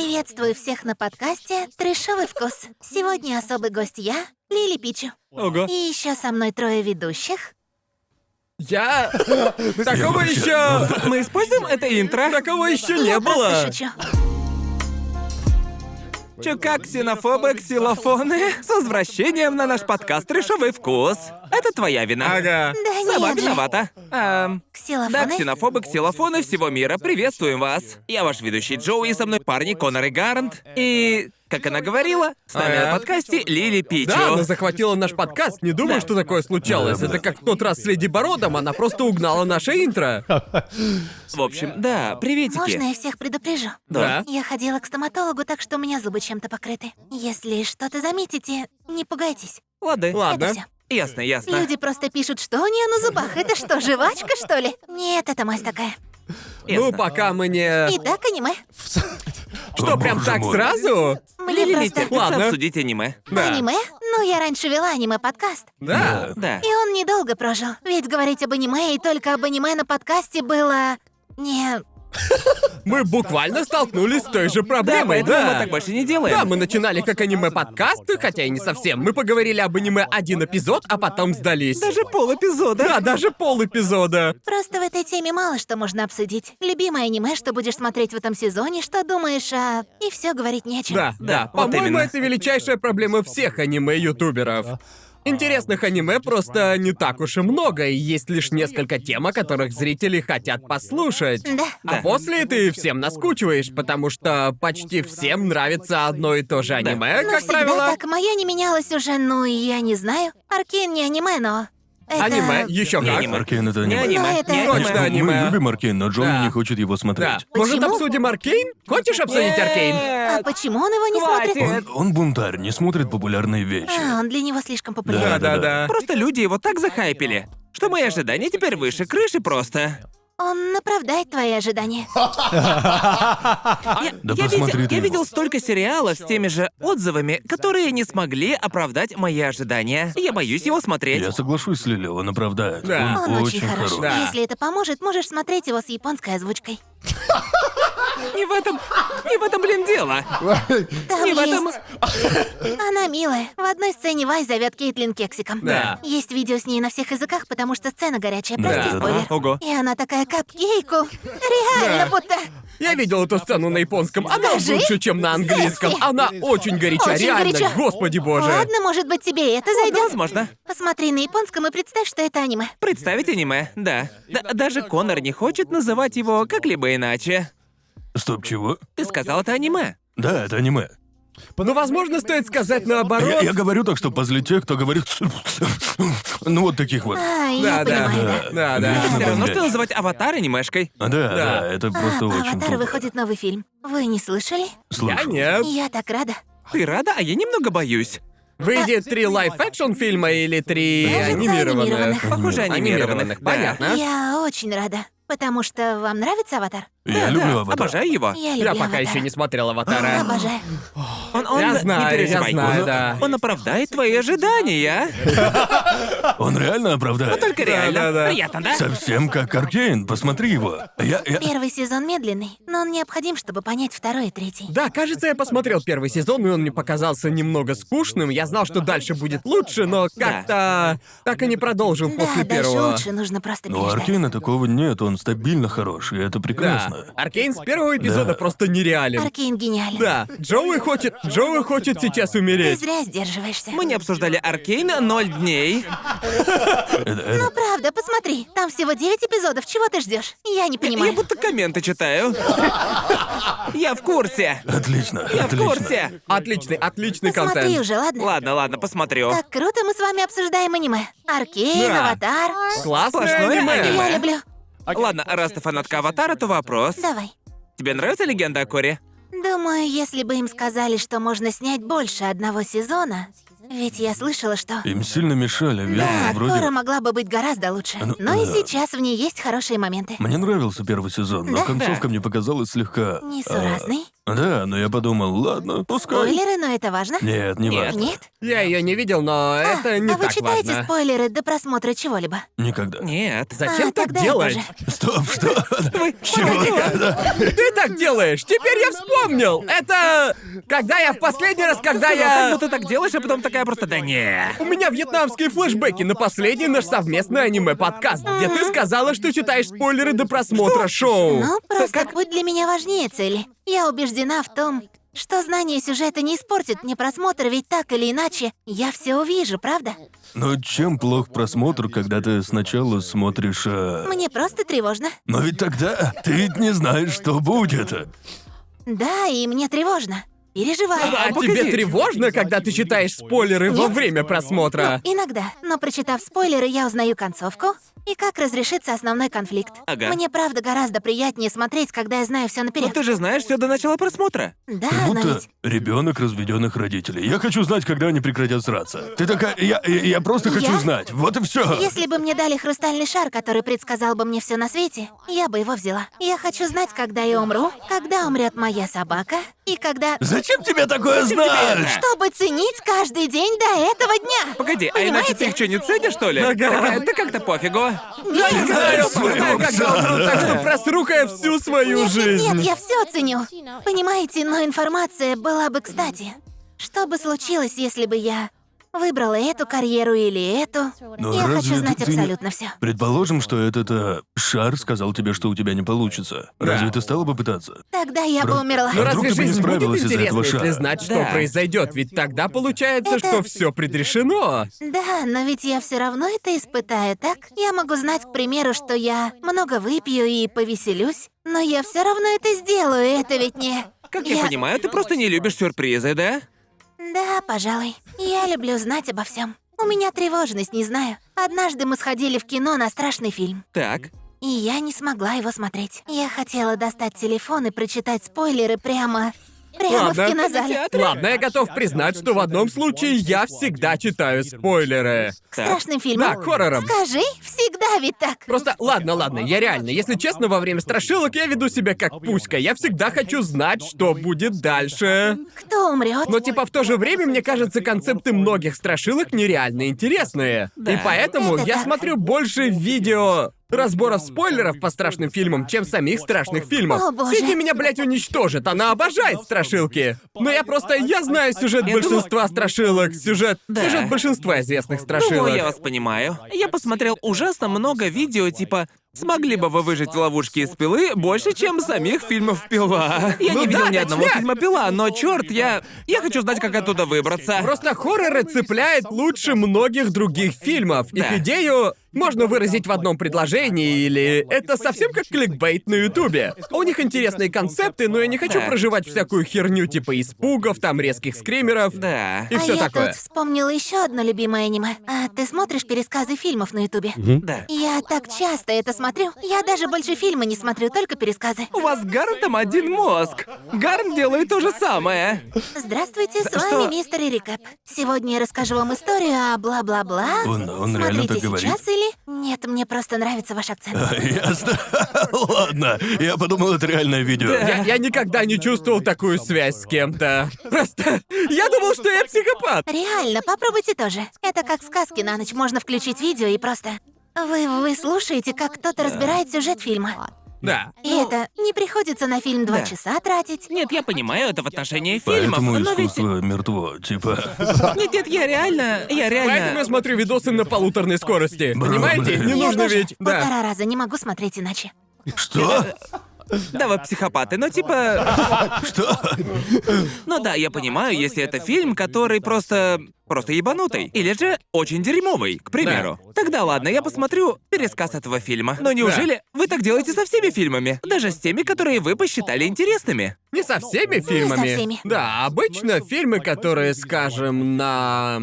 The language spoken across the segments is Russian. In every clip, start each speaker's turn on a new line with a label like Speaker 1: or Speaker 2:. Speaker 1: Приветствую всех на подкасте «Трешовый вкус». Сегодня особый гость я, Лили Пичу.
Speaker 2: Ого.
Speaker 1: И еще со мной трое ведущих.
Speaker 2: Я... Такого еще... Мы используем это интро? Такого еще не
Speaker 1: я просто
Speaker 2: было.
Speaker 1: шучу.
Speaker 2: Чука, ксенофобы, ксилофоны. С возвращением на наш подкаст «Трешовый вкус». Это твоя вина. Ага.
Speaker 1: Да
Speaker 2: Сама
Speaker 1: нет же.
Speaker 2: виновата. Эм,
Speaker 1: Ксилофоны?
Speaker 2: Да, ксенофобы, ксилофоны всего мира, приветствуем вас. Я ваш ведущий Джоу, и со мной парни Конор и Гарант. И, как она говорила, с нами
Speaker 3: Ага.
Speaker 2: на подкасте Лили Пичу.
Speaker 3: Да, она захватила наш подкаст. Не
Speaker 2: Да.
Speaker 3: думаю, что такое случалось. Это как в тот раз с Леди Бородом, она просто угнала наше интро.
Speaker 2: В общем, да, приветики.
Speaker 1: Можно я всех предупрежу?
Speaker 2: Да.
Speaker 1: Я ходила к стоматологу, так что у меня зубы чем-то покрыты. Если что-то заметите, не пугайтесь.
Speaker 2: Ладно.
Speaker 1: Это
Speaker 3: Ладно.
Speaker 1: все.
Speaker 2: Ясно, ясно.
Speaker 1: Люди просто пишут, что у нее на зубах. Это что, жвачка, что ли? Нет, это мазь такая.
Speaker 3: Ну,
Speaker 2: Ясно.
Speaker 3: пока мы не...
Speaker 1: И так аниме.
Speaker 3: Что, прям
Speaker 4: боже
Speaker 3: так
Speaker 4: мой.
Speaker 3: сразу?
Speaker 1: Мне просто...
Speaker 2: Хочется
Speaker 3: Ладно.
Speaker 2: обсудить аниме.
Speaker 3: Да.
Speaker 1: Аниме? Ну, я раньше вела аниме-подкаст.
Speaker 3: Да.
Speaker 2: Да.
Speaker 1: И он недолго прожил. Ведь говорить об аниме и только об аниме на подкасте было... Не...
Speaker 3: Мы буквально столкнулись с той же
Speaker 2: Да,
Speaker 3: проблемой,
Speaker 2: поэтому мы
Speaker 3: да.
Speaker 2: так больше не делаем.
Speaker 3: Да, мы начинали как аниме-подкасты, хотя и не совсем. Мы поговорили об аниме один эпизод, а потом сдались.
Speaker 2: Даже пол эпизода.
Speaker 3: Да, даже пол эпизода.
Speaker 1: Просто в этой теме мало что можно обсудить. Любимое аниме, что будешь смотреть в этом сезоне, что думаешь о... И все говорить не о чем.
Speaker 3: Да, да.
Speaker 2: вот
Speaker 3: По-моему,
Speaker 2: именно.
Speaker 3: это величайшая проблема всех аниме-ютуберов. Интересных аниме просто не так уж и много, и есть лишь несколько тем, о которых зрители хотят послушать.
Speaker 1: Да.
Speaker 3: А
Speaker 2: Да.
Speaker 3: после ты всем наскучиваешь, потому что почти всем нравится одно и то же аниме,
Speaker 1: Но
Speaker 3: Э, как
Speaker 1: Ну, всегда
Speaker 3: правило.
Speaker 1: так, мое не менялось уже, ну, и я не знаю. Аркейн не аниме, но... Это...
Speaker 3: Аниме, еще
Speaker 2: Не
Speaker 3: как.
Speaker 2: аниме.
Speaker 4: Аркейн это
Speaker 2: Не
Speaker 4: аниме.
Speaker 2: аниме,
Speaker 1: это-
Speaker 2: не аниме.
Speaker 3: Точно
Speaker 4: Мы-
Speaker 3: аниме.
Speaker 4: Мы любим Аркейн, но Джоуи
Speaker 3: Да.
Speaker 4: не хочет его
Speaker 3: Да.
Speaker 4: смотреть.
Speaker 3: Может,
Speaker 1: Почему?
Speaker 3: обсудим Аркейн? Хочешь обсудить Аркейн?
Speaker 1: А почему он его не смотрит?
Speaker 2: Хватит.
Speaker 4: Он, он бунтарь, не смотрит популярные вещи.
Speaker 1: А, он для него слишком популярен.
Speaker 4: Да, да,
Speaker 3: Да-да-да.
Speaker 2: Просто люди его так захайпили, что мои ожидания теперь выше крыши просто.
Speaker 1: Он оправдает твои ожидания.
Speaker 2: Я,
Speaker 4: Да
Speaker 2: я
Speaker 4: посмотри
Speaker 2: видел,
Speaker 4: ты
Speaker 2: я
Speaker 4: его.
Speaker 2: видел столько сериалов с теми же отзывами, которые не смогли оправдать мои ожидания. Я боюсь его смотреть.
Speaker 4: Я соглашусь с Лили, он оправдает.
Speaker 3: Да.
Speaker 4: Он,
Speaker 1: Он очень хорош.
Speaker 4: хорош.
Speaker 3: Да.
Speaker 1: Если это поможет, можешь смотреть его с японской озвучкой.
Speaker 2: Не в этом, не в этом, блин, дело.
Speaker 1: Там
Speaker 2: Не в этом.
Speaker 1: есть. Она милая. В одной сцене Вай зовет Кейтлин кексиком.
Speaker 3: Да.
Speaker 1: Есть видео с ней на всех языках, потому что сцена горячая,
Speaker 4: Да,
Speaker 1: прости,
Speaker 4: да, да.
Speaker 1: спойлер.
Speaker 2: Ого.
Speaker 1: И она такая капкейку. Реально будто.
Speaker 3: Я видел эту сцену на японском. Она
Speaker 1: Скажи,
Speaker 3: лучше, чем на английском.
Speaker 1: секси.
Speaker 3: Она очень горяча,
Speaker 1: Очень
Speaker 3: реально.
Speaker 1: горяча.
Speaker 3: Господи боже.
Speaker 1: Ладно, может быть, тебе и это зайдет.
Speaker 2: Возможно.
Speaker 1: Посмотри на японском и представь, что это аниме.
Speaker 2: Представить аниме, да. Да- даже Конор не хочет называть его как-либо иначе.
Speaker 4: Стоп, чего?
Speaker 2: Ты сказал, это аниме.
Speaker 4: Да, это аниме.
Speaker 3: Ну, возможно, стоит сказать
Speaker 4: Я,
Speaker 3: наоборот.
Speaker 4: я говорю так, что позли те, кто говорит... Ну вот таких вот.
Speaker 1: А, я
Speaker 3: Да, да,
Speaker 1: понимаю, да.
Speaker 3: да, да, да.
Speaker 4: Вечно
Speaker 2: Все равно, ну, что
Speaker 4: бомбят.
Speaker 2: называть аватар анимешкой.
Speaker 4: Да, да, это
Speaker 1: А,
Speaker 4: просто
Speaker 1: по
Speaker 4: очень
Speaker 1: «Аватару»
Speaker 4: круто.
Speaker 1: выходит новый фильм. Вы не слышали?
Speaker 3: Я
Speaker 4: Слышал.
Speaker 3: нет.
Speaker 1: Я так рада.
Speaker 2: Ты рада, а я немного боюсь.
Speaker 3: Выйдет три лайф-экшн фильма или три
Speaker 1: Кажется,
Speaker 3: анимированных?
Speaker 1: анимированных.
Speaker 2: Похоже,
Speaker 3: Анимированных,
Speaker 2: анимированных. да.
Speaker 3: понятно.
Speaker 1: Я очень рада. Потому что вам нравится «Аватар»?
Speaker 4: Я люблю
Speaker 2: Да,
Speaker 4: аватар.
Speaker 2: Обожаю его.
Speaker 1: Я люблю
Speaker 3: Я пока
Speaker 1: «Аватара».
Speaker 3: еще не смотрел «Аватара».
Speaker 1: Обожаю.
Speaker 2: Он, он-
Speaker 3: Я
Speaker 2: не
Speaker 3: знаю, я
Speaker 2: переживай.
Speaker 3: знаю,
Speaker 2: он,
Speaker 3: да.
Speaker 2: он оправдает твои ожидания.
Speaker 4: Он реально оправдает.
Speaker 2: Только реально.
Speaker 3: да, да.
Speaker 2: Приятно, да?
Speaker 4: Совсем как Аркейн, посмотри его. Я, я...
Speaker 1: Первый сезон медленный, но он необходим, чтобы понять второй и третий.
Speaker 3: Да, кажется, я посмотрел первый сезон, и он мне показался немного скучным. Я знал, что дальше будет лучше, но как-то так и не продолжил после
Speaker 1: да, дальше
Speaker 3: первого.
Speaker 1: лучше, нужно просто
Speaker 4: Ну, у
Speaker 1: переждать.
Speaker 4: Аркейна такого нет, он стабильно хорош, и это прекрасно.
Speaker 3: Да. Аркейн с первого эпизода
Speaker 4: Да.
Speaker 3: просто нереален.
Speaker 1: Аркейн гениален.
Speaker 3: Да, Джоуи хочет, Джоуи хочет сейчас
Speaker 1: Ты
Speaker 3: умереть.
Speaker 1: зря сдерживаешься.
Speaker 2: Мы не обсуждали Аркейна ноль дней.
Speaker 4: Это- это-
Speaker 1: Ну, Правда, посмотри, там всего 9 эпизодов, чего ты ждешь? Я не
Speaker 2: Я
Speaker 1: понимаю.
Speaker 2: будто комменты читаю. Я в курсе.
Speaker 4: Отлично,
Speaker 2: Я в
Speaker 4: отлично.
Speaker 2: курсе.
Speaker 3: Отличный, отличный
Speaker 1: Посмотри
Speaker 3: контент.
Speaker 1: уже, ладно?
Speaker 2: Ладно, ладно, посмотрю.
Speaker 1: Как круто мы с вами обсуждаем аниме. Аркейн,
Speaker 3: Да.
Speaker 1: Аватар.
Speaker 3: Классное
Speaker 2: Сплошное
Speaker 3: аниме.
Speaker 2: аниме.
Speaker 1: Я люблю.
Speaker 2: Ладно, раз ты фанатка Аватара, то вопрос.
Speaker 1: Давай.
Speaker 2: Тебе нравится легенда о Коре?
Speaker 1: Думаю, если бы им сказали, что можно снять больше одного сезона, ведь я слышала, что...
Speaker 4: Им сильно мешали, верно?
Speaker 1: Да,
Speaker 4: э, Вроде...
Speaker 1: Кора могла бы быть гораздо лучше.
Speaker 4: Ну,
Speaker 1: Но и
Speaker 4: да.
Speaker 1: сейчас в ней есть хорошие моменты.
Speaker 4: Мне нравился первый сезон, но
Speaker 1: Да?
Speaker 4: концовка мне показалась слегка... а,
Speaker 1: Несуразный.
Speaker 4: Да, но я подумал, ладно, пускай.
Speaker 1: Спойлеры, но это важно?
Speaker 4: Нет, не
Speaker 2: Нет.
Speaker 4: важно.
Speaker 1: Нет?
Speaker 3: Я ее не видел, но это не
Speaker 1: а вы
Speaker 3: так
Speaker 1: читаете
Speaker 3: важно.
Speaker 1: спойлеры до просмотра чего-либо?
Speaker 4: Никогда.
Speaker 2: Нет.
Speaker 3: Зачем
Speaker 1: А,
Speaker 3: так
Speaker 1: тогда я
Speaker 3: делаешь?
Speaker 1: тоже.
Speaker 4: Стоп, что? Чего никогда?
Speaker 3: Ты так делаешь! Теперь я вспомнил! Это... Когда я в последний раз, когда
Speaker 2: Как
Speaker 3: я...
Speaker 2: будто так делаешь, а потом такая просто да не.
Speaker 3: а У меня вьетнамские флешбеки на последний наш совместный аниме-подкаст, где ты сказала, что читаешь спойлеры до просмотра шоу.
Speaker 1: Ну, просто путь для меня важнее цели. Я убеждена в том, что знание сюжета не испортит мне просмотр, ведь так или иначе я все увижу, правда?
Speaker 4: Но Ну, чем плох просмотр, когда ты сначала смотришь... э,
Speaker 1: Мне просто тревожно.
Speaker 4: Но ведь тогда ты ведь не знаешь, что будет.
Speaker 1: Да, и мне тревожно. Переживаю.
Speaker 3: А Ну?
Speaker 2: погоди.
Speaker 3: тебе тревожно, когда ты читаешь спойлеры во
Speaker 1: Нет.
Speaker 3: время просмотра?
Speaker 1: Иногда, но прочитав спойлеры, я узнаю концовку и как разрешится основной конфликт.
Speaker 2: Ага.
Speaker 1: Мне правда гораздо приятнее смотреть, когда я знаю все
Speaker 2: Ну
Speaker 1: наперед.
Speaker 2: ты же знаешь все до начала просмотра.
Speaker 1: Да,
Speaker 4: Как
Speaker 1: но
Speaker 4: будто
Speaker 1: ведь
Speaker 4: ребенок разведенных родителей. Я хочу знать, когда они прекратят сраться. Ты такая. Я, я, я просто хочу
Speaker 1: Я?
Speaker 4: знать. Вот и все.
Speaker 1: если бы мне дали хрустальный шар, который предсказал бы мне все на свете, я бы его взяла. Я хочу знать, когда я умру, когда умрет моя собака и когда.
Speaker 4: Зачем тебе такое знать?
Speaker 1: Чтобы ценить каждый день до этого дня.
Speaker 2: Погоди, а иначе ты их что, не ценишь, что ли?
Speaker 3: Ага.
Speaker 2: Такая, Да как-то пофигу.
Speaker 1: Нет,
Speaker 3: Ну, Не знаю,
Speaker 4: Знаешь своего
Speaker 3: знаю, как
Speaker 4: пса,
Speaker 3: должен,
Speaker 4: да.
Speaker 3: так что просрукая всю свою
Speaker 1: нет, нет,
Speaker 3: жизнь.
Speaker 1: нет, я все ценю. Понимаете, но информация была бы кстати. Что бы случилось, если бы я выбрала эту карьеру или эту?
Speaker 4: Ну,
Speaker 1: я
Speaker 4: разве
Speaker 1: хочу знать
Speaker 4: ты- ты не-
Speaker 1: абсолютно все.
Speaker 4: Предположим, что этот э, шар сказал тебе, что у тебя не получится. Разве ты стала бы пытаться?
Speaker 1: Тогда я бы
Speaker 4: Правда.
Speaker 1: умерла.
Speaker 3: Но
Speaker 4: Ну, А
Speaker 3: разве
Speaker 4: вдруг ты бы не
Speaker 3: жизнь будет
Speaker 4: справилась из-за
Speaker 3: интересна,
Speaker 4: этого
Speaker 3: если
Speaker 4: шара?
Speaker 3: знать, что
Speaker 2: Да.
Speaker 3: произойдет? Ведь тогда получается,
Speaker 1: Это-
Speaker 3: что все предрешено.
Speaker 1: Да, но ведь я все равно это испытаю, так? Я могу знать, к примеру, что я много выпью и повеселюсь, но я все равно это сделаю, это ведь не.
Speaker 2: Как я понимаю, ты просто не любишь сюрпризы, да?
Speaker 1: Да, пожалуй. Я люблю знать обо всем. У меня тревожность, не знаю. Однажды мы сходили в кино на страшный фильм.
Speaker 2: Так.
Speaker 1: И я не смогла его смотреть. Я хотела достать телефон и прочитать спойлеры прямо... Прямо
Speaker 3: Ладно.
Speaker 1: в кинозале.
Speaker 3: Ладно, я готов признать, что в одном случае я всегда читаю спойлеры.
Speaker 2: Так.
Speaker 1: Страшным
Speaker 3: Да,
Speaker 1: фильмом.
Speaker 3: к хоррорам.
Speaker 1: Скажи, всегда ведь так.
Speaker 3: Просто, ладно, ладно, я реально, если честно, во время страшилок я веду себя как пуська. Я всегда хочу знать, что будет дальше.
Speaker 1: Кто умрет?
Speaker 3: Но типа в то же время, мне кажется, концепты многих страшилок нереально интересные. И поэтому
Speaker 1: Это
Speaker 3: я
Speaker 1: так.
Speaker 3: смотрю больше видео разборов спойлеров по страшным фильмам, чем самих страшных фильмов.
Speaker 1: О, боже.
Speaker 3: Сиди меня, блядь, уничтожит, она обожает страшилки. Но я просто, я знаю сюжет
Speaker 2: Я
Speaker 3: большинства страшилок, сюжет,
Speaker 2: Да.
Speaker 3: сюжет большинства известных
Speaker 2: Думаю, я
Speaker 3: страшилок.
Speaker 2: вас понимаю. Я посмотрел ужасно много видео, типа «Смогли бы вы выжить ловушки из пилы больше, чем самих фильмов «Пила». Я
Speaker 3: Ну
Speaker 2: не видел
Speaker 3: да,
Speaker 2: ни одного
Speaker 3: точняк.
Speaker 2: фильма «Пила», но черт, я... Я хочу знать, как оттуда выбраться.
Speaker 3: Просто хорроры цепляют лучше многих других фильмов.
Speaker 2: Да.
Speaker 3: Их идею можно выразить в одном предложении, или это совсем как кликбейт на Ютубе. У них интересные концепты, но я не хочу
Speaker 2: Да.
Speaker 3: проживать всякую херню типа испугов, там резких скримеров.
Speaker 2: Да.
Speaker 3: И
Speaker 1: а
Speaker 3: все
Speaker 1: я
Speaker 3: такое.
Speaker 1: тут вспомнила еще одно любимое аниме. А ты смотришь пересказы фильмов на Ютубе?
Speaker 2: Да.
Speaker 1: Я так часто это смотрю. Я даже больше фильмы не смотрю, только пересказы.
Speaker 2: У вас с Гарнтом один мозг. Гарн делает то же самое.
Speaker 1: Здравствуйте, с
Speaker 2: Да
Speaker 1: вами
Speaker 2: что?
Speaker 1: мистер Рикап. Сегодня я расскажу вам историю о бла-бла-бла.
Speaker 4: Он- он реально
Speaker 1: Смотрите
Speaker 4: так говорит?
Speaker 1: сейчас или... Нет, мне просто нравится ваш акцент.
Speaker 4: Ясно. Ладно. Я подумал, это реальное видео.
Speaker 3: Я, я никогда не чувствовал такую связь с кем-то. Просто я думал, что я психопат.
Speaker 1: Реально, попробуйте тоже. Это как сказки на ночь. Можно включить видео и просто... Вы, вы слушаете, как кто-то разбирает сюжет фильма.
Speaker 3: Да.
Speaker 1: И
Speaker 4: Ну.
Speaker 1: это не приходится на фильм два
Speaker 2: Да.
Speaker 1: часа тратить.
Speaker 2: Нет, я понимаю, это в отношении фильмов,
Speaker 4: Поэтому
Speaker 2: но ведь...
Speaker 4: искусство мертво. Типа.
Speaker 2: Нет, нет, я реально... Я
Speaker 3: Поэтому я
Speaker 2: реально...
Speaker 3: смотрю видосы на полуторной скорости.
Speaker 4: Бро,
Speaker 3: Понимаете?
Speaker 4: блин.
Speaker 3: Не
Speaker 1: Я
Speaker 3: нужно
Speaker 1: даже
Speaker 3: ведь. Да.
Speaker 1: Полтора раза не могу смотреть иначе.
Speaker 4: Что?
Speaker 2: Да, вы психопаты, но типа...
Speaker 4: Что?
Speaker 2: Ну да, я понимаю, если это фильм, который просто... Просто ебанутый. Или же очень дерьмовый, к примеру. Тогда ладно, я посмотрю пересказ этого фильма. Но неужели вы так делаете со всеми фильмами? Даже с теми, которые вы посчитали интересными?
Speaker 3: Не со всеми
Speaker 1: Ну, не со
Speaker 3: фильмами.
Speaker 1: всеми.
Speaker 3: Да, обычно фильмы, которые, скажем, на...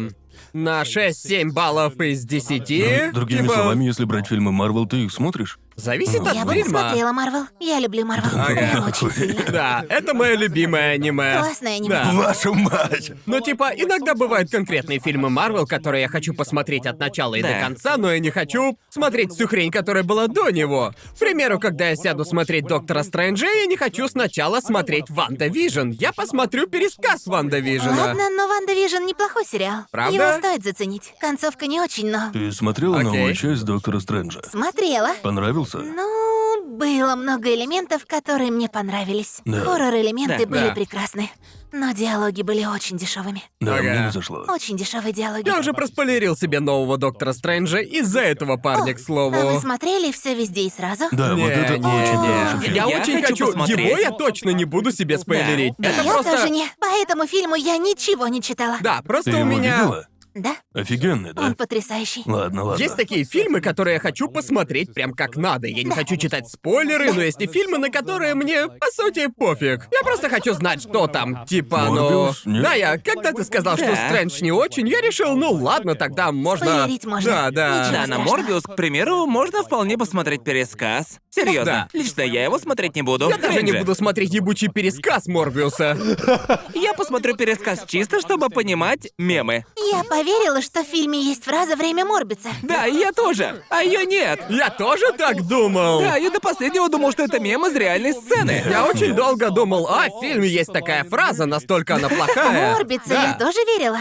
Speaker 3: На 6-7 баллов из 10.
Speaker 4: Другими
Speaker 3: типа,
Speaker 4: словами, если брать фильмы Марвел, ты их смотришь?
Speaker 3: Зависит от
Speaker 1: Я бы
Speaker 3: фильма.
Speaker 1: посмотрела Марвел. Я люблю Марвел.
Speaker 3: Ага.
Speaker 1: Очень сильно.
Speaker 3: Да, это мое любимое аниме.
Speaker 1: Классное аниме.
Speaker 3: Да.
Speaker 4: Вашу мать!
Speaker 3: Ну, типа, иногда бывают конкретные фильмы Марвел, которые я хочу посмотреть от начала и
Speaker 2: Да.
Speaker 3: до конца, но я не хочу смотреть всю хрень, которая была до него. К примеру, когда я сяду смотреть Доктора Стрэнджа, я не хочу сначала смотреть Ванда Вижн. Я посмотрю пересказ Ванда Вижна.
Speaker 1: Ладно, но Ванда Вижн неплохой сериал.
Speaker 3: Правда?
Speaker 1: Его стоит заценить. Концовка не очень, но...
Speaker 4: Ты смотрела
Speaker 3: Окей.
Speaker 4: новую часть Доктора Стрэнджа?
Speaker 1: Смотрела.
Speaker 4: Понравился?
Speaker 1: Ну, было много элементов, которые мне понравились.
Speaker 4: Да.
Speaker 1: Хоррор-элементы
Speaker 2: Да.
Speaker 1: были
Speaker 3: Да.
Speaker 1: прекрасны. Но диалоги были очень дешевыми.
Speaker 4: Да,
Speaker 3: Ага.
Speaker 4: мне не зашло.
Speaker 1: Очень дешевые диалоги.
Speaker 3: Я уже проспойлерил себе нового Доктора Стрэнджа из-за этого парня, к
Speaker 1: А вы
Speaker 3: слову.
Speaker 1: смотрели все везде и сразу?
Speaker 4: Да, Э, вот
Speaker 3: Не,
Speaker 4: это
Speaker 3: не,
Speaker 4: очень
Speaker 3: не.
Speaker 4: хороший фильм.
Speaker 3: Я,
Speaker 2: Я
Speaker 3: очень
Speaker 2: хочу
Speaker 3: хочу.
Speaker 2: посмотреть.
Speaker 3: Его я точно не буду себе спойлерить.
Speaker 2: Да.
Speaker 3: Это
Speaker 1: я
Speaker 3: просто.
Speaker 1: тоже не. По этому фильму я ничего не читала.
Speaker 3: Да,
Speaker 4: Ты
Speaker 3: просто у
Speaker 4: его
Speaker 3: меня. А.
Speaker 4: видела?
Speaker 1: Да?
Speaker 4: Офигенный, да?
Speaker 1: Он потрясающий.
Speaker 4: Ладно, ладно.
Speaker 3: Есть такие фильмы, которые я хочу посмотреть прям как надо. Я не хочу читать спойлеры, но есть и фильмы, на которые мне, по сути, пофиг. Я просто хочу знать, что там. Типа, ну...
Speaker 4: Морбиус? Нет.
Speaker 3: Да, я... Когда ты сказал, что
Speaker 2: Да.
Speaker 3: Стрэндж не очень, я решил, ну ладно, тогда можно...
Speaker 1: Спойлерить можно.
Speaker 3: Да, да.
Speaker 1: Ничего
Speaker 2: Да, на
Speaker 1: страшного.
Speaker 2: Морбиус, к примеру, можно вполне посмотреть пересказ. Серьезно.
Speaker 3: Да.
Speaker 2: Лично я его смотреть не буду.
Speaker 3: Я даже не
Speaker 2: Кринжи.
Speaker 3: буду смотреть ебучий пересказ Морбиуса.
Speaker 2: Я посмотрю пересказ чисто, чтобы понимать мемы.
Speaker 1: Я поверила, что в фильме есть фраза «Время Морбица».
Speaker 2: Да, и я тоже. А ее нет.
Speaker 3: Я тоже так думал.
Speaker 2: Да, я до последнего думал, что это мем из реальной сцены.
Speaker 3: Я очень долго думал, а, в фильме есть такая фраза, настолько она плохая.
Speaker 1: Морбица
Speaker 3: Да.
Speaker 1: я тоже верила.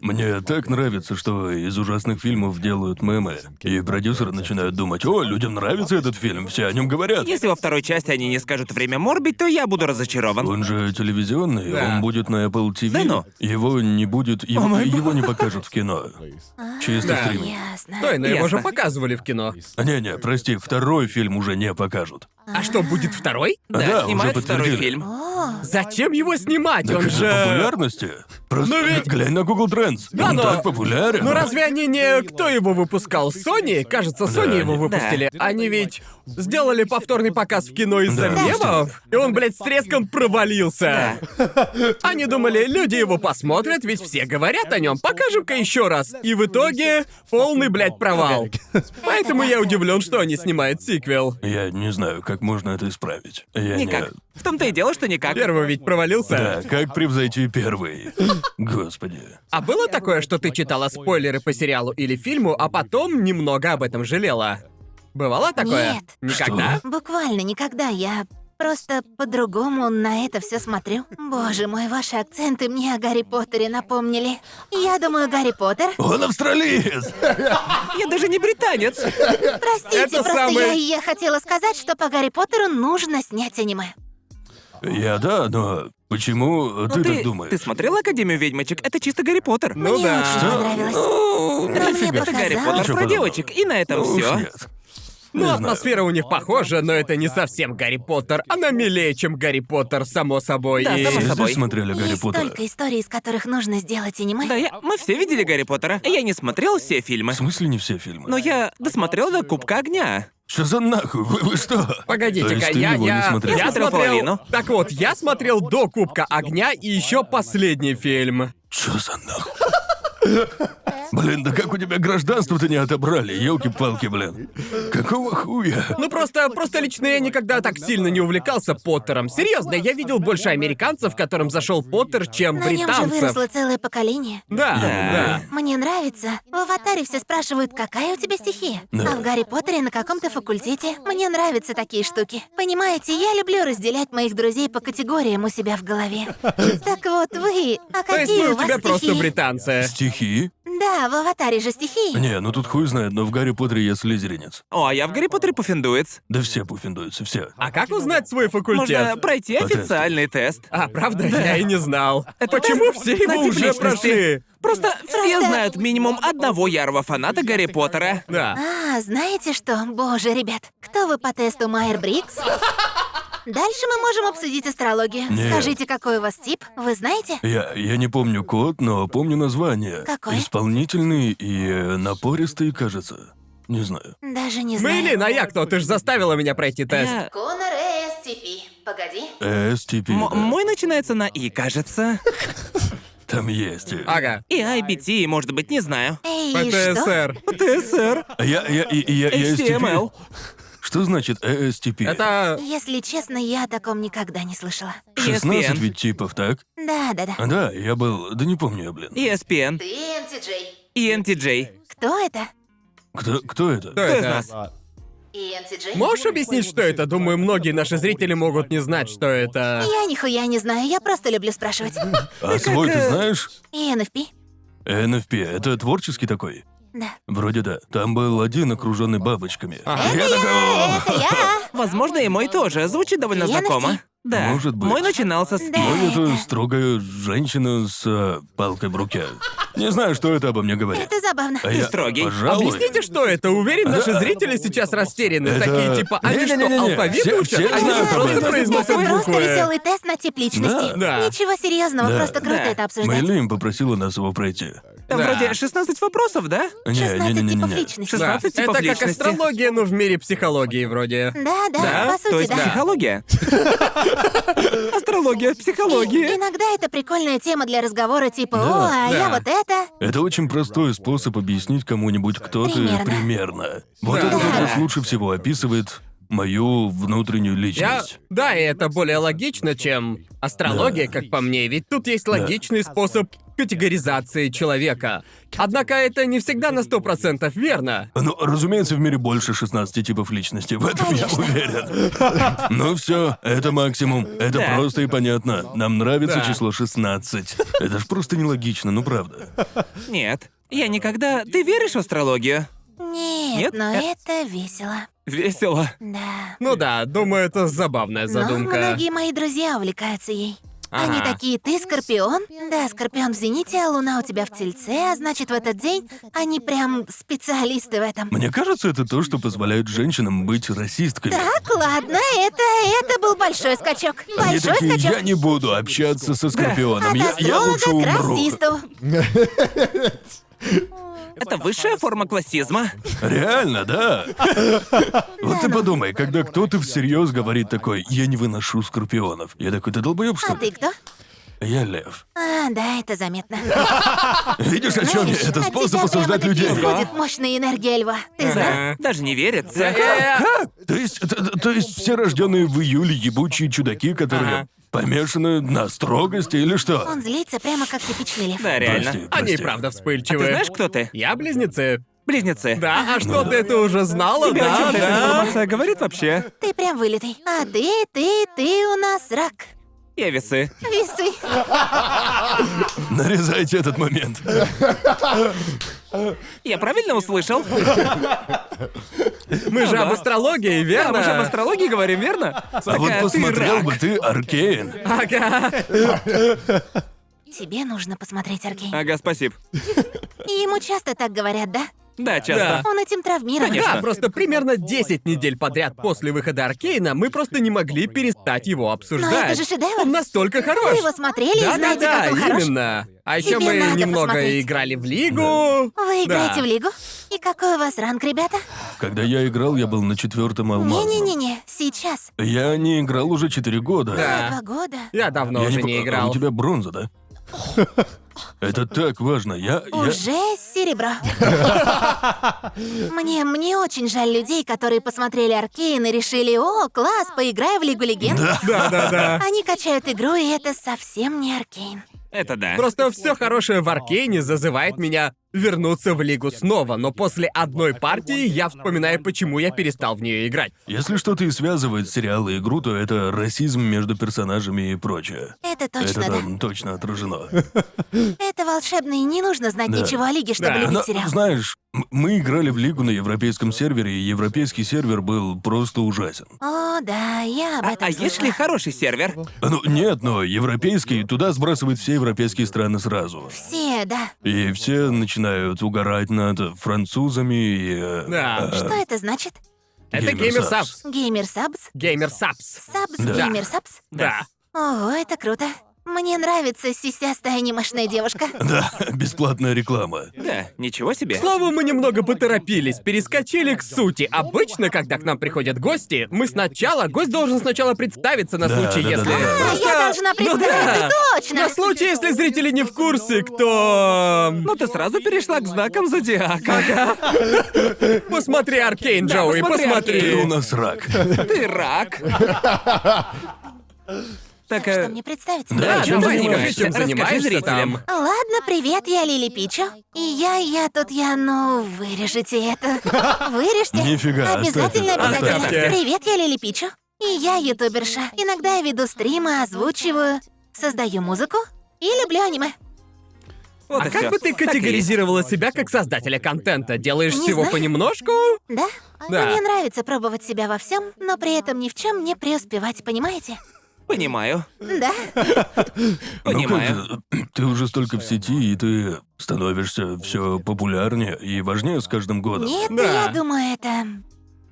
Speaker 4: Мне так нравится, что из ужасных фильмов делают мемы. И продюсеры начинают думать, о, людям нравится этот фильм, все о нем говорят.
Speaker 2: Если во второй части они не скажут время морбить, то я буду разочарован.
Speaker 4: Он же телевизионный,
Speaker 3: Да.
Speaker 4: он будет на Apple TV.
Speaker 2: Да ну.
Speaker 4: Его не будет, его, его не покажут в кино. Чисто
Speaker 3: Да.
Speaker 4: стриминг.
Speaker 1: Ясно.
Speaker 3: Стой, но его
Speaker 2: Ясно.
Speaker 3: же показывали в кино.
Speaker 4: Не-не, прости, второй фильм уже не покажут.
Speaker 3: А что, будет второй?
Speaker 4: А да, уже
Speaker 2: снимают второй
Speaker 4: подтвердили.
Speaker 2: фильм.
Speaker 1: О,
Speaker 3: Зачем его снимать?
Speaker 4: Так
Speaker 3: Он
Speaker 4: из-за
Speaker 3: же...
Speaker 4: популярности. Просто
Speaker 3: Но ведь-
Speaker 4: глянь на Google Trends.
Speaker 3: Да,
Speaker 4: он
Speaker 3: но-
Speaker 4: так популярен.
Speaker 3: Ну разве они не... Кто его выпускал? Sony? Кажется, Sony
Speaker 4: Да,
Speaker 3: его
Speaker 4: они-
Speaker 3: выпустили.
Speaker 5: Да.
Speaker 3: Они ведь сделали повторный показ в кино из-за
Speaker 4: Да.
Speaker 3: мемов, и он, блядь, с треском провалился. Они думали, люди его посмотрят, ведь все говорят о нем. Покажем-ка еще раз. И в итоге полный, блядь, провал. Поэтому я удивлен, что они снимают сиквел.
Speaker 4: Я не знаю, как можно это исправить. Я
Speaker 2: Никак.
Speaker 4: не...
Speaker 2: В том-то и дело, что никак.
Speaker 3: Первый ведь
Speaker 4: Да,
Speaker 3: провалился.
Speaker 4: как превзойти первый? Господи.
Speaker 3: А было такое, что ты читала спойлеры по сериалу или фильму, а потом немного об этом жалела? Бывало такое?
Speaker 1: Нет.
Speaker 3: Никогда?
Speaker 1: буквально никогда я просто по-другому на это все смотрю. Боже мой, ваши акценты мне о Гарри Поттере напомнили. Я думаю, Гарри Поттер.
Speaker 4: Он австралиец!
Speaker 2: Я даже не британец.
Speaker 1: Простите,
Speaker 3: Это
Speaker 1: просто
Speaker 3: самый-
Speaker 1: я, я хотела сказать, что по Гарри Поттеру нужно снять аниме.
Speaker 4: Я да, но почему ты,
Speaker 2: Ну,
Speaker 4: так думаешь?
Speaker 2: Ты смотрел Академию ведьмочек? Это чисто Гарри Поттер.
Speaker 3: Ну
Speaker 1: мне
Speaker 3: да.
Speaker 1: очень
Speaker 3: Что?
Speaker 1: понравилось. мне
Speaker 2: Это Гарри
Speaker 1: показалось.
Speaker 2: Поттер
Speaker 4: Ничего
Speaker 2: про
Speaker 4: подобного.
Speaker 2: девочек. И на этом
Speaker 4: Ну уж
Speaker 2: все.
Speaker 4: нет. Не
Speaker 3: Ну,
Speaker 4: знаю.
Speaker 3: атмосфера у них похожа, но это не совсем Гарри Поттер. Она милее, чем Гарри Поттер, само собой.
Speaker 2: Да,
Speaker 3: и...
Speaker 2: само
Speaker 4: Все
Speaker 2: собой.
Speaker 4: здесь смотрели Гарри
Speaker 1: Есть
Speaker 4: Поттера?
Speaker 1: столько историй, из которых нужно сделать аниме.
Speaker 2: Да, я... мы все видели Гарри Поттера. Я не смотрел все фильмы.
Speaker 4: В смысле не все фильмы?
Speaker 2: Но Ну, я досмотрел до Кубка Огня.
Speaker 4: Что за нахуй? Вы, вы что? То
Speaker 3: Погодите-ка,
Speaker 4: есть ты
Speaker 3: я,
Speaker 4: его не
Speaker 3: я,
Speaker 4: смотрел?
Speaker 2: Я смотрел половину.
Speaker 3: Так вот, я смотрел до Кубка Огня и еще последний фильм.
Speaker 4: Что за нахуй? Блин, да как у тебя гражданство-то не отобрали, елки-палки, блин. Какого хуя?
Speaker 3: Ну просто, просто лично я никогда так сильно не увлекался Поттером. Серьезно, я видел больше американцев, которым зашел Поттер, чем
Speaker 1: На нем же
Speaker 3: британцев.
Speaker 1: выросло целое поколение.
Speaker 3: Да,
Speaker 4: Да.
Speaker 3: да.
Speaker 1: Мне нравится. В аватаре все спрашивают, какая у тебя стихия.
Speaker 4: Да.
Speaker 1: А в Гарри Поттере на каком-то факультете. Мне нравятся такие штуки. Понимаете, я люблю разделять моих друзей по категориям у себя в голове. Так вот, вы, а
Speaker 3: То есть
Speaker 1: какие
Speaker 3: мы
Speaker 1: у
Speaker 3: у тебя
Speaker 1: вас
Speaker 3: просто
Speaker 1: стихии?
Speaker 3: британцы.
Speaker 4: Стихи?
Speaker 1: Да, в аватаре же стихии.
Speaker 4: Не, ну тут хуй знает, но в Гарри Поттере я слизеринец.
Speaker 2: О, а я в Гарри Поттере пуфендуец.
Speaker 4: Да все пуфендуются, все.
Speaker 3: А как узнать свой
Speaker 2: Можно
Speaker 3: факультет?
Speaker 2: пройти
Speaker 4: Потест.
Speaker 2: официальный тест.
Speaker 3: А, правда? Я и не знал. Почему все
Speaker 2: на
Speaker 3: его
Speaker 2: тип
Speaker 3: уже
Speaker 2: личности.
Speaker 3: прошли?
Speaker 2: Просто все
Speaker 1: Просто-
Speaker 2: знают минимум одного ярого фаната Гарри Поттера.
Speaker 3: Да.
Speaker 1: А, знаете что? Боже, ребят, кто вы по тесту Майер Брикс? Дальше мы можем обсудить астрологию.
Speaker 4: Нет.
Speaker 1: Скажите, какой у вас тип? Вы знаете?
Speaker 4: Я, я не помню код, но помню название.
Speaker 1: Какой?
Speaker 4: Исполнительный и э, напористый, кажется. Не знаю.
Speaker 1: Даже не знаю.
Speaker 3: Мэйлин, а я кто? Ты же заставила меня пройти тест.
Speaker 2: Я-
Speaker 1: Конор STP. Погоди.
Speaker 4: STP,
Speaker 2: М-
Speaker 4: да.
Speaker 2: мой начинается на И, кажется.
Speaker 4: Там есть. э.
Speaker 3: Ага.
Speaker 2: И IBT, может быть, не знаю.
Speaker 1: Эй, и что?
Speaker 3: ПТСР.
Speaker 2: ТСР, Эм
Speaker 4: А Я, я, и- и я, я STP.
Speaker 2: HTML.
Speaker 4: Что значит ESTP?
Speaker 3: Эм Это...
Speaker 1: Если честно, я о таком никогда не слышала.
Speaker 4: 16
Speaker 2: ESPN.
Speaker 4: ведь типов, так?
Speaker 1: Да-да-да.
Speaker 4: А, Да, я был... Да не помню я, блин.
Speaker 2: ESPN,
Speaker 1: Ты ENTJ.
Speaker 2: ENTJ.
Speaker 1: Кто это?
Speaker 4: Кто, кто
Speaker 3: Кто
Speaker 4: это?
Speaker 2: Кто из
Speaker 3: это?
Speaker 2: нас?
Speaker 1: ENTJ?
Speaker 3: Можешь объяснить, что это? Думаю, многие наши зрители могут не знать, что это.
Speaker 1: Я нихуя не знаю, я просто люблю спрашивать.
Speaker 4: А свой ты
Speaker 2: э,
Speaker 4: знаешь?
Speaker 1: ENFP?
Speaker 4: NFP — это творческий такой?
Speaker 1: Да.
Speaker 4: Вроде да. Там был один окруженный бабочками.
Speaker 3: Ага.
Speaker 4: Я такой,
Speaker 1: Это я!
Speaker 2: Возможно, и мой тоже. Звучит довольно
Speaker 1: ENFP.
Speaker 2: знакомо. Да.
Speaker 4: Может быть.
Speaker 2: Мой начинался с...
Speaker 1: Да.
Speaker 4: «Ой, Ну, это
Speaker 1: это-
Speaker 4: строгая женщина с э, палкой в руке. Не знаю, что это обо мне говорит.
Speaker 1: Это забавно.
Speaker 4: А я,
Speaker 2: строгий.
Speaker 4: пожалуй,
Speaker 3: Объясните, что это? Уверен, наши
Speaker 4: Да.
Speaker 3: зрители сейчас растеряны.
Speaker 4: Это-
Speaker 3: Такие типа, они что,
Speaker 4: Не-не-не-не-не.
Speaker 3: алфавит
Speaker 4: Все-
Speaker 3: учат?
Speaker 4: все
Speaker 3: Они
Speaker 4: знают
Speaker 3: же
Speaker 4: об
Speaker 3: просто
Speaker 4: этом.
Speaker 3: произносят
Speaker 1: Это просто
Speaker 3: буквы.
Speaker 1: веселый тест на тип личности.
Speaker 3: Да.
Speaker 1: Ничего серьезного,
Speaker 4: Да.
Speaker 1: просто круто
Speaker 2: Да.
Speaker 1: это обсуждать.
Speaker 4: Мэйлин попросила нас его пройти.
Speaker 2: Там
Speaker 3: Да.
Speaker 2: вроде 16 вопросов, да?
Speaker 4: Не,
Speaker 1: 16
Speaker 4: не, не, не,
Speaker 1: типов
Speaker 4: не.
Speaker 1: личности.
Speaker 2: Шестнадцать.
Speaker 3: Да,
Speaker 2: 16 типов
Speaker 3: Это как
Speaker 2: личности.
Speaker 3: астрология, но в мире психологии вроде.
Speaker 1: Да, да, по сути,
Speaker 2: то есть
Speaker 1: да.
Speaker 2: психология. Астрология,
Speaker 1: И-
Speaker 2: психология.
Speaker 1: Иногда это прикольная тема для разговора типа «О,
Speaker 4: Да,
Speaker 1: а
Speaker 3: да.
Speaker 1: я вот это».
Speaker 4: Это очень простой способ объяснить кому-нибудь, кто ты
Speaker 1: Примерно.
Speaker 4: примерно. Вот
Speaker 3: Да.
Speaker 4: этот
Speaker 1: Да.
Speaker 4: вопрос лучше всего описывает мою внутреннюю
Speaker 3: Я...
Speaker 4: личность.
Speaker 3: Да, и это более логично, чем астрология,
Speaker 6: Да.
Speaker 3: как по мне, ведь тут есть логичный способ категоризации человека. Однако это не всегда на 100% верно.
Speaker 4: Ну, разумеется, в мире больше 16 типов личности, в этом я уверен. Ну все, это максимум. Это
Speaker 2: Да.
Speaker 4: просто и понятно. Нам нравится
Speaker 3: Да.
Speaker 4: число 16. Это ж просто нелогично, ну правда.
Speaker 2: Нет. Я никогда... Ты веришь в астрологию?
Speaker 1: Нет,
Speaker 2: Нет?
Speaker 1: но
Speaker 2: Э.
Speaker 1: это весело.
Speaker 2: Весело.
Speaker 1: Да.
Speaker 3: Ну да, думаю, это забавная задумка.
Speaker 1: Но многие мои друзья увлекаются ей. Они
Speaker 3: Ага.
Speaker 1: такие, ты скорпион? Да, скорпион в зените, а луна у тебя в тельце, а значит в этот день они прям специалисты в этом.
Speaker 4: Мне кажется, это то, что позволяет женщинам быть расистками.
Speaker 1: Так, ладно, это, это был большой скачок.
Speaker 4: Они
Speaker 1: Большой
Speaker 4: такие,
Speaker 1: скачок.
Speaker 4: я не буду общаться со
Speaker 1: От
Speaker 4: Скорпионом, я, я лучше
Speaker 1: астролога к
Speaker 4: умру.
Speaker 1: расисту.
Speaker 2: Это высшая форма классизма.
Speaker 4: Реально, да. Вот ты
Speaker 1: ну.
Speaker 4: подумай, когда кто-то всерьез говорит такой, я не выношу скорпионов. Я такой, ты долбоеб, что
Speaker 1: А ты
Speaker 4: ли?
Speaker 1: кто?
Speaker 4: Я лев.
Speaker 1: А, да, это заметно.
Speaker 4: Видишь, о чем я?
Speaker 1: Знаешь,
Speaker 4: А Это
Speaker 1: от
Speaker 4: способ
Speaker 1: тебя
Speaker 4: осуждать
Speaker 1: прямо-таки
Speaker 4: людей.
Speaker 1: исходит мощная энергия льва. Ты знал?
Speaker 3: Ага.
Speaker 2: Даже не верится.
Speaker 3: Э,
Speaker 4: То есть, т- т- то есть все рожденные в июле ебучие чудаки, которые
Speaker 3: Ага.
Speaker 4: помешаны на строгости или что?
Speaker 1: Он злится прямо как типичный лев.
Speaker 2: Да,
Speaker 4: Прости,
Speaker 2: реально.
Speaker 3: Они и
Speaker 4: прости.
Speaker 3: правда
Speaker 2: А ты
Speaker 3: вспыльчивые.
Speaker 2: знаешь, кто ты?
Speaker 3: Я близнецы.
Speaker 2: Близнецы.
Speaker 3: Да, а что ты это уже знала?
Speaker 2: Тебя о
Speaker 3: Да,
Speaker 2: чём-то эта
Speaker 3: да.
Speaker 2: информация говорит вообще?
Speaker 1: Ты прям вылитый. А ты, ты, ты у нас рак.
Speaker 2: Я весы.
Speaker 1: Весы.
Speaker 4: Нарезайте этот момент.
Speaker 2: Я правильно услышал?
Speaker 3: Мы же
Speaker 2: да.
Speaker 3: об астрологии,
Speaker 2: Да, мы же об
Speaker 3: верно?
Speaker 2: астрологии говорим, верно?
Speaker 4: А вот
Speaker 2: Такая, «Ты
Speaker 4: посмотрел
Speaker 2: рак».
Speaker 4: бы ты Аркейн.
Speaker 3: Ага.
Speaker 1: Тебе нужно посмотреть Аркей.
Speaker 2: Ага, спасибо.
Speaker 1: И Ему часто так говорят, да?
Speaker 2: Да, часто.
Speaker 1: Он этим травмирован.
Speaker 2: А? Конечно.
Speaker 3: Да, просто примерно 10 недель подряд после выхода Аркейна мы просто не могли перестать его
Speaker 1: Но это же
Speaker 3: обсуждать. Он
Speaker 1: шедевр.
Speaker 3: настолько
Speaker 1: Вы
Speaker 3: хорош.
Speaker 1: его смотрели и знаете,
Speaker 3: Да-да-да,
Speaker 1: как он хорош.
Speaker 3: именно. А еще
Speaker 1: Тебе
Speaker 3: мы
Speaker 1: надо
Speaker 3: немного
Speaker 1: посмотреть.
Speaker 3: играли в лигу.
Speaker 1: Вы играете
Speaker 3: Да.
Speaker 1: в лигу? И какой у вас ранг, ребята?
Speaker 4: Когда я играл, я был на четвертом алмазе.
Speaker 1: Не-не-не-не, сейчас.
Speaker 4: Я не играл уже четыре года.
Speaker 3: Да.
Speaker 1: Два года.
Speaker 3: Я давно
Speaker 4: Я
Speaker 3: уже не
Speaker 4: не пок- а
Speaker 3: играл.
Speaker 4: У тебя бронза, да? Это так важно. Я, я...
Speaker 1: Уже серебро. Мне, мне очень жаль людей, которые посмотрели Аркейн и решили, о, класс, поиграю в Лигу Легенд.
Speaker 3: Да-да-да.
Speaker 1: Они качают игру, и это совсем не Аркейн.
Speaker 2: Это да.
Speaker 3: Просто все хорошее в Аркейне зазывает меня вернуться в лигу снова, но после одной партии я вспоминаю, почему я перестал в нее играть.
Speaker 4: Если что-то и связывает сериал и игру, то это расизм между персонажами и прочее.
Speaker 1: Это точно,
Speaker 4: это
Speaker 1: да.
Speaker 4: там точно отражено.
Speaker 1: Это волшебно, и не нужно знать
Speaker 4: Да.
Speaker 1: ничего о Лиге, чтобы
Speaker 3: Да.
Speaker 1: любить
Speaker 4: Но,
Speaker 1: сериал.
Speaker 4: Э, ну, знаешь, м- мы играли в Лигу на европейском сервере, и европейский сервер был просто ужасен.
Speaker 1: О, да, я об
Speaker 2: А,
Speaker 1: этом
Speaker 2: а
Speaker 1: слышала.
Speaker 2: если хороший сервер?
Speaker 4: Ну, нет, но европейский туда сбрасывает все европейские страны сразу.
Speaker 1: Все, да.
Speaker 4: И все начинают угорать над французами и... э,
Speaker 3: Да.
Speaker 4: э,
Speaker 1: Что это значит?
Speaker 3: Это
Speaker 4: Gamer
Speaker 3: Геймер Сабс.
Speaker 1: Геймер Сабс?
Speaker 3: Геймер Сабс.
Speaker 1: Сабс,
Speaker 4: Да.
Speaker 1: геймер Сабс?
Speaker 3: Да.
Speaker 1: Ого, это круто. Мне нравится сисястая анимешная девушка.
Speaker 4: Да, бесплатная реклама.
Speaker 2: Да, ничего себе.
Speaker 3: К слову, мы немного поторопились, перескочили к сути. Обычно, когда к нам приходят гости, мы сначала... Гость должен сначала представиться на
Speaker 4: Да,
Speaker 3: случай,
Speaker 4: да, да,
Speaker 3: если...
Speaker 4: да, да.
Speaker 1: А, я должна
Speaker 3: Ну
Speaker 1: представиться,
Speaker 3: да.
Speaker 1: точно!
Speaker 3: На случай, если зрители не в курсе, кто...
Speaker 2: Ну ты сразу перешла к знакам зодиака.
Speaker 3: Посмотри Аркейн,
Speaker 2: Да,
Speaker 3: Джоуи,
Speaker 2: посмотри
Speaker 4: И
Speaker 3: посмотри.
Speaker 4: у нас рак.
Speaker 2: Ты рак. Так,
Speaker 1: Что
Speaker 2: э,
Speaker 1: мне представиться?
Speaker 4: Да,
Speaker 2: да,
Speaker 3: А чем
Speaker 2: давай,
Speaker 3: занимаешься?
Speaker 2: Николай,
Speaker 3: Чем
Speaker 2: расскажи
Speaker 3: занимаешься
Speaker 2: зрителям.
Speaker 3: там?
Speaker 1: Ладно, привет, я Лили Пичо. И я, я тут, я, ну, вырежете это. Вырежьте.
Speaker 4: Нифига,
Speaker 1: Обязательно,
Speaker 4: оставь это, А,
Speaker 1: обязательно.
Speaker 3: оставь это.
Speaker 1: Привет, я Лили Пичо. И я ютуберша. Иногда я веду стримы, озвучиваю, создаю музыку и люблю аниме.
Speaker 2: вот
Speaker 3: А
Speaker 2: и
Speaker 3: как
Speaker 2: всё.
Speaker 3: бы ты
Speaker 2: Так и есть.
Speaker 3: категоризировала себя как создателя контента? Делаешь
Speaker 1: Не
Speaker 3: всего
Speaker 1: знаю.
Speaker 3: понемножку?
Speaker 1: Да?
Speaker 3: Да.
Speaker 1: Мне нравится пробовать себя во всем, но при этом ни в чем не преуспевать, понимаете?
Speaker 2: Понимаю.
Speaker 1: Да.
Speaker 4: Ну как
Speaker 2: Понимаю.
Speaker 4: же, ты уже столько в сети, и ты становишься все популярнее и важнее с каждым годом.
Speaker 1: Нет,
Speaker 3: Да.
Speaker 1: я думаю, это.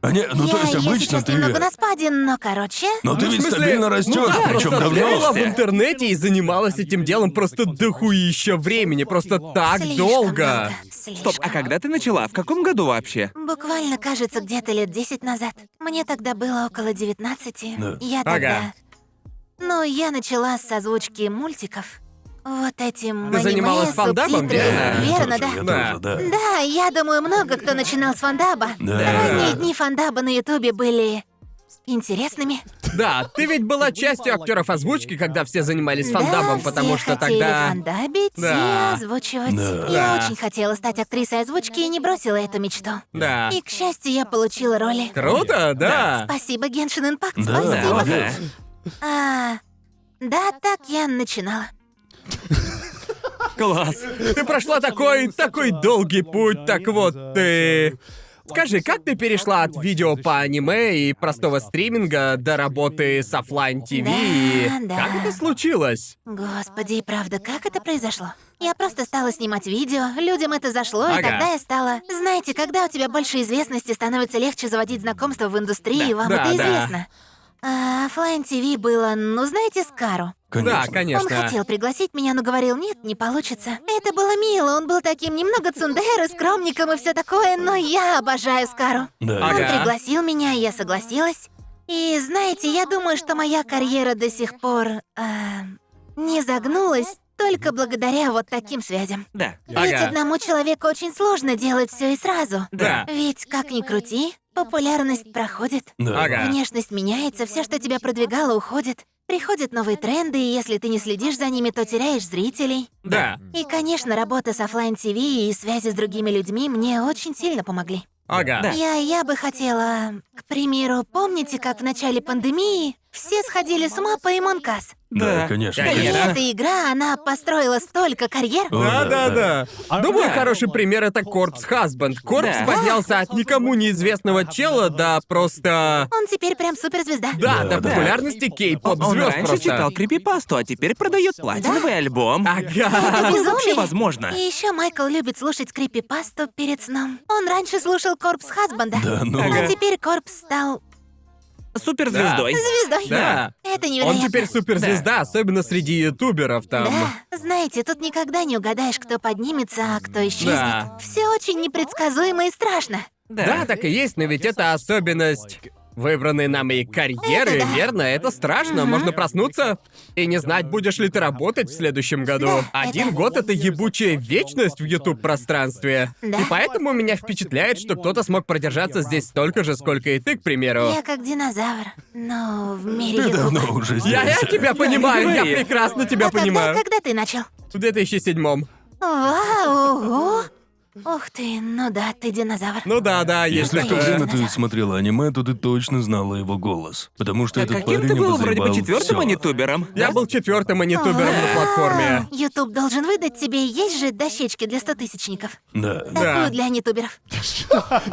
Speaker 4: А не, ну
Speaker 1: я,
Speaker 4: то есть
Speaker 1: я
Speaker 4: обычно
Speaker 1: сейчас
Speaker 4: ты.
Speaker 1: немного на спаде, но короче.
Speaker 4: Но ты
Speaker 3: Ну, в
Speaker 4: ведь
Speaker 3: смысле,
Speaker 4: стабильно
Speaker 3: ну
Speaker 4: растешь,
Speaker 3: да, просто
Speaker 4: причем давно.
Speaker 3: шляла в интернете и занималась этим делом просто дохуища времени, просто так
Speaker 1: слишком
Speaker 3: А долго.
Speaker 1: много, слишком.
Speaker 2: Стоп, а когда ты начала? В каком году вообще?
Speaker 1: Буквально, кажется, где-то лет 10 назад. Мне тогда было около 19.
Speaker 4: Да.
Speaker 1: Я
Speaker 3: Ага.
Speaker 1: тогда... Ну, я начала с озвучки мультиков. Вот этим
Speaker 3: Ты
Speaker 1: аниме,
Speaker 3: занималась фандабом,
Speaker 1: субтитры.
Speaker 3: верно?
Speaker 1: Верно,
Speaker 4: Э, ну, Я тоже,
Speaker 1: да.
Speaker 4: я тоже, да.
Speaker 1: Да, я думаю, много кто начинал с фандаба.
Speaker 4: Да.
Speaker 1: Ранние дни фандаба на Ютубе были интересными.
Speaker 3: Да, ты ведь была частью актеров озвучки, когда все занимались фандабом,
Speaker 1: да,
Speaker 3: потому
Speaker 1: все
Speaker 3: что
Speaker 1: хотели
Speaker 3: тогда.
Speaker 1: фандабить
Speaker 3: Да.
Speaker 1: и озвучивать.
Speaker 4: Да.
Speaker 1: Я
Speaker 3: Да.
Speaker 1: очень хотела стать актрисой озвучки и не бросила эту мечту.
Speaker 3: Да.
Speaker 1: И, к счастью, я получила роли.
Speaker 3: Круто, да.
Speaker 1: Спасибо, Геншин Импакт,
Speaker 4: Да,
Speaker 1: спасибо.
Speaker 2: Да.
Speaker 4: молодец.
Speaker 1: А, да, так я начинала.
Speaker 2: Класс.
Speaker 3: Ты прошла такой, такой долгий путь, так вот ты. Скажи, как ты перешла от видео по аниме и простого стриминга до работы с офлайн ТВ?
Speaker 1: Да, да.
Speaker 3: Как это случилось?
Speaker 1: Господи, и правда, как это произошло? Я просто стала снимать видео, людям это зашло, и
Speaker 3: Ага.
Speaker 1: тогда я стала... Знаете, когда у тебя больше известности, становится легче заводить знакомства в индустрии, и вам
Speaker 3: да,
Speaker 1: это
Speaker 3: да.
Speaker 1: известно. А оффлайн ТВ было, ну знаете, Скару.
Speaker 4: Конечно.
Speaker 3: Да, конечно.
Speaker 1: Он хотел пригласить меня, но говорил, нет, не получится. Это было мило, он был таким немного цундеры, скромником и все такое, но я обожаю Скару.
Speaker 4: Да,
Speaker 3: Ага.
Speaker 1: Он пригласил меня, я согласилась. И знаете, я думаю, что моя карьера до сих пор э, не загнулась только благодаря вот таким связям.
Speaker 2: Да.
Speaker 1: Ведь
Speaker 3: Ага.
Speaker 1: одному человеку очень сложно делать все и сразу.
Speaker 3: Да.
Speaker 1: Ведь как ни крути, популярность проходит.
Speaker 4: да.
Speaker 3: Ага.
Speaker 1: Внешность меняется, все, что тебя продвигало, уходит. Приходят новые тренды, и если ты не следишь за ними, то теряешь зрителей.
Speaker 3: Да.
Speaker 1: И, конечно, работа с оффлайн тв и связи с другими людьми мне очень сильно помогли.
Speaker 3: Ага.
Speaker 2: Да.
Speaker 1: Я, я бы хотела, к примеру, помните, как в начале пандемии все сходили с ума по Имонкас?
Speaker 4: Да,
Speaker 2: Да.
Speaker 4: конечно.
Speaker 1: И
Speaker 2: Конечно.
Speaker 1: эта игра, она построила столько карьер.
Speaker 4: О,
Speaker 3: Да,
Speaker 4: да,
Speaker 3: да,
Speaker 4: да.
Speaker 3: да. Думаю, хороший пример это Корпс Хасбенд. Корпс
Speaker 2: Да.
Speaker 3: поднялся от никому неизвестного чела до просто.
Speaker 1: Он теперь прям суперзвезда.
Speaker 3: Да,
Speaker 4: Да,
Speaker 3: до
Speaker 4: да.
Speaker 3: популярности кей-поп
Speaker 2: Он
Speaker 3: звезд
Speaker 2: раньше
Speaker 3: просто.
Speaker 2: читал крипипасту, а теперь продает платиновый альбом.
Speaker 3: Ага.
Speaker 1: Это
Speaker 2: Как
Speaker 1: безумие.
Speaker 2: вообще возможно?
Speaker 1: И еще Майкл любит слушать крипипасту перед сном. Он раньше слушал Корпс Хасбанда.
Speaker 4: Да, ну.
Speaker 1: А теперь Корпс стал
Speaker 4: А,
Speaker 2: Суперзвездой.
Speaker 1: звездой.
Speaker 3: Да.
Speaker 1: Это
Speaker 3: Он
Speaker 1: невероятно.
Speaker 3: теперь суперзвезда, особенно среди ютуберов там.
Speaker 1: Да, знаете, тут никогда не угадаешь, кто поднимется, а кто исчезнет.
Speaker 3: Да.
Speaker 1: Все очень непредсказуемо и страшно.
Speaker 3: Да, так и есть, но ведь это особенность выбранной нами карьеры,
Speaker 1: Это да.
Speaker 3: верно? Это страшно. Можно проснуться и не знать, будешь ли ты работать в следующем году.
Speaker 1: Да,
Speaker 3: Один
Speaker 1: это-
Speaker 3: год — это ебучая вечность в YouTube-пространстве.
Speaker 1: Да.
Speaker 3: И поэтому меня впечатляет, что кто-то смог продержаться здесь столько же, сколько и ты, к примеру.
Speaker 1: Я как динозавр, но в мире
Speaker 4: Ты
Speaker 1: Ютуба.
Speaker 4: давно уже здесь.
Speaker 3: Я, я тебя понимаю, я
Speaker 2: говори.
Speaker 3: прекрасно тебя
Speaker 1: А когда,
Speaker 3: понимаю.
Speaker 1: когда ты начал?
Speaker 3: В 2007
Speaker 1: Вау, ого! Ух ты, ну да, ты динозавр.
Speaker 3: Ну да, да,
Speaker 4: Если
Speaker 3: если
Speaker 4: в то время
Speaker 1: Конечно.
Speaker 4: ты смотрела аниме, то ты точно знала его голос. Потому
Speaker 3: А
Speaker 4: что этот
Speaker 2: А Каким
Speaker 4: парень
Speaker 2: ты был вроде
Speaker 4: обозревал
Speaker 2: бы четвертым
Speaker 4: всё.
Speaker 2: анитубером?
Speaker 3: Я был четвертым анитубером на платформе.
Speaker 1: А, Ютуб должен выдать тебе, есть же дощечки для стотысячников.
Speaker 4: Да.
Speaker 1: Такую для нетуберов.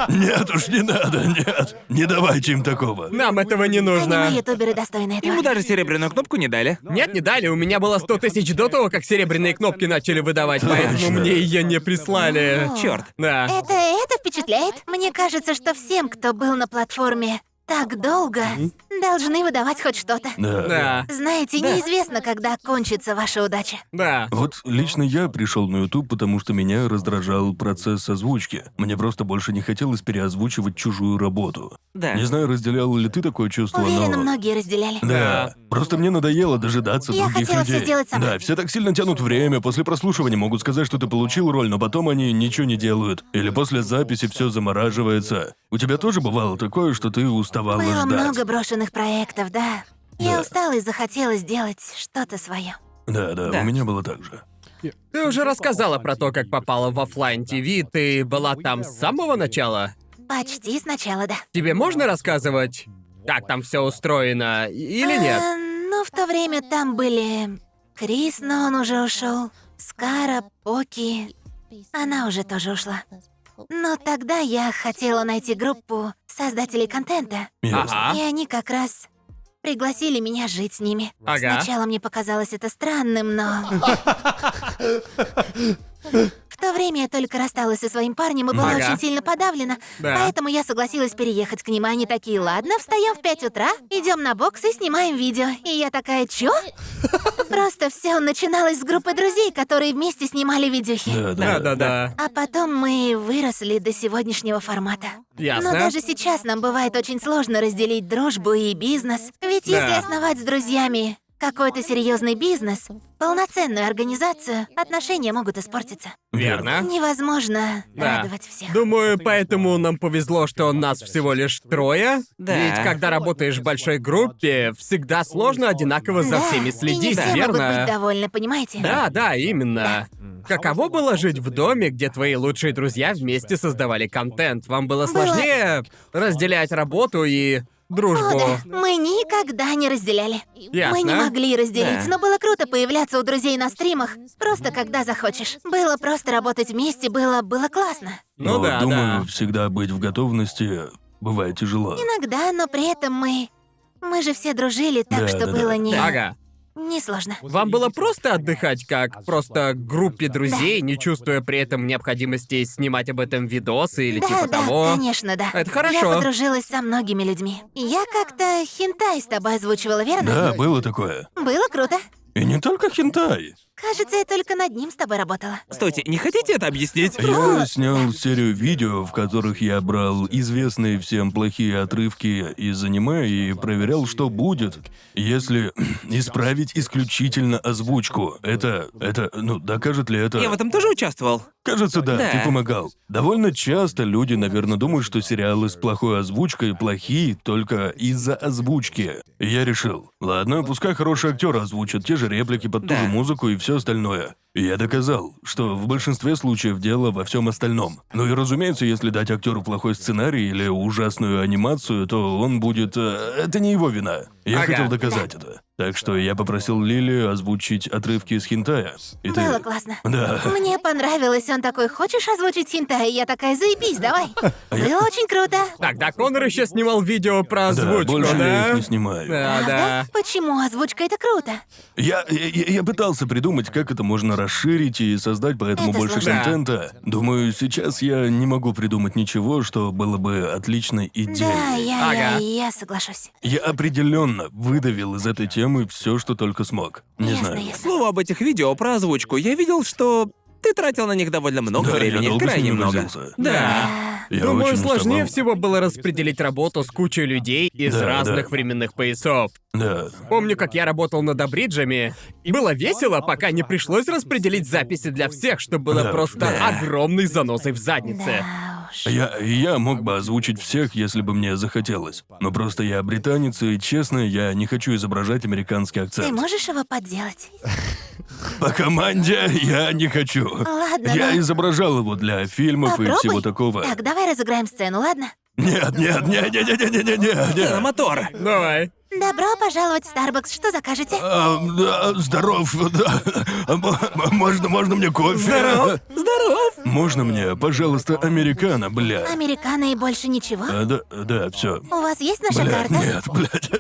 Speaker 4: Нет уж, не надо, нет. Не давайте им такого.
Speaker 3: Нам этого не нужно.
Speaker 1: Аниме-ютуберы достойны этого.
Speaker 2: Ему даже серебряную кнопку не дали.
Speaker 3: Нет, не дали, у меня было 100 тысяч до того, как серебряные кнопки начали выдавать, поэтому мне ее не прислали.
Speaker 1: О.
Speaker 2: Черт.
Speaker 3: Да.
Speaker 1: Это, это впечатляет. Мне кажется, что всем, кто был на платформе так долго, должны выдавать хоть что-то.
Speaker 4: Да.
Speaker 3: Да,
Speaker 1: Знаете, неизвестно, когда кончится ваша удача.
Speaker 3: да.
Speaker 4: Вот лично я пришел на YouTube, потому что меня раздражал процесс озвучки. Мне просто больше не хотелось переозвучивать чужую работу.
Speaker 2: Да.
Speaker 4: Не знаю, разделял ли ты такое чувство,
Speaker 3: ну.
Speaker 1: Уверена,
Speaker 4: но...
Speaker 1: многие разделяли.
Speaker 4: Да. Просто мне надоело дожидаться
Speaker 1: Я
Speaker 4: других
Speaker 1: хотела всё
Speaker 4: людей.
Speaker 1: сделать сама.
Speaker 4: Да, все так сильно тянут время. После прослушивания могут сказать, что ты получил роль, но потом они ничего не делают. Или после записи все замораживается. У тебя тоже бывало такое, что ты уставала
Speaker 1: Было
Speaker 4: ждать.
Speaker 1: много брошенных проектов, да. Я устала и захотела сделать что-то свое.
Speaker 4: Да, да,
Speaker 2: Да.
Speaker 4: у меня было так же.
Speaker 3: Ты уже рассказала про то, как попала в офлайн ТВ. Ты была там с самого начала.
Speaker 1: Почти сначала, да.
Speaker 3: Тебе можно рассказывать, как там все устроено, или нет?
Speaker 1: Э, ну, в то время там были Крис, но он уже ушел. Скара, Поки.
Speaker 7: Она уже тоже ушла.
Speaker 1: Но тогда я хотела найти группу создателей контента,
Speaker 4: Ясно.
Speaker 3: Ага.
Speaker 1: и они как раз пригласили меня жить с ними.
Speaker 3: Ага.
Speaker 1: Сначала мне показалось это странным, но... В то время я только рассталась со своим парнем и была
Speaker 3: Ага.
Speaker 1: очень сильно подавлена,
Speaker 3: Да.
Speaker 1: поэтому я согласилась переехать к ним, а они такие, ладно, встаем в 5 утра, идем на бокс и снимаем видео. И я такая, чё? Просто все начиналось с группы друзей, которые вместе снимали видюхи.
Speaker 3: Да,
Speaker 4: Да, да,
Speaker 3: да, да.
Speaker 1: А потом мы выросли до сегодняшнего формата.
Speaker 3: Ясно.
Speaker 1: Но даже сейчас нам бывает очень сложно разделить дружбу и бизнес. Ведь если
Speaker 3: Да.
Speaker 1: основать с друзьями какой-то серьезный бизнес, полноценную организацию, отношения могут испортиться.
Speaker 3: Верно.
Speaker 1: Невозможно
Speaker 3: А? Да.
Speaker 1: радовать всех.
Speaker 3: Думаю, поэтому нам повезло, что нас всего лишь трое.
Speaker 2: Да.
Speaker 3: Ведь когда работаешь в большой группе, всегда сложно одинаково за
Speaker 1: Да,
Speaker 3: всеми
Speaker 1: и не
Speaker 3: следить,
Speaker 1: все могут быть
Speaker 3: верно?
Speaker 1: довольны, понимаете?
Speaker 3: Да, А, да, именно. Каково было жить в доме, где твои лучшие друзья вместе создавали контент? Вам было сложнее разделять работу и
Speaker 1: О,
Speaker 3: дружбу?
Speaker 1: да, мы никогда не разделяли. Мы не
Speaker 3: Ясно.
Speaker 1: могли разделить,
Speaker 2: Да.
Speaker 1: но было круто появляться у друзей на стримах, просто когда захочешь. Было просто работать вместе, было было классно.
Speaker 3: Ну
Speaker 4: Но,
Speaker 3: да,
Speaker 4: думаю,
Speaker 3: да.
Speaker 4: всегда быть в готовности бывает тяжело.
Speaker 1: Иногда, но при этом мы... Мы же все дружили, так
Speaker 4: Да,
Speaker 1: что
Speaker 4: да, да.
Speaker 1: было не...
Speaker 3: Ага.
Speaker 1: не сложно.
Speaker 3: Вам было просто отдыхать, как просто группе друзей, не чувствуя при этом необходимости снимать об этом видосы или
Speaker 1: да,
Speaker 3: типа
Speaker 1: да,
Speaker 3: того?
Speaker 1: конечно, да.
Speaker 3: Это хорошо.
Speaker 1: Я подружилась со многими людьми. Я как-то хентай с тобой озвучивала, верно?
Speaker 4: Да, было такое.
Speaker 1: Было круто.
Speaker 4: И не только хентай.
Speaker 1: Кажется, я только над ним с тобой работала.
Speaker 2: Стойте, не хотите это объяснить?
Speaker 4: Я снял серию видео, в которых я брал известные всем плохие отрывки из аниме и проверял, что будет, если исправить исключительно озвучку. Это, это, ну, докажет ли это?
Speaker 2: Я в этом тоже участвовал.
Speaker 4: Кажется, да,
Speaker 2: Да.
Speaker 4: ты помогал. Довольно часто люди, наверное, думают, что сериалы с плохой озвучкой плохие только из-за озвучки. И я решил, ладно, пускай хорошие актеры озвучат те же реплики под ту
Speaker 2: Да.
Speaker 4: же музыку и все остальное. И я доказал, что в большинстве случаев дело во всем остальном. Ну и разумеется, если дать актеру плохой сценарий или ужасную анимацию, то он будет. э, это не его вина. Я
Speaker 3: Ага.
Speaker 4: хотел доказать это. Так что я попросил Лили озвучить отрывки из хинтая. И ты-
Speaker 1: Было классно.
Speaker 4: Да.
Speaker 1: Мне понравилось, он такой, хочешь озвучить хентай? Я такая, заебись, давай.
Speaker 4: А
Speaker 1: Было очень круто.
Speaker 3: Тогда Конор еще снимал видео про
Speaker 4: Да,
Speaker 3: озвучку,
Speaker 4: больше я их
Speaker 3: да?
Speaker 4: не снимаю.
Speaker 3: Да, да.
Speaker 1: Правда? А, Почему озвучка это круто?
Speaker 4: Я, я, я- я пытался придумать, как это можно расширить и создать поэтому
Speaker 1: Это
Speaker 4: больше
Speaker 3: сложно.
Speaker 4: контента. Думаю, сейчас я не могу придумать ничего, что было бы отличной идеей.
Speaker 1: Да, я, я,
Speaker 3: Ага.
Speaker 1: я соглашусь.
Speaker 4: Я определенно выдавил из этой темы все, что только смог. Не
Speaker 1: ясно,
Speaker 4: знаю.
Speaker 1: ясно.
Speaker 2: К слову об этих видео про озвучку, я видел, что ты тратил на них довольно много
Speaker 4: Да, я
Speaker 2: времени,
Speaker 4: долго с
Speaker 2: крайне
Speaker 4: ними
Speaker 2: много.
Speaker 4: возился.
Speaker 2: Да.
Speaker 4: Я
Speaker 3: Думаю,
Speaker 4: очень
Speaker 3: сложнее
Speaker 4: уставал.
Speaker 3: всего было распределить работу с кучей людей из
Speaker 4: Да, да.
Speaker 3: разных временных поясов.
Speaker 4: Да.
Speaker 3: Помню, как я работал над абриджами. Было весело, пока не пришлось распределить записи для всех, что было
Speaker 4: Да.
Speaker 3: просто огромной заносой в заднице.
Speaker 1: Да уж.
Speaker 4: Я, я мог бы озвучить всех, если бы мне захотелось. Но просто я британец, и честно, я не хочу изображать американский
Speaker 1: Ты
Speaker 4: акцент.
Speaker 1: можешь его подделать?
Speaker 4: По команде я не хочу.
Speaker 1: Ладно,
Speaker 4: Я
Speaker 1: ну,
Speaker 4: изображал его для фильмов и
Speaker 1: попробуй.
Speaker 4: всего такого.
Speaker 1: Так, давай разыграем сцену, ладно?
Speaker 4: Нет, нет, нет, нет, нет, нет, нет, нет,
Speaker 2: На
Speaker 4: нет.
Speaker 2: мотор.
Speaker 3: Давай.
Speaker 1: Добро пожаловать в Starbucks. Что закажете?
Speaker 4: А, да, здоров, да. М- м- Можно, можно мне кофе? Здоров, здоров. Можно мне, пожалуйста, американо, бля.
Speaker 1: Американо и больше ничего?
Speaker 4: А, да, да, все.
Speaker 1: У вас есть наша
Speaker 4: Бля,
Speaker 1: карта?
Speaker 4: нет, блядь.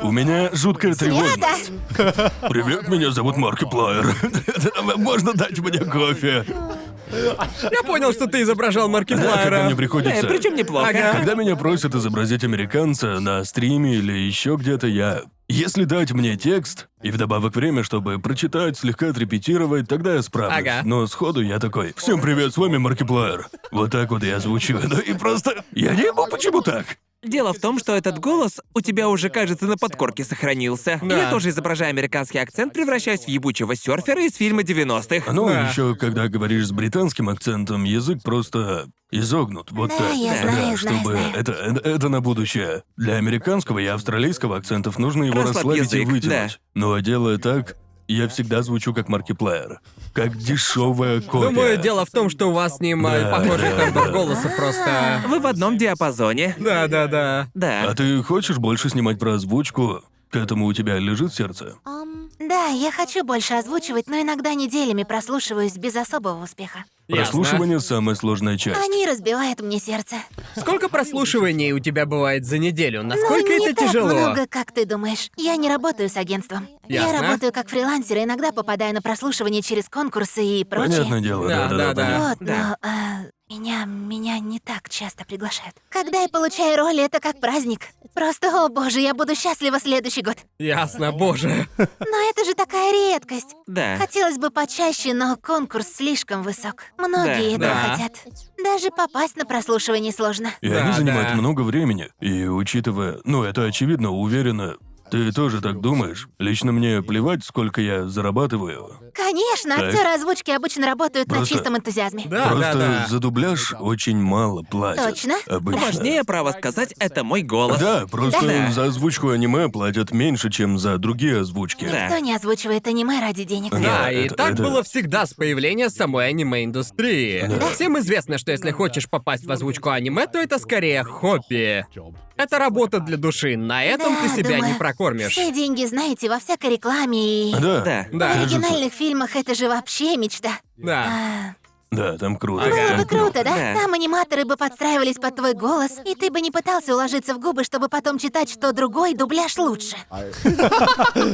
Speaker 4: У меня жуткая
Speaker 1: Света!
Speaker 4: тревожность. Привет, меня зовут Марки Плайер. Можно дать мне кофе?
Speaker 3: Я понял, что ты изображал
Speaker 4: Когда мне
Speaker 3: Маркиплайера.
Speaker 4: приходится...
Speaker 2: Э, причем неплохо.
Speaker 3: Ага.
Speaker 4: Когда меня просят изобразить американца на стриме или еще где-то, я... Если дать мне текст, и вдобавок время, чтобы прочитать, слегка отрепетировать, тогда я справлюсь.
Speaker 3: Ага.
Speaker 4: Но сходу я такой, «Всем привет, с вами Маркиплайер». Вот так вот я озвучиваю, ну и просто... Я не могу, почему так?
Speaker 2: Дело в том, что этот голос у тебя уже, кажется, на подкорке сохранился.
Speaker 3: Да.
Speaker 2: Я тоже изображаю американский акцент, превращаюсь в ебучего серфера из фильма 90-х.
Speaker 4: Ну,
Speaker 3: Да.
Speaker 4: еще когда говоришь с британским акцентом, язык просто изогнут. Вот
Speaker 1: Да,
Speaker 4: так.
Speaker 1: я
Speaker 4: Да,
Speaker 1: знаю, знаю,
Speaker 4: чтобы
Speaker 1: знаю.
Speaker 4: Это, это, это на будущее. Для американского и австралийского акцентов нужно его
Speaker 2: Расслабь
Speaker 4: расслабить и
Speaker 2: язык,
Speaker 4: вытянуть. Но делая так, я всегда звучу как маркиплеер. Как дешевая копия.
Speaker 3: Думаю, дело в том, что у вас с ним э,
Speaker 4: Да,
Speaker 3: похожий
Speaker 4: да,
Speaker 3: тембр
Speaker 4: да.
Speaker 3: голоса просто...
Speaker 2: Вы в одном диапазоне.
Speaker 3: Да, да, да.
Speaker 4: А
Speaker 2: Да.
Speaker 4: ты хочешь больше снимать про озвучку? К этому у тебя лежит сердце?
Speaker 1: Да, я хочу больше озвучивать, но иногда неделями прослушиваюсь без особого успеха.
Speaker 3: Ясно.
Speaker 4: Прослушивание — самая сложная часть.
Speaker 1: Они разбивают мне сердце.
Speaker 3: Сколько прослушиваний у тебя бывает за неделю?
Speaker 1: Но
Speaker 3: Насколько
Speaker 1: Ну не
Speaker 3: это
Speaker 1: так
Speaker 3: тяжело?
Speaker 1: много, как ты думаешь. Я не работаю с агентством. Я
Speaker 3: Ясно.
Speaker 1: работаю как фрилансер, и иногда попадаю на прослушивание через конкурсы и прочее.
Speaker 4: Понятное дело,
Speaker 3: Да,
Speaker 4: да, да,
Speaker 3: да, да.
Speaker 4: да. понятно.
Speaker 1: Вот,
Speaker 2: Да.
Speaker 1: но э, меня, меня не так часто приглашают. Когда я получаю роли, это как праздник. Просто, о боже, я буду счастлива следующий год.
Speaker 3: Ясно, боже.
Speaker 1: Но это же такая редкость.
Speaker 2: Да.
Speaker 1: Хотелось бы почаще, но конкурс слишком высок. Многие
Speaker 2: Да,
Speaker 1: этого
Speaker 3: да.
Speaker 1: хотят. Даже попасть на прослушивание сложно.
Speaker 4: И
Speaker 3: Да,
Speaker 4: они занимают
Speaker 3: да.
Speaker 4: много времени. И учитывая, ну это очевидно, уверенно, ты тоже так думаешь. Лично мне плевать, сколько я зарабатываю.
Speaker 1: Конечно,
Speaker 4: Так.
Speaker 1: актеры озвучки обычно работают на
Speaker 4: Просто-
Speaker 1: чистом энтузиазме.
Speaker 3: Да,
Speaker 4: Просто
Speaker 3: да, да.
Speaker 4: за дубляж очень мало платят.
Speaker 1: Точно.
Speaker 4: Обычно.
Speaker 2: Важнее право сказать «это мой голос».
Speaker 4: Да, просто
Speaker 2: Да.
Speaker 4: за озвучку аниме платят меньше, чем за другие озвучки.
Speaker 2: Да.
Speaker 1: Кто не озвучивает аниме ради денег?
Speaker 3: Да,
Speaker 4: Да,
Speaker 3: и
Speaker 4: это-
Speaker 3: так
Speaker 4: это-
Speaker 3: было всегда с появления самой аниме-индустрии. Всем известно, что если хочешь попасть в озвучку аниме, то это скорее хобби. Это работа для души, на этом
Speaker 1: Да,
Speaker 3: ты себя
Speaker 1: думаю,
Speaker 3: не прокормишь.
Speaker 1: Все деньги, знаете, во всякой рекламе и...
Speaker 4: Да.
Speaker 2: Да.
Speaker 1: В
Speaker 3: Да,
Speaker 4: Кажется.
Speaker 1: оригинальных фильмах это же вообще мечта.
Speaker 3: да.
Speaker 1: А,
Speaker 4: Да, там круто.
Speaker 3: Ага.
Speaker 1: Было
Speaker 4: там
Speaker 1: бы круто, да?
Speaker 2: Ну, Да.
Speaker 1: Там аниматоры бы подстраивались под твой голос, и ты бы не пытался уложиться в губы, чтобы потом читать, что другой дубляж лучше.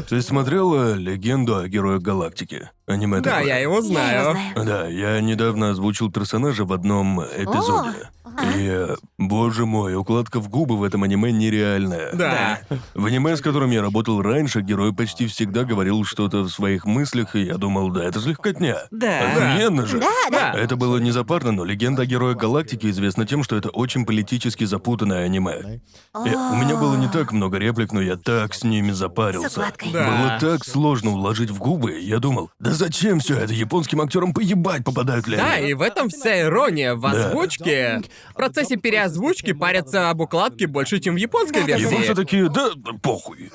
Speaker 4: Ты смотрела легенду о героях галактики? Аниме
Speaker 3: Да,
Speaker 4: такое?
Speaker 3: я его
Speaker 1: Я его
Speaker 3: знаю.
Speaker 1: знаю.
Speaker 4: Да, я недавно озвучил персонажа в одном эпизоде. И, э, боже мой, укладка в губы в этом аниме нереальная.
Speaker 3: Да.
Speaker 4: В аниме, с которым я работал раньше, герой почти всегда говорил что-то в своих мыслях, и я думал, да, это же легкотня.
Speaker 2: Да.
Speaker 4: Охуенно же.
Speaker 1: Да, да.
Speaker 4: Это было не запарно, но легенда о Герое Галактики известна тем, что это очень политически запутанное аниме. И у меня было не так много реплик, но я так с ними запарился.
Speaker 1: С укладкой.
Speaker 3: Да.
Speaker 4: Было так сложно уложить в губы, я думал, да зачем все это, японским актерам поебать попадают ли
Speaker 3: Да,
Speaker 4: они?»
Speaker 3: и в этом вся ирония. В озвучке, в процессе переозвучки парятся об укладке больше, чем в японской
Speaker 4: Японцы
Speaker 3: версии.
Speaker 4: такие, да похуй.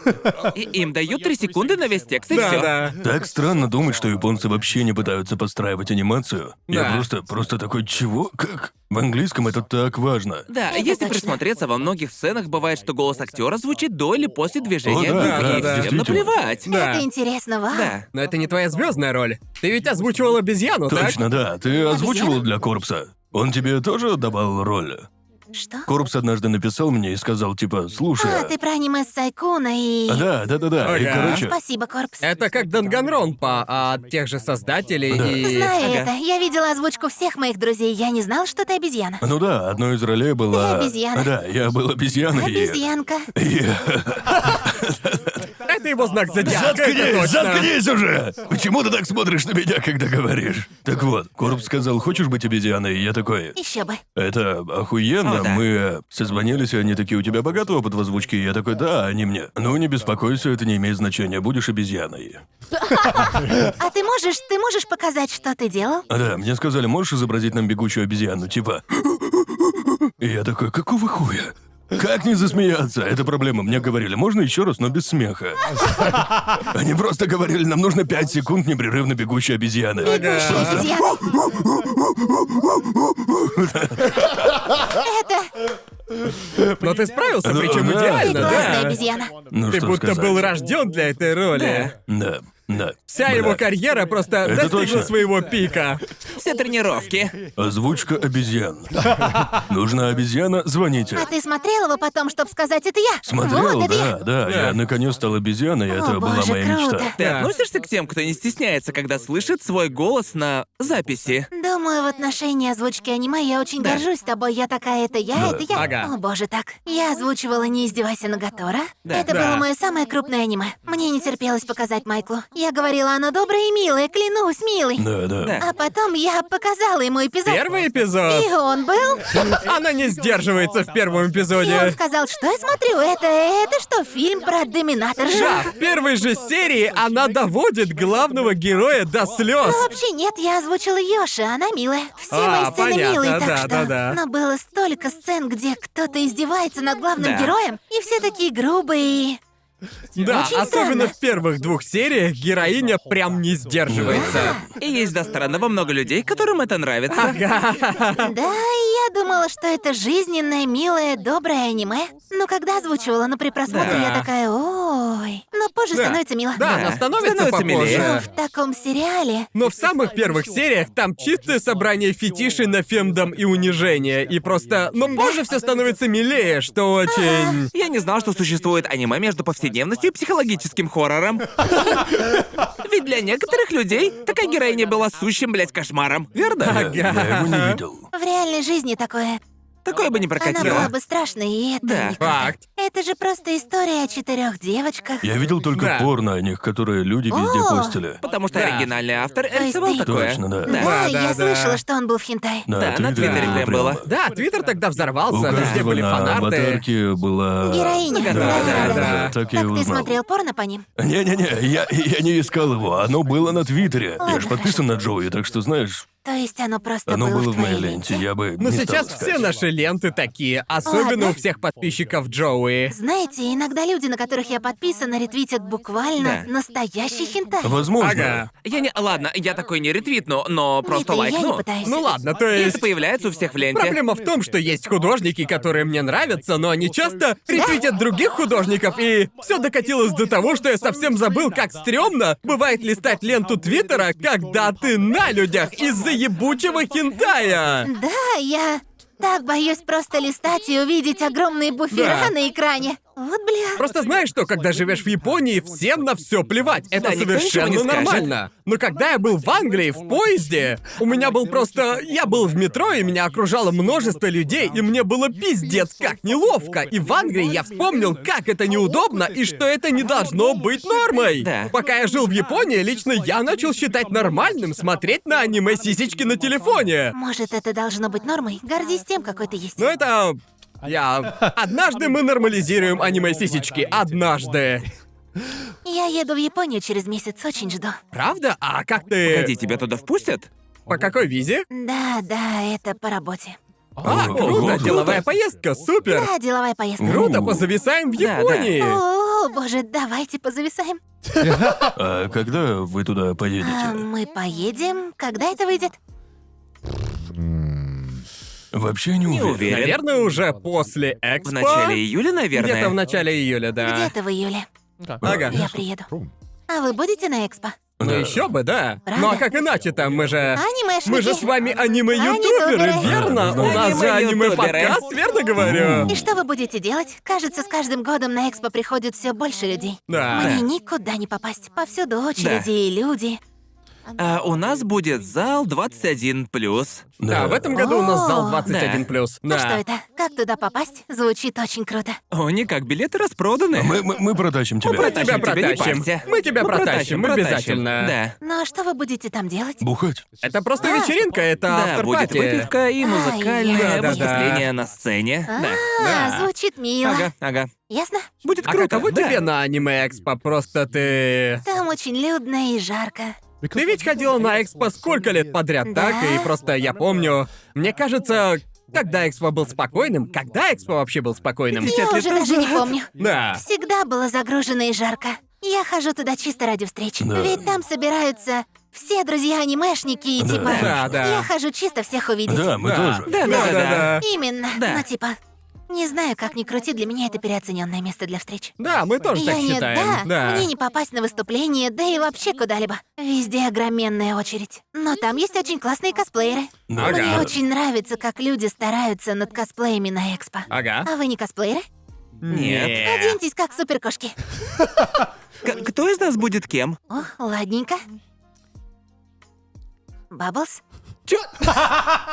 Speaker 2: И им дают три секунды на весь текст, и
Speaker 3: Да,
Speaker 2: все.
Speaker 3: да.
Speaker 4: Так странно думать, что японцы вообще не пытаются подстраивать анимацию.
Speaker 3: Да.
Speaker 4: Я просто, просто такой, чего? Как? В английском это так важно.
Speaker 2: Да,
Speaker 1: Это
Speaker 2: если
Speaker 1: точно.
Speaker 2: присмотреться, во многих сценах бывает, что голос актера звучит до или после движения
Speaker 4: О, да,
Speaker 2: ноги,
Speaker 3: да,
Speaker 2: и
Speaker 3: да,
Speaker 2: всем
Speaker 4: действительно.
Speaker 2: наплевать.
Speaker 3: Да.
Speaker 1: Это интересно, вау.
Speaker 2: Да.
Speaker 3: Но это не твоя звездная роль. Ты ведь озвучивал обезьяну, так?
Speaker 4: Точно, да. Ты озвучивал для Корпса. Он тебе тоже давал роль?
Speaker 1: Что?
Speaker 4: Корпс однажды написал мне и сказал, типа, слушай...
Speaker 1: А, ты про аниме с Сайкуна и...
Speaker 4: а, Да, да, да, да. И,
Speaker 3: Ага.
Speaker 4: короче,
Speaker 1: Спасибо, Корпс.
Speaker 3: Это как Данганронпа а, от тех же создателей
Speaker 4: Да.
Speaker 3: и...
Speaker 1: Знаю
Speaker 2: Ага.
Speaker 1: это. Я видела озвучку всех моих друзей. Я не знал, что ты обезьяна.
Speaker 4: ну да, одной из ролей была...
Speaker 1: Ты обезьяна.
Speaker 4: Да, я был обезьяной. и-
Speaker 1: Обезьянка.
Speaker 4: и-
Speaker 3: Это его знак зодиака, это
Speaker 4: Заткнись,
Speaker 3: точно.
Speaker 4: заткнись уже! Почему ты так смотришь на меня, когда говоришь? Так вот, Корпс сказал, хочешь быть обезьяной? И я такой,
Speaker 1: Еще бы.
Speaker 4: это охуенно,
Speaker 2: О, да.
Speaker 4: мы э, созвонились, и они такие, у тебя богатый опыт в озвучке? И я такой, да, а они мне. Ну, не беспокойся, это не имеет значения, будешь обезьяной.
Speaker 1: А ты можешь, ты можешь показать, что ты делал?
Speaker 4: А, Да, мне сказали, можешь изобразить нам бегущую обезьяну, типа... И я такой, какого хуя? Как не засмеяться? Это проблема. Мне говорили, можно еще раз, но без смеха. Они просто говорили, нам нужно 5 секунд непрерывно бегущей обезьяны.
Speaker 1: Бегущая обезьяна.
Speaker 3: Но ты справился,
Speaker 4: Да,
Speaker 3: причем
Speaker 4: Ну, да.
Speaker 1: Ты
Speaker 3: идеально,
Speaker 1: классная
Speaker 3: да.
Speaker 1: обезьяна.
Speaker 4: Ну,
Speaker 3: Ты
Speaker 4: что
Speaker 3: будто
Speaker 4: сказать.
Speaker 3: был рожден для этой роли.
Speaker 4: Да, да.
Speaker 3: Вся
Speaker 4: Бля.
Speaker 3: его карьера просто
Speaker 4: Это
Speaker 3: достигла
Speaker 4: точно.
Speaker 3: своего пика.
Speaker 2: все тренировки.
Speaker 4: Озвучка обезьян. Нужна обезьяна, звоните.
Speaker 1: А ты смотрел его потом, чтобы сказать это я?
Speaker 4: Смотрел,
Speaker 1: вот, это я.
Speaker 4: да, да, я наконец стал обезьяной, это была
Speaker 1: боже,
Speaker 4: моя
Speaker 1: круто.
Speaker 4: мечта.
Speaker 2: Ты
Speaker 3: Да.
Speaker 2: относишься к тем, кто не стесняется, когда слышит свой голос на записи?
Speaker 1: Думаю, в отношении озвучки аниме я очень
Speaker 2: Да.
Speaker 1: горжусь тобой. Я такая, это я, это я.
Speaker 3: Ага.
Speaker 1: О боже, так. Я озвучивала «Не издевайся на Гатора».
Speaker 2: Да.
Speaker 1: Это
Speaker 3: Да.
Speaker 1: было мое самое крупное аниме. Мне не терпелось показать Майклу. Я говорила, она добрая и милая, клянусь, милый.
Speaker 4: Да, да.
Speaker 2: Да.
Speaker 1: А потом я показала ему эпизод.
Speaker 3: Первый эпизод.
Speaker 1: И он был.
Speaker 3: Она не сдерживается в первом
Speaker 1: И он
Speaker 3: эпизоде.
Speaker 1: сказал, что я смотрю, это, это что, фильм про доминатор
Speaker 3: Да, в первой же серии она доводит главного героя до слез.
Speaker 1: Ну, вообще нет, я озвучила Йоши, она милая. Все
Speaker 3: А,
Speaker 1: мои сцены
Speaker 3: понятно,
Speaker 1: милые, так
Speaker 3: да,
Speaker 1: что.
Speaker 3: да, да.
Speaker 1: Но было столько сцен, где кто-то издевается над главным
Speaker 2: Да.
Speaker 1: героем, и все такие грубые. и-
Speaker 3: Да,
Speaker 1: Очень
Speaker 3: особенно
Speaker 1: странно.
Speaker 3: в первых двух сериях героиня прям не сдерживается.
Speaker 2: И есть до странного много людей, которым это нравится.
Speaker 3: А.
Speaker 1: Да, и я думала, что это жизненное, милое, доброе аниме. Но когда озвучивала, ну при просмотре
Speaker 3: Да.
Speaker 1: я такая, ой. Но позже
Speaker 3: Да.
Speaker 1: становится мило.
Speaker 3: Да, она становится,
Speaker 2: Становится
Speaker 3: попозже.
Speaker 2: милее.
Speaker 1: В таком сериале
Speaker 3: Но в самых первых сериях там чистое собрание фетишей на фемдом и унижение. И просто... Но позже все становится милее, что очень...
Speaker 2: Я не знал, что существует аниме между повседневностью и психологическим хоррором. Ведь для некоторых людей такая героиня была сущим, блядь, кошмаром, верно?
Speaker 4: Я, я его не видел.
Speaker 1: в реальной жизни такое.
Speaker 2: Такое бы не
Speaker 1: Она была
Speaker 2: прокатило.
Speaker 1: бы страшной, и это не
Speaker 2: Да.
Speaker 1: круто.
Speaker 3: Факт.
Speaker 1: Это же просто история о четырех девочках.
Speaker 4: Я видел только
Speaker 3: Да.
Speaker 4: порно о них, которые люди везде
Speaker 1: О.
Speaker 4: постили.
Speaker 2: Потому что
Speaker 3: Да.
Speaker 2: оригинальный автор
Speaker 1: есть
Speaker 2: рисовал
Speaker 1: ты-
Speaker 2: такое.
Speaker 4: Точно, да.
Speaker 1: Да,
Speaker 3: Да, да,
Speaker 1: я
Speaker 3: да.
Speaker 1: слышала, что он был в хентай.
Speaker 2: Да, на
Speaker 4: Твиттере
Speaker 2: Твиттере прям
Speaker 4: прямо.
Speaker 2: было.
Speaker 3: Да, Твиттер тогда
Speaker 4: У
Speaker 3: взорвался, везде
Speaker 4: каждого
Speaker 3: были
Speaker 4: на
Speaker 3: фанарты.
Speaker 4: аватарке была...
Speaker 1: Героиня.
Speaker 4: Да,
Speaker 3: Да,
Speaker 4: да,
Speaker 3: да,
Speaker 4: да,
Speaker 3: да.
Speaker 4: так я и
Speaker 1: Как ты
Speaker 4: узнал.
Speaker 1: смотрел порно по ним?
Speaker 4: Не-не-не, я, я не искал его, оно было на Твиттере. Я же
Speaker 1: Ладно,
Speaker 4: подписан на Джоуи, так что, знаешь,
Speaker 1: То есть оно просто
Speaker 4: оно
Speaker 1: было
Speaker 4: было
Speaker 1: в
Speaker 4: в
Speaker 1: твоей
Speaker 4: моей ленте, я бы
Speaker 3: Но
Speaker 4: не стал
Speaker 3: сейчас
Speaker 4: искать.
Speaker 3: все наши ленты такие, особенно
Speaker 1: Ладно.
Speaker 3: у всех подписчиков Джоуи.
Speaker 1: Знаете, иногда люди, на которых я подписана, ретвитят буквально
Speaker 2: Да.
Speaker 1: настоящий хентай.
Speaker 4: Возможно.
Speaker 3: Ага.
Speaker 2: Я не... Ладно, я такой не ретвитну, но просто
Speaker 1: Это и Я не
Speaker 2: лайкну.
Speaker 1: пытаюсь.
Speaker 3: Ну ладно, то
Speaker 2: И
Speaker 3: есть...
Speaker 2: это появляется у всех в ленте.
Speaker 3: Проблема в том, что есть художники, которые мне нравятся, но они часто ретвитят других художников, и все докатилось до того, что я совсем забыл, как стрёмно бывает листать ленту Твиттера, когда ты на людях из-за ебучего хентая.
Speaker 1: Да, я так боюсь просто листать и увидеть огромные буфера
Speaker 3: Да.
Speaker 1: на экране. Вот бля.
Speaker 3: Просто знаешь, что когда живешь в Японии, всем на все плевать. Это
Speaker 2: Да, никто ничего не
Speaker 3: совершенно
Speaker 2: скажет.
Speaker 3: нормально. Но когда я был в Англии в поезде, у меня был просто... Я был в метро, и меня окружало множество людей, и мне было пиздец как неловко. И в Англии я вспомнил, как это неудобно, и что это не должно быть нормой.
Speaker 2: Да.
Speaker 3: Пока я жил в Японии, лично я начал считать нормальным смотреть на аниме-сисечки на телефоне.
Speaker 1: Может, это должно быть нормой? Гордись тем, какой ты есть.
Speaker 3: Но Ну это... Я... Однажды мы нормализируем аниме-сисечки. Однажды.
Speaker 1: Я еду в Японию через месяц, очень жду.
Speaker 3: Правда? А как ты...
Speaker 2: Погоди, тебя туда впустят?
Speaker 3: По какой визе?
Speaker 1: Да, да, это по работе.
Speaker 3: А,
Speaker 4: О,
Speaker 3: круто,
Speaker 4: круто.
Speaker 3: деловая поездка, супер!
Speaker 1: Да, деловая поездка.
Speaker 3: Круто,
Speaker 4: У.
Speaker 3: позависаем в
Speaker 2: Да, да.
Speaker 3: Японии!
Speaker 1: О, боже, давайте позависаем.
Speaker 4: А когда вы туда
Speaker 1: А
Speaker 4: поедете?
Speaker 1: мы поедем. Когда это выйдет?
Speaker 4: Вообще не
Speaker 2: Не
Speaker 4: уверен.
Speaker 2: уверен.
Speaker 3: Наверное, уже после Экспо.
Speaker 2: В начале июля, наверное.
Speaker 3: Где-то в начале июля, да.
Speaker 1: Где-то в июле.
Speaker 3: А. Ага.
Speaker 1: Я приеду. А вы будете на экспо?
Speaker 3: Ну еще бы, да.
Speaker 1: Правда?
Speaker 3: Ну а как иначе там? Мы же...
Speaker 1: Анимешники.
Speaker 3: А. Мы же с вами аниме-ютуберы,
Speaker 1: Аниме-ютуберы.
Speaker 3: верно? У нас же
Speaker 2: Аниме-ютуберы.
Speaker 3: аниме-подкаст, верно говорю?
Speaker 1: И что вы будете делать? Кажется, с каждым годом на экспо приходит все больше людей.
Speaker 3: Да.
Speaker 1: Мне никуда не попасть. Повсюду очереди
Speaker 2: Да.
Speaker 1: и люди.
Speaker 2: А у нас будет зал 21 плюс.
Speaker 3: Да, в этом году у нас зал
Speaker 1: О.
Speaker 3: 21+.
Speaker 1: Ну что
Speaker 3: Да.
Speaker 1: это? Как туда попасть? Звучит очень круто.
Speaker 2: О, никак, билеты распроданы.
Speaker 4: Мы, мы, мы протащим тебя.
Speaker 3: Мы тебя
Speaker 2: Тебя не
Speaker 3: протащим.
Speaker 2: парься.
Speaker 3: Мы тебя
Speaker 2: Мы
Speaker 3: протащим, обязательно.
Speaker 2: Да.
Speaker 1: Ну а что вы будете там делать?
Speaker 4: Бухать.
Speaker 3: Это просто
Speaker 1: Да.
Speaker 3: вечеринка, это
Speaker 2: Да, будет
Speaker 3: автор-пати.
Speaker 2: выпивка и музыкальное
Speaker 3: Да-да-да.
Speaker 2: выступление на сцене. Да.
Speaker 1: А, звучит мило.
Speaker 2: Ага, ага.
Speaker 1: Ясно?
Speaker 2: Будет
Speaker 3: А
Speaker 2: круто.
Speaker 3: каково
Speaker 2: да.
Speaker 3: тебе на аниме-экспо? Просто ты...
Speaker 1: Там очень людно и жарко.
Speaker 3: Ты ведь ходила на Экспо сколько лет подряд, так?
Speaker 1: Да.
Speaker 3: И просто я помню, мне кажется, когда Экспо был спокойным, когда Экспо вообще был спокойным?
Speaker 1: Я уже даже не помню.
Speaker 3: Да.
Speaker 1: Всегда было загружено и жарко. Я хожу туда чисто ради встреч.
Speaker 4: Да.
Speaker 1: Ведь там собираются все друзья-анимешники и
Speaker 4: Да.
Speaker 1: типа...
Speaker 3: Да, да.
Speaker 1: Я хожу чисто всех увидеть.
Speaker 4: Да, мы
Speaker 3: Да.
Speaker 4: тоже.
Speaker 2: Да, да, да.
Speaker 3: Да-да-да.
Speaker 1: Именно.
Speaker 2: Да.
Speaker 1: Ну типа... Не знаю, как ни крути, для меня это переоцененное место для встреч.
Speaker 3: Да, мы тоже
Speaker 1: Я
Speaker 3: так
Speaker 1: не да,
Speaker 3: считаем. Да.
Speaker 1: мне не попасть на выступление, да и вообще куда-либо. Везде огроменная очередь. Но там есть очень классные косплееры.
Speaker 4: Да.
Speaker 1: Мне очень нравится, как люди стараются над косплеями на экспо.
Speaker 3: Ага. Э,
Speaker 1: А вы не косплееры? А,
Speaker 2: Нет.
Speaker 4: Э.
Speaker 3: Нет.
Speaker 1: Оденьтесь как суперкошки.
Speaker 2: К- кто из нас будет кем?
Speaker 1: О, ладненько. Бабблс?
Speaker 2: Чё?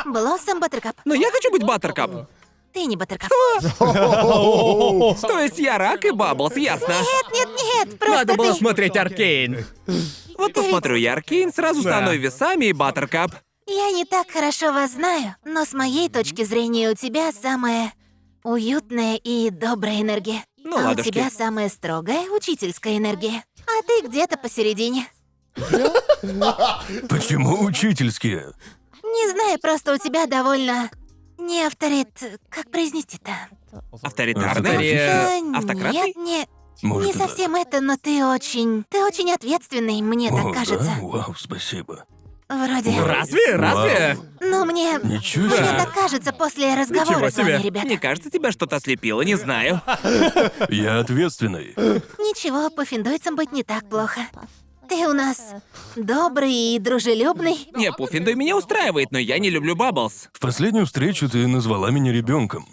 Speaker 1: Блоссом Баттеркап.
Speaker 2: Но Ну, я хочу быть Баттеркап.
Speaker 1: Ты не Баттеркап.
Speaker 2: То есть я Рак и Бабблс, ясно.
Speaker 1: Нет, нет, просто
Speaker 3: Надо было
Speaker 1: ты.
Speaker 3: смотреть Аркейн.
Speaker 2: Вот посмотрю я Аркейн, сразу
Speaker 3: Да.
Speaker 2: стану и весами и Баттеркап.
Speaker 1: Я не так хорошо вас знаю, но с моей точки зрения у тебя самая уютная и добрая энергия.
Speaker 2: Ну,
Speaker 1: а
Speaker 2: ладушки.
Speaker 1: у тебя самая строгая учительская энергия. А ты где-то посередине.
Speaker 4: Почему учительские?
Speaker 1: Не знаю, просто у тебя довольно... Не авторит... Как произнести-то?
Speaker 2: Авторитарный.
Speaker 4: Авторитарный.
Speaker 1: Да
Speaker 2: Э,
Speaker 1: нет,
Speaker 2: автократный?
Speaker 1: не...
Speaker 4: Может,
Speaker 1: не
Speaker 4: это-
Speaker 1: совсем это, но ты очень... Ты очень ответственный, мне
Speaker 4: О,
Speaker 1: так
Speaker 4: да?
Speaker 1: кажется.
Speaker 4: Вау, спасибо.
Speaker 1: Вроде...
Speaker 3: Разве? Разве?
Speaker 4: Вау.
Speaker 1: Ну, мне...
Speaker 4: Ничего
Speaker 1: Мне
Speaker 4: себе.
Speaker 1: так кажется после разговора
Speaker 3: Ничего
Speaker 1: с вами,
Speaker 3: себе.
Speaker 1: ребята.
Speaker 2: Мне кажется, тебя что-то ослепило, не знаю.
Speaker 4: Я ответственный.
Speaker 1: Ничего, по финдуйцам быть не так плохо. Ты у нас добрый и дружелюбный.
Speaker 2: Не, Пуффиндуй меня устраивает, но я не люблю Бабблс.
Speaker 4: В последнюю встречу ты назвала меня ребенком.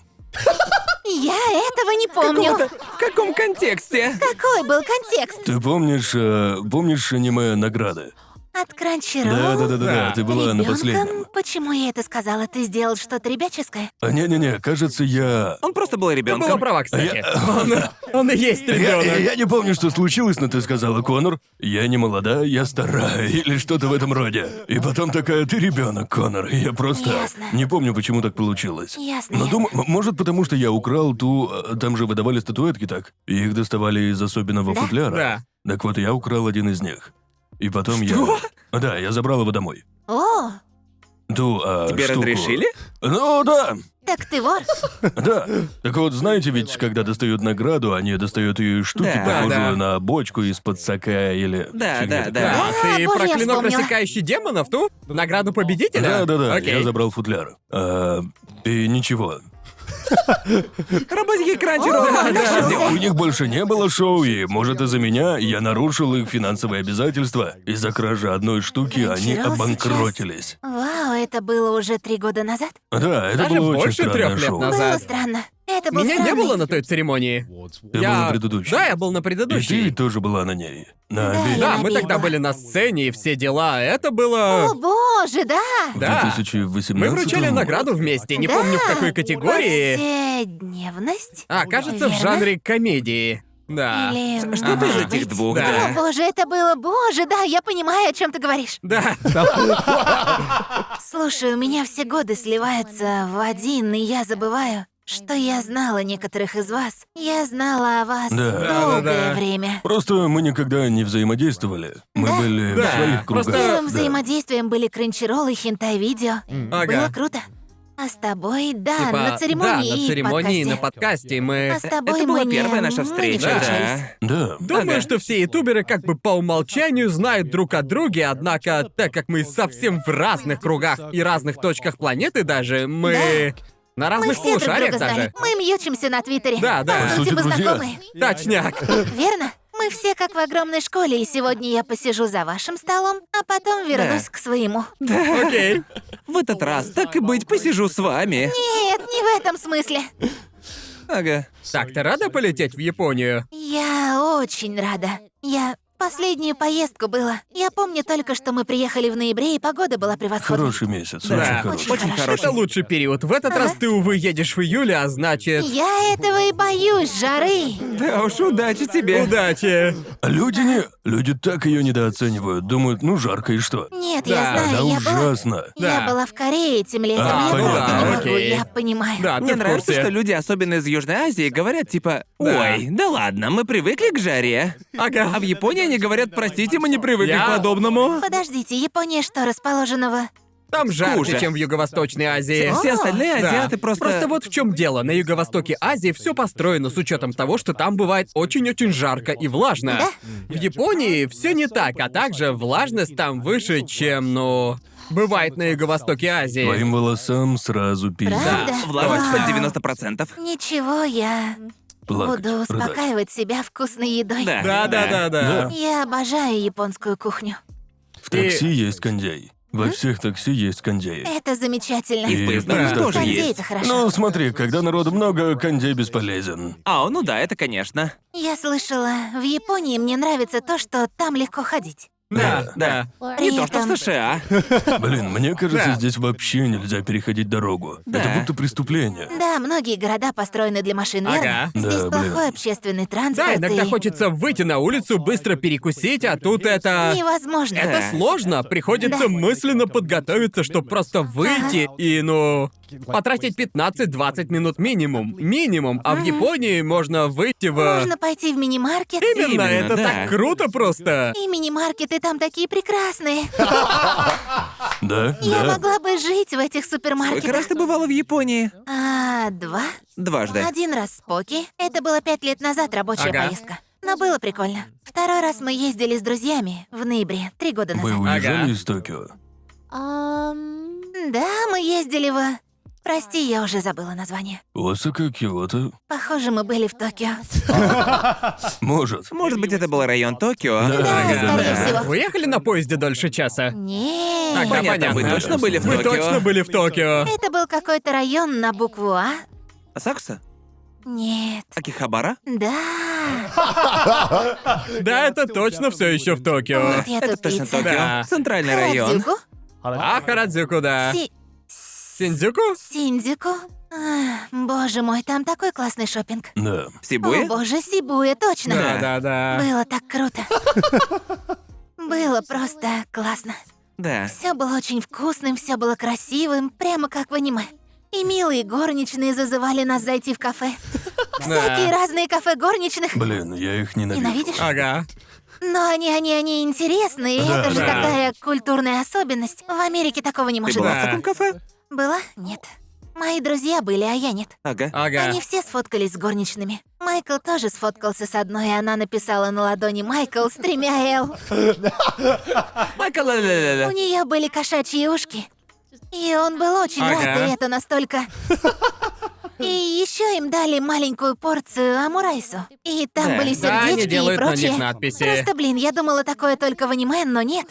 Speaker 1: Я этого не помню.
Speaker 2: В каком контексте?
Speaker 1: Какой был контекст?
Speaker 4: Ты помнишь, э, помнишь аниме награды?
Speaker 1: От
Speaker 4: Да, да, да,
Speaker 1: Кранчиро?
Speaker 4: да, да. Ты была на последнем.
Speaker 1: Почему я это сказала? Ты сделал что-то ребяческое?
Speaker 4: А не-не-не, кажется, я.
Speaker 2: Он просто был
Speaker 3: Ты была
Speaker 2: ребенком.
Speaker 3: права, кстати. Он, он и есть
Speaker 4: Я,
Speaker 3: ребенок.
Speaker 4: я не помню, что случилось, но ты сказала, Конор, я не молода, я старая, или что-то в этом роде. И потом такая, ты ребенок, Конор. И Я просто
Speaker 1: Ясно.
Speaker 4: не помню, почему так получилось.
Speaker 1: Ясно,
Speaker 3: Ну,
Speaker 4: Но
Speaker 1: ясно.
Speaker 4: думаю, м- может, потому что я украл ту... э, Там же выдавали статуэтки так. И их доставали из особенного
Speaker 1: Да?
Speaker 4: футляра.
Speaker 3: Да.
Speaker 4: Так вот, я украл один из них. И потом я... Да, я забрал его домой.
Speaker 1: О,
Speaker 4: Ту, а,
Speaker 2: Тебе
Speaker 4: штуку.
Speaker 2: разрешили?
Speaker 4: Ну да,
Speaker 1: так ты вор.
Speaker 4: да. Так вот, знаете ведь, когда достают награду, они достают ее из штуки,
Speaker 2: Да,
Speaker 4: похожую
Speaker 3: да.
Speaker 4: на бочку из-под сока или...
Speaker 2: Да, да,
Speaker 4: фигня такая.
Speaker 2: да.
Speaker 3: А ты
Speaker 1: боже,
Speaker 3: про
Speaker 1: я
Speaker 3: клинок,
Speaker 1: вспомнила.
Speaker 3: рассекающий демонов, ту? Награду победителя?
Speaker 4: Да, да, да,
Speaker 3: Окей.
Speaker 4: я забрал футляр. А, и ничего.
Speaker 2: Работники Кранчера. Да, да.
Speaker 4: Да, у них больше не было шоу, и, может, из-за меня я нарушил их финансовые обязательства. Из-за кражи одной штуки они
Speaker 1: Началось
Speaker 4: обанкротились.
Speaker 1: Вау, это было уже три года назад?
Speaker 4: Да, это
Speaker 3: Даже
Speaker 4: было очень
Speaker 3: больше
Speaker 4: странное
Speaker 3: трёх лет
Speaker 4: шоу.
Speaker 3: назад.
Speaker 1: Было
Speaker 3: Назад.
Speaker 1: странно. Это был
Speaker 3: Меня не
Speaker 1: странный.
Speaker 3: было на той церемонии.
Speaker 4: Ты был на предыдущей.
Speaker 3: Да, я был на
Speaker 4: И ты
Speaker 3: предыдущей.
Speaker 4: тоже была на ней.
Speaker 1: Да,
Speaker 4: На обеде.
Speaker 3: Да, мы
Speaker 1: Обидно.
Speaker 3: тогда были на сцене и все дела. Это
Speaker 1: О,
Speaker 3: было...
Speaker 1: боже, да!
Speaker 3: Да. Мы
Speaker 4: 2018
Speaker 3: вручали награду вместе, не
Speaker 1: Да.
Speaker 3: помню в какой категории.
Speaker 1: Повседневность?
Speaker 3: А, кажется, в
Speaker 1: Верно.
Speaker 3: жанре комедии. Да.
Speaker 1: Или, может
Speaker 2: А, Что-то из этих
Speaker 1: быть,
Speaker 2: двух,
Speaker 3: Да.
Speaker 1: О,
Speaker 2: да.
Speaker 1: боже, это было, боже, да, я понимаю, о чем ты говоришь.
Speaker 3: Да.
Speaker 1: Слушай, у меня все годы сливаются в один, и я забываю, что я знала некоторых из вас. Я знала о вас
Speaker 4: Да.
Speaker 1: долгое
Speaker 3: Да-да-да.
Speaker 1: время.
Speaker 4: Просто мы никогда не взаимодействовали. Мы были
Speaker 3: Да,
Speaker 4: в своих кругах.
Speaker 3: просто-
Speaker 1: Первым
Speaker 4: Да.
Speaker 1: взаимодействием были кринчерол и хентай-видео. Было
Speaker 3: Ага.
Speaker 1: круто. А с тобой, да,
Speaker 3: Типа,
Speaker 1: на церемонии
Speaker 3: Да,
Speaker 1: и
Speaker 3: на церемонии,
Speaker 1: подкасте.
Speaker 3: на подкасте
Speaker 1: А
Speaker 3: мы...
Speaker 1: с тобой
Speaker 2: Это была
Speaker 1: мы не-
Speaker 2: первая наша
Speaker 1: мы не
Speaker 2: встреча,
Speaker 1: встречались.
Speaker 2: да.
Speaker 4: Да.
Speaker 3: Думаю,
Speaker 2: Ага.
Speaker 3: что все ютуберы как бы по умолчанию знают друг о друге, однако, так как мы совсем в разных кругах и разных точках планеты даже, мы... На
Speaker 1: Мы
Speaker 3: разных
Speaker 1: все друг
Speaker 3: полушариях
Speaker 1: друга
Speaker 3: даже.
Speaker 1: знали. Мы мьючимся на Твиттере.
Speaker 3: Да, да.
Speaker 1: По
Speaker 3: По
Speaker 1: сути,
Speaker 4: сути,
Speaker 1: мы
Speaker 4: друзья.
Speaker 1: знакомы.
Speaker 3: Точняк.
Speaker 1: Верно? Мы все как в огромной школе, и сегодня я посижу за вашим столом, а потом вернусь к своему.
Speaker 3: Окей.
Speaker 2: В этот раз, так и быть, посижу с вами.
Speaker 1: Нет, не в этом смысле.
Speaker 2: Ага.
Speaker 3: Так, ты рада полететь в Японию?
Speaker 1: Я очень рада. Я последнюю поездку была. Я помню только, что мы приехали в ноябре, и погода была превосходной.
Speaker 4: Хороший месяц,
Speaker 3: Да.
Speaker 4: очень
Speaker 1: Очень
Speaker 4: хороший.
Speaker 1: Очень хорошо.
Speaker 3: Это лучший период. В этот раз ты, увы, едешь в июле, а значит...
Speaker 1: Я этого и боюсь, жары.
Speaker 2: Да уж, удачи тебе.
Speaker 3: Удачи!
Speaker 4: А Люди не. Люди так ее недооценивают. Думают, ну жарко и что.
Speaker 1: Нет,
Speaker 3: Да,
Speaker 1: я
Speaker 4: Она
Speaker 1: знаю, я была...
Speaker 4: ужасно.
Speaker 1: Я
Speaker 3: Да.
Speaker 1: была в Корее этим летом,
Speaker 4: А,
Speaker 1: я просто
Speaker 4: понятно,
Speaker 1: не могу,
Speaker 3: окей.
Speaker 1: я понимаю.
Speaker 3: Да, А ты
Speaker 2: Мне
Speaker 3: в
Speaker 2: нравится,
Speaker 3: курсе.
Speaker 2: что люди, особенно из Южной Азии, говорят типа
Speaker 3: Да.
Speaker 2: «Ой, да ладно, мы привыкли к жаре».
Speaker 3: Ага.
Speaker 2: А в Японии они говорят «Простите, мы не привыкли
Speaker 3: Я-
Speaker 2: к подобному».
Speaker 1: Подождите, Япония что, расположена в...
Speaker 3: Там жарче,
Speaker 2: Хуже.
Speaker 3: чем в Юго-Восточной Азии.
Speaker 2: Все остальные
Speaker 3: Да.
Speaker 2: азиаты просто...
Speaker 3: Просто вот в чем дело. На юго-востоке Азии все построено с учетом того, что там бывает очень-очень жарко и влажно. В Японии все не так, а также влажность там выше, чем, ну, бывает на юго-востоке Азии.
Speaker 4: Твоим волосам сразу пизда.
Speaker 1: Правда?
Speaker 2: Влажность под 90%.
Speaker 1: Ничего, я
Speaker 4: Плакать,
Speaker 1: буду
Speaker 4: рыдать.
Speaker 1: успокаивать себя вкусной едой.
Speaker 2: Да.
Speaker 3: Да-да-да-да.
Speaker 1: Я обожаю японскую кухню.
Speaker 4: В такси есть кондей. Во всех такси есть кондей.
Speaker 1: Это замечательно.
Speaker 2: И в поездах
Speaker 4: Да.
Speaker 2: тоже
Speaker 1: Кондей
Speaker 2: есть.
Speaker 1: это Э, хорошо.
Speaker 4: Ну, смотри, когда народу много, кондей бесполезен.
Speaker 2: А, ну да, это конечно.
Speaker 1: Я слышала, в Японии мне нравится то, что там легко ходить.
Speaker 3: Да, да.
Speaker 1: При
Speaker 2: Не то, что в
Speaker 1: этом-
Speaker 2: США.
Speaker 4: Блин, мне кажется,
Speaker 3: Да.
Speaker 4: здесь вообще нельзя переходить дорогу.
Speaker 2: Да.
Speaker 4: Это будто преступление.
Speaker 1: Да, многие города построены для машин, верно?
Speaker 3: Ага.
Speaker 1: Здесь
Speaker 4: Да, блин.
Speaker 1: плохой общественный транспорт.
Speaker 3: Да, иногда
Speaker 1: и
Speaker 3: хочется выйти на улицу, быстро перекусить, а тут это...
Speaker 1: Невозможно.
Speaker 2: Э.
Speaker 3: Это сложно. Приходится
Speaker 1: Да.
Speaker 3: мысленно подготовиться, чтобы просто выйти и, ну, потратить 15-20 минут минимум. Минимум. А в Японии можно выйти в...
Speaker 1: Можно пойти в мини-маркет.
Speaker 3: Именно,
Speaker 2: Именно,
Speaker 3: это
Speaker 2: да.
Speaker 3: так круто просто.
Speaker 1: И мини-маркеты там такие прекрасные.
Speaker 4: Да,
Speaker 1: Я
Speaker 4: да.
Speaker 1: могла бы жить в этих
Speaker 2: Сколько
Speaker 1: супермаркетах.
Speaker 2: раз ты бывала в Японии?
Speaker 1: А, два?
Speaker 2: Дважды.
Speaker 1: Один раз с Поки. Это было пять лет назад рабочая
Speaker 3: Ага.
Speaker 1: поездка. Но было прикольно. Второй раз мы ездили с друзьями в ноябре, три года
Speaker 4: Вы
Speaker 1: назад.
Speaker 4: уезжали
Speaker 3: Ага.
Speaker 4: из Токио?
Speaker 1: Да, мы ездили в... Прости, я уже забыла название.
Speaker 4: Осака, Киото?
Speaker 1: Похоже, мы были в Токио.
Speaker 4: Может.
Speaker 2: Может быть, это был район Токио.
Speaker 4: Да,
Speaker 1: Да,
Speaker 4: да,
Speaker 1: скорее
Speaker 4: да.
Speaker 1: всего.
Speaker 3: Вы ехали на поезде дольше часа?
Speaker 1: Не,
Speaker 2: Ну,
Speaker 3: Тогда
Speaker 2: Понятно, вы
Speaker 3: понятно.
Speaker 2: точно были в
Speaker 3: Вы
Speaker 2: Токио?
Speaker 3: точно были в Токио.
Speaker 1: это был какой-то район на букву А.
Speaker 2: Сакса?
Speaker 1: Нет.
Speaker 2: Акихабара?
Speaker 1: Да.
Speaker 3: Да, это точно все еще в Токио.
Speaker 1: Вот я
Speaker 2: Это
Speaker 1: тут
Speaker 2: точно
Speaker 1: пицца.
Speaker 2: Токио.
Speaker 3: Да.
Speaker 2: Центральный район.
Speaker 1: Харадзюку?
Speaker 3: А, Харадзюку, да.
Speaker 1: Си-
Speaker 3: Синдзюку?
Speaker 1: Синдзюку? Ах, Боже мой, там такой классный шопинг.
Speaker 4: Да.
Speaker 1: О,
Speaker 2: Сибуя?
Speaker 1: боже, Сибуя, точно.
Speaker 3: Да, да, да.
Speaker 1: Было так круто. Было просто классно.
Speaker 2: Да.
Speaker 1: Все было очень вкусным, все было красивым, прямо как в аниме. И милые горничные зазывали нас зайти в кафе. Всякие разные кафе горничных.
Speaker 4: Блин, я их ненавижу.
Speaker 1: Ненавидишь?
Speaker 3: Ага.
Speaker 1: Но они, они, они интересные, и
Speaker 4: Да,
Speaker 1: это же
Speaker 3: да.
Speaker 1: такая культурная особенность. В Америке такого не
Speaker 2: Ты
Speaker 1: может
Speaker 2: была
Speaker 3: Да.
Speaker 2: в таком кафе?
Speaker 1: быть. Была? Нет. Мои друзья были, а я нет.
Speaker 2: Ага.
Speaker 3: Ага.
Speaker 1: Они все сфоткались с горничными. Майкл тоже сфоткался с одной, и она написала на ладони «Майкл» с тремя «Л».
Speaker 2: Майкл, ля-ля-ля-ля.
Speaker 1: У нее были кошачьи ушки. И он был очень
Speaker 3: Ага.
Speaker 1: рад, и это настолько... И еще им дали маленькую порцию амурайсу. И там
Speaker 2: Да.
Speaker 1: были
Speaker 3: Да, они
Speaker 1: сердечки и
Speaker 3: делают на
Speaker 1: прочее.
Speaker 3: них надписи.
Speaker 1: Просто, блин, я думала такое только в аниме, но нет.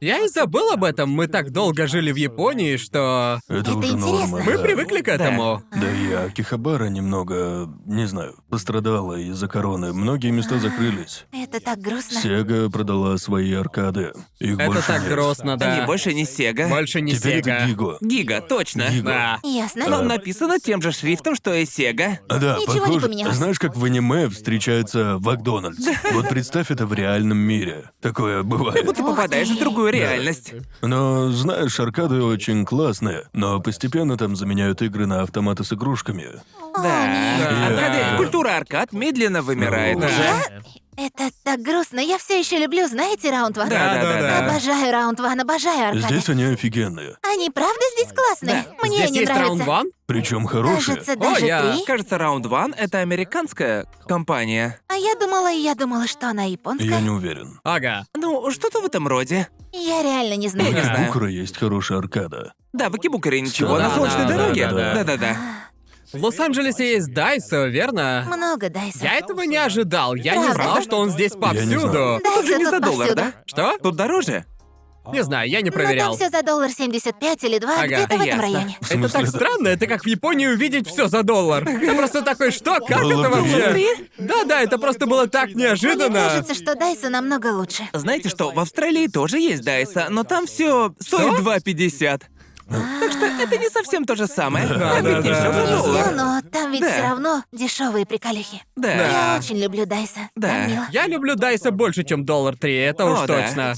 Speaker 3: Я и забыл об этом. Мы так долго жили в Японии, что...
Speaker 4: Это
Speaker 1: Это
Speaker 4: уже норма.
Speaker 1: интересно.
Speaker 3: Мы
Speaker 4: да.
Speaker 3: привыкли к этому.
Speaker 4: Да и Акихабара немного, не знаю, пострадала из-за короны. Многие места закрылись.
Speaker 1: Это так грустно.
Speaker 4: Сега продала свои аркады. Их
Speaker 3: Это
Speaker 4: больше
Speaker 3: так
Speaker 4: нет.
Speaker 3: грустно,
Speaker 2: Они
Speaker 3: да.
Speaker 2: больше не Сега.
Speaker 3: Больше не
Speaker 4: Теперь
Speaker 3: Сега.
Speaker 4: это Гиго.
Speaker 2: Гига, точно.
Speaker 4: Гига.
Speaker 3: Да.
Speaker 1: Ясно.
Speaker 3: Ну,
Speaker 2: Но написано тем же шрифтом, что и Сега.
Speaker 4: А, Да,
Speaker 1: Ничего не
Speaker 4: похоже.
Speaker 1: поменялось.
Speaker 4: Знаешь, как в аниме встречается Макдональдс? Вот представь это в реальном мире. Такое бывает.
Speaker 2: Ты попадаешь в другую реальность.
Speaker 4: Но, знаешь, аркады очень классные, но постепенно там заменяют игры на автоматы с игрушками.
Speaker 2: Да.
Speaker 3: Да.
Speaker 2: Аркады- Культура аркад медленно вымирает
Speaker 4: Да.
Speaker 2: уже.
Speaker 1: Это так грустно. Я все еще люблю, знаете, раунд ван?
Speaker 2: Да, да, да, да.
Speaker 1: Обожаю раунд ван, обожаю аркады.
Speaker 4: Здесь они офигенные.
Speaker 1: Они правда здесь классные? Мне
Speaker 3: Здесь
Speaker 1: они
Speaker 3: есть
Speaker 1: нравятся.
Speaker 3: раунд ван?
Speaker 4: Причем хорошие.
Speaker 1: Кажется, даже
Speaker 3: я-
Speaker 1: три.
Speaker 2: А, Кажется, Round One — это американская компания.
Speaker 1: А я думала, я думала, что она японская.
Speaker 4: Я не уверен.
Speaker 3: Ага.
Speaker 2: Ну, что-то в этом роде.
Speaker 1: Я реально не
Speaker 4: У
Speaker 1: знаю.
Speaker 2: не
Speaker 3: А?
Speaker 2: знаю.
Speaker 4: Кукура есть хорошая аркада.
Speaker 2: Да, в Акибукуре ничего,
Speaker 4: Да,
Speaker 2: на солнечной
Speaker 3: да,
Speaker 2: дороге.
Speaker 4: да, да.
Speaker 2: Да-да-да.
Speaker 3: В Лос-Анджелесе есть Дайсо, верно?
Speaker 1: Много Дайсона.
Speaker 3: Я этого не ожидал. Я не
Speaker 1: Правда?
Speaker 3: знал, что он здесь
Speaker 4: не
Speaker 3: повсюду.
Speaker 4: знал.
Speaker 2: Тут же
Speaker 1: Дайсо
Speaker 2: не за
Speaker 1: тут
Speaker 2: доллар,
Speaker 1: повсюду.
Speaker 2: да?
Speaker 3: Что?
Speaker 2: Тут дороже?
Speaker 3: Не знаю, я
Speaker 1: Но
Speaker 3: не
Speaker 1: там
Speaker 3: проверял.
Speaker 1: все за доллар 75 или 2,
Speaker 3: Ага.
Speaker 1: где-то в этом
Speaker 2: Ясно.
Speaker 1: районе.
Speaker 4: В
Speaker 3: Это
Speaker 4: смысле,
Speaker 3: так
Speaker 4: да.
Speaker 3: странно, это как в Японии увидеть все за доллар. Ты просто такой, что? Как это
Speaker 4: Доллар
Speaker 3: вообще? Да-да, это просто было так
Speaker 1: Мне
Speaker 3: неожиданно.
Speaker 1: кажется, что Дайсо намного лучше.
Speaker 2: Знаете что, в Австралии тоже есть Дайса, но там все стоит 2,50. Так что это не совсем то же самое.
Speaker 3: Да,
Speaker 2: Там
Speaker 3: да,
Speaker 2: ведь не
Speaker 3: да.
Speaker 2: всё за
Speaker 1: Не все,
Speaker 2: доллар.
Speaker 1: но там ведь
Speaker 2: Ну, Да.
Speaker 1: все равно дешевые приколюхи.
Speaker 2: Да.
Speaker 1: Я очень люблю Дайса.
Speaker 2: Да.
Speaker 1: Там мило.
Speaker 3: Я люблю Дайса больше, чем доллар три, это уж
Speaker 2: О, да.
Speaker 3: точно.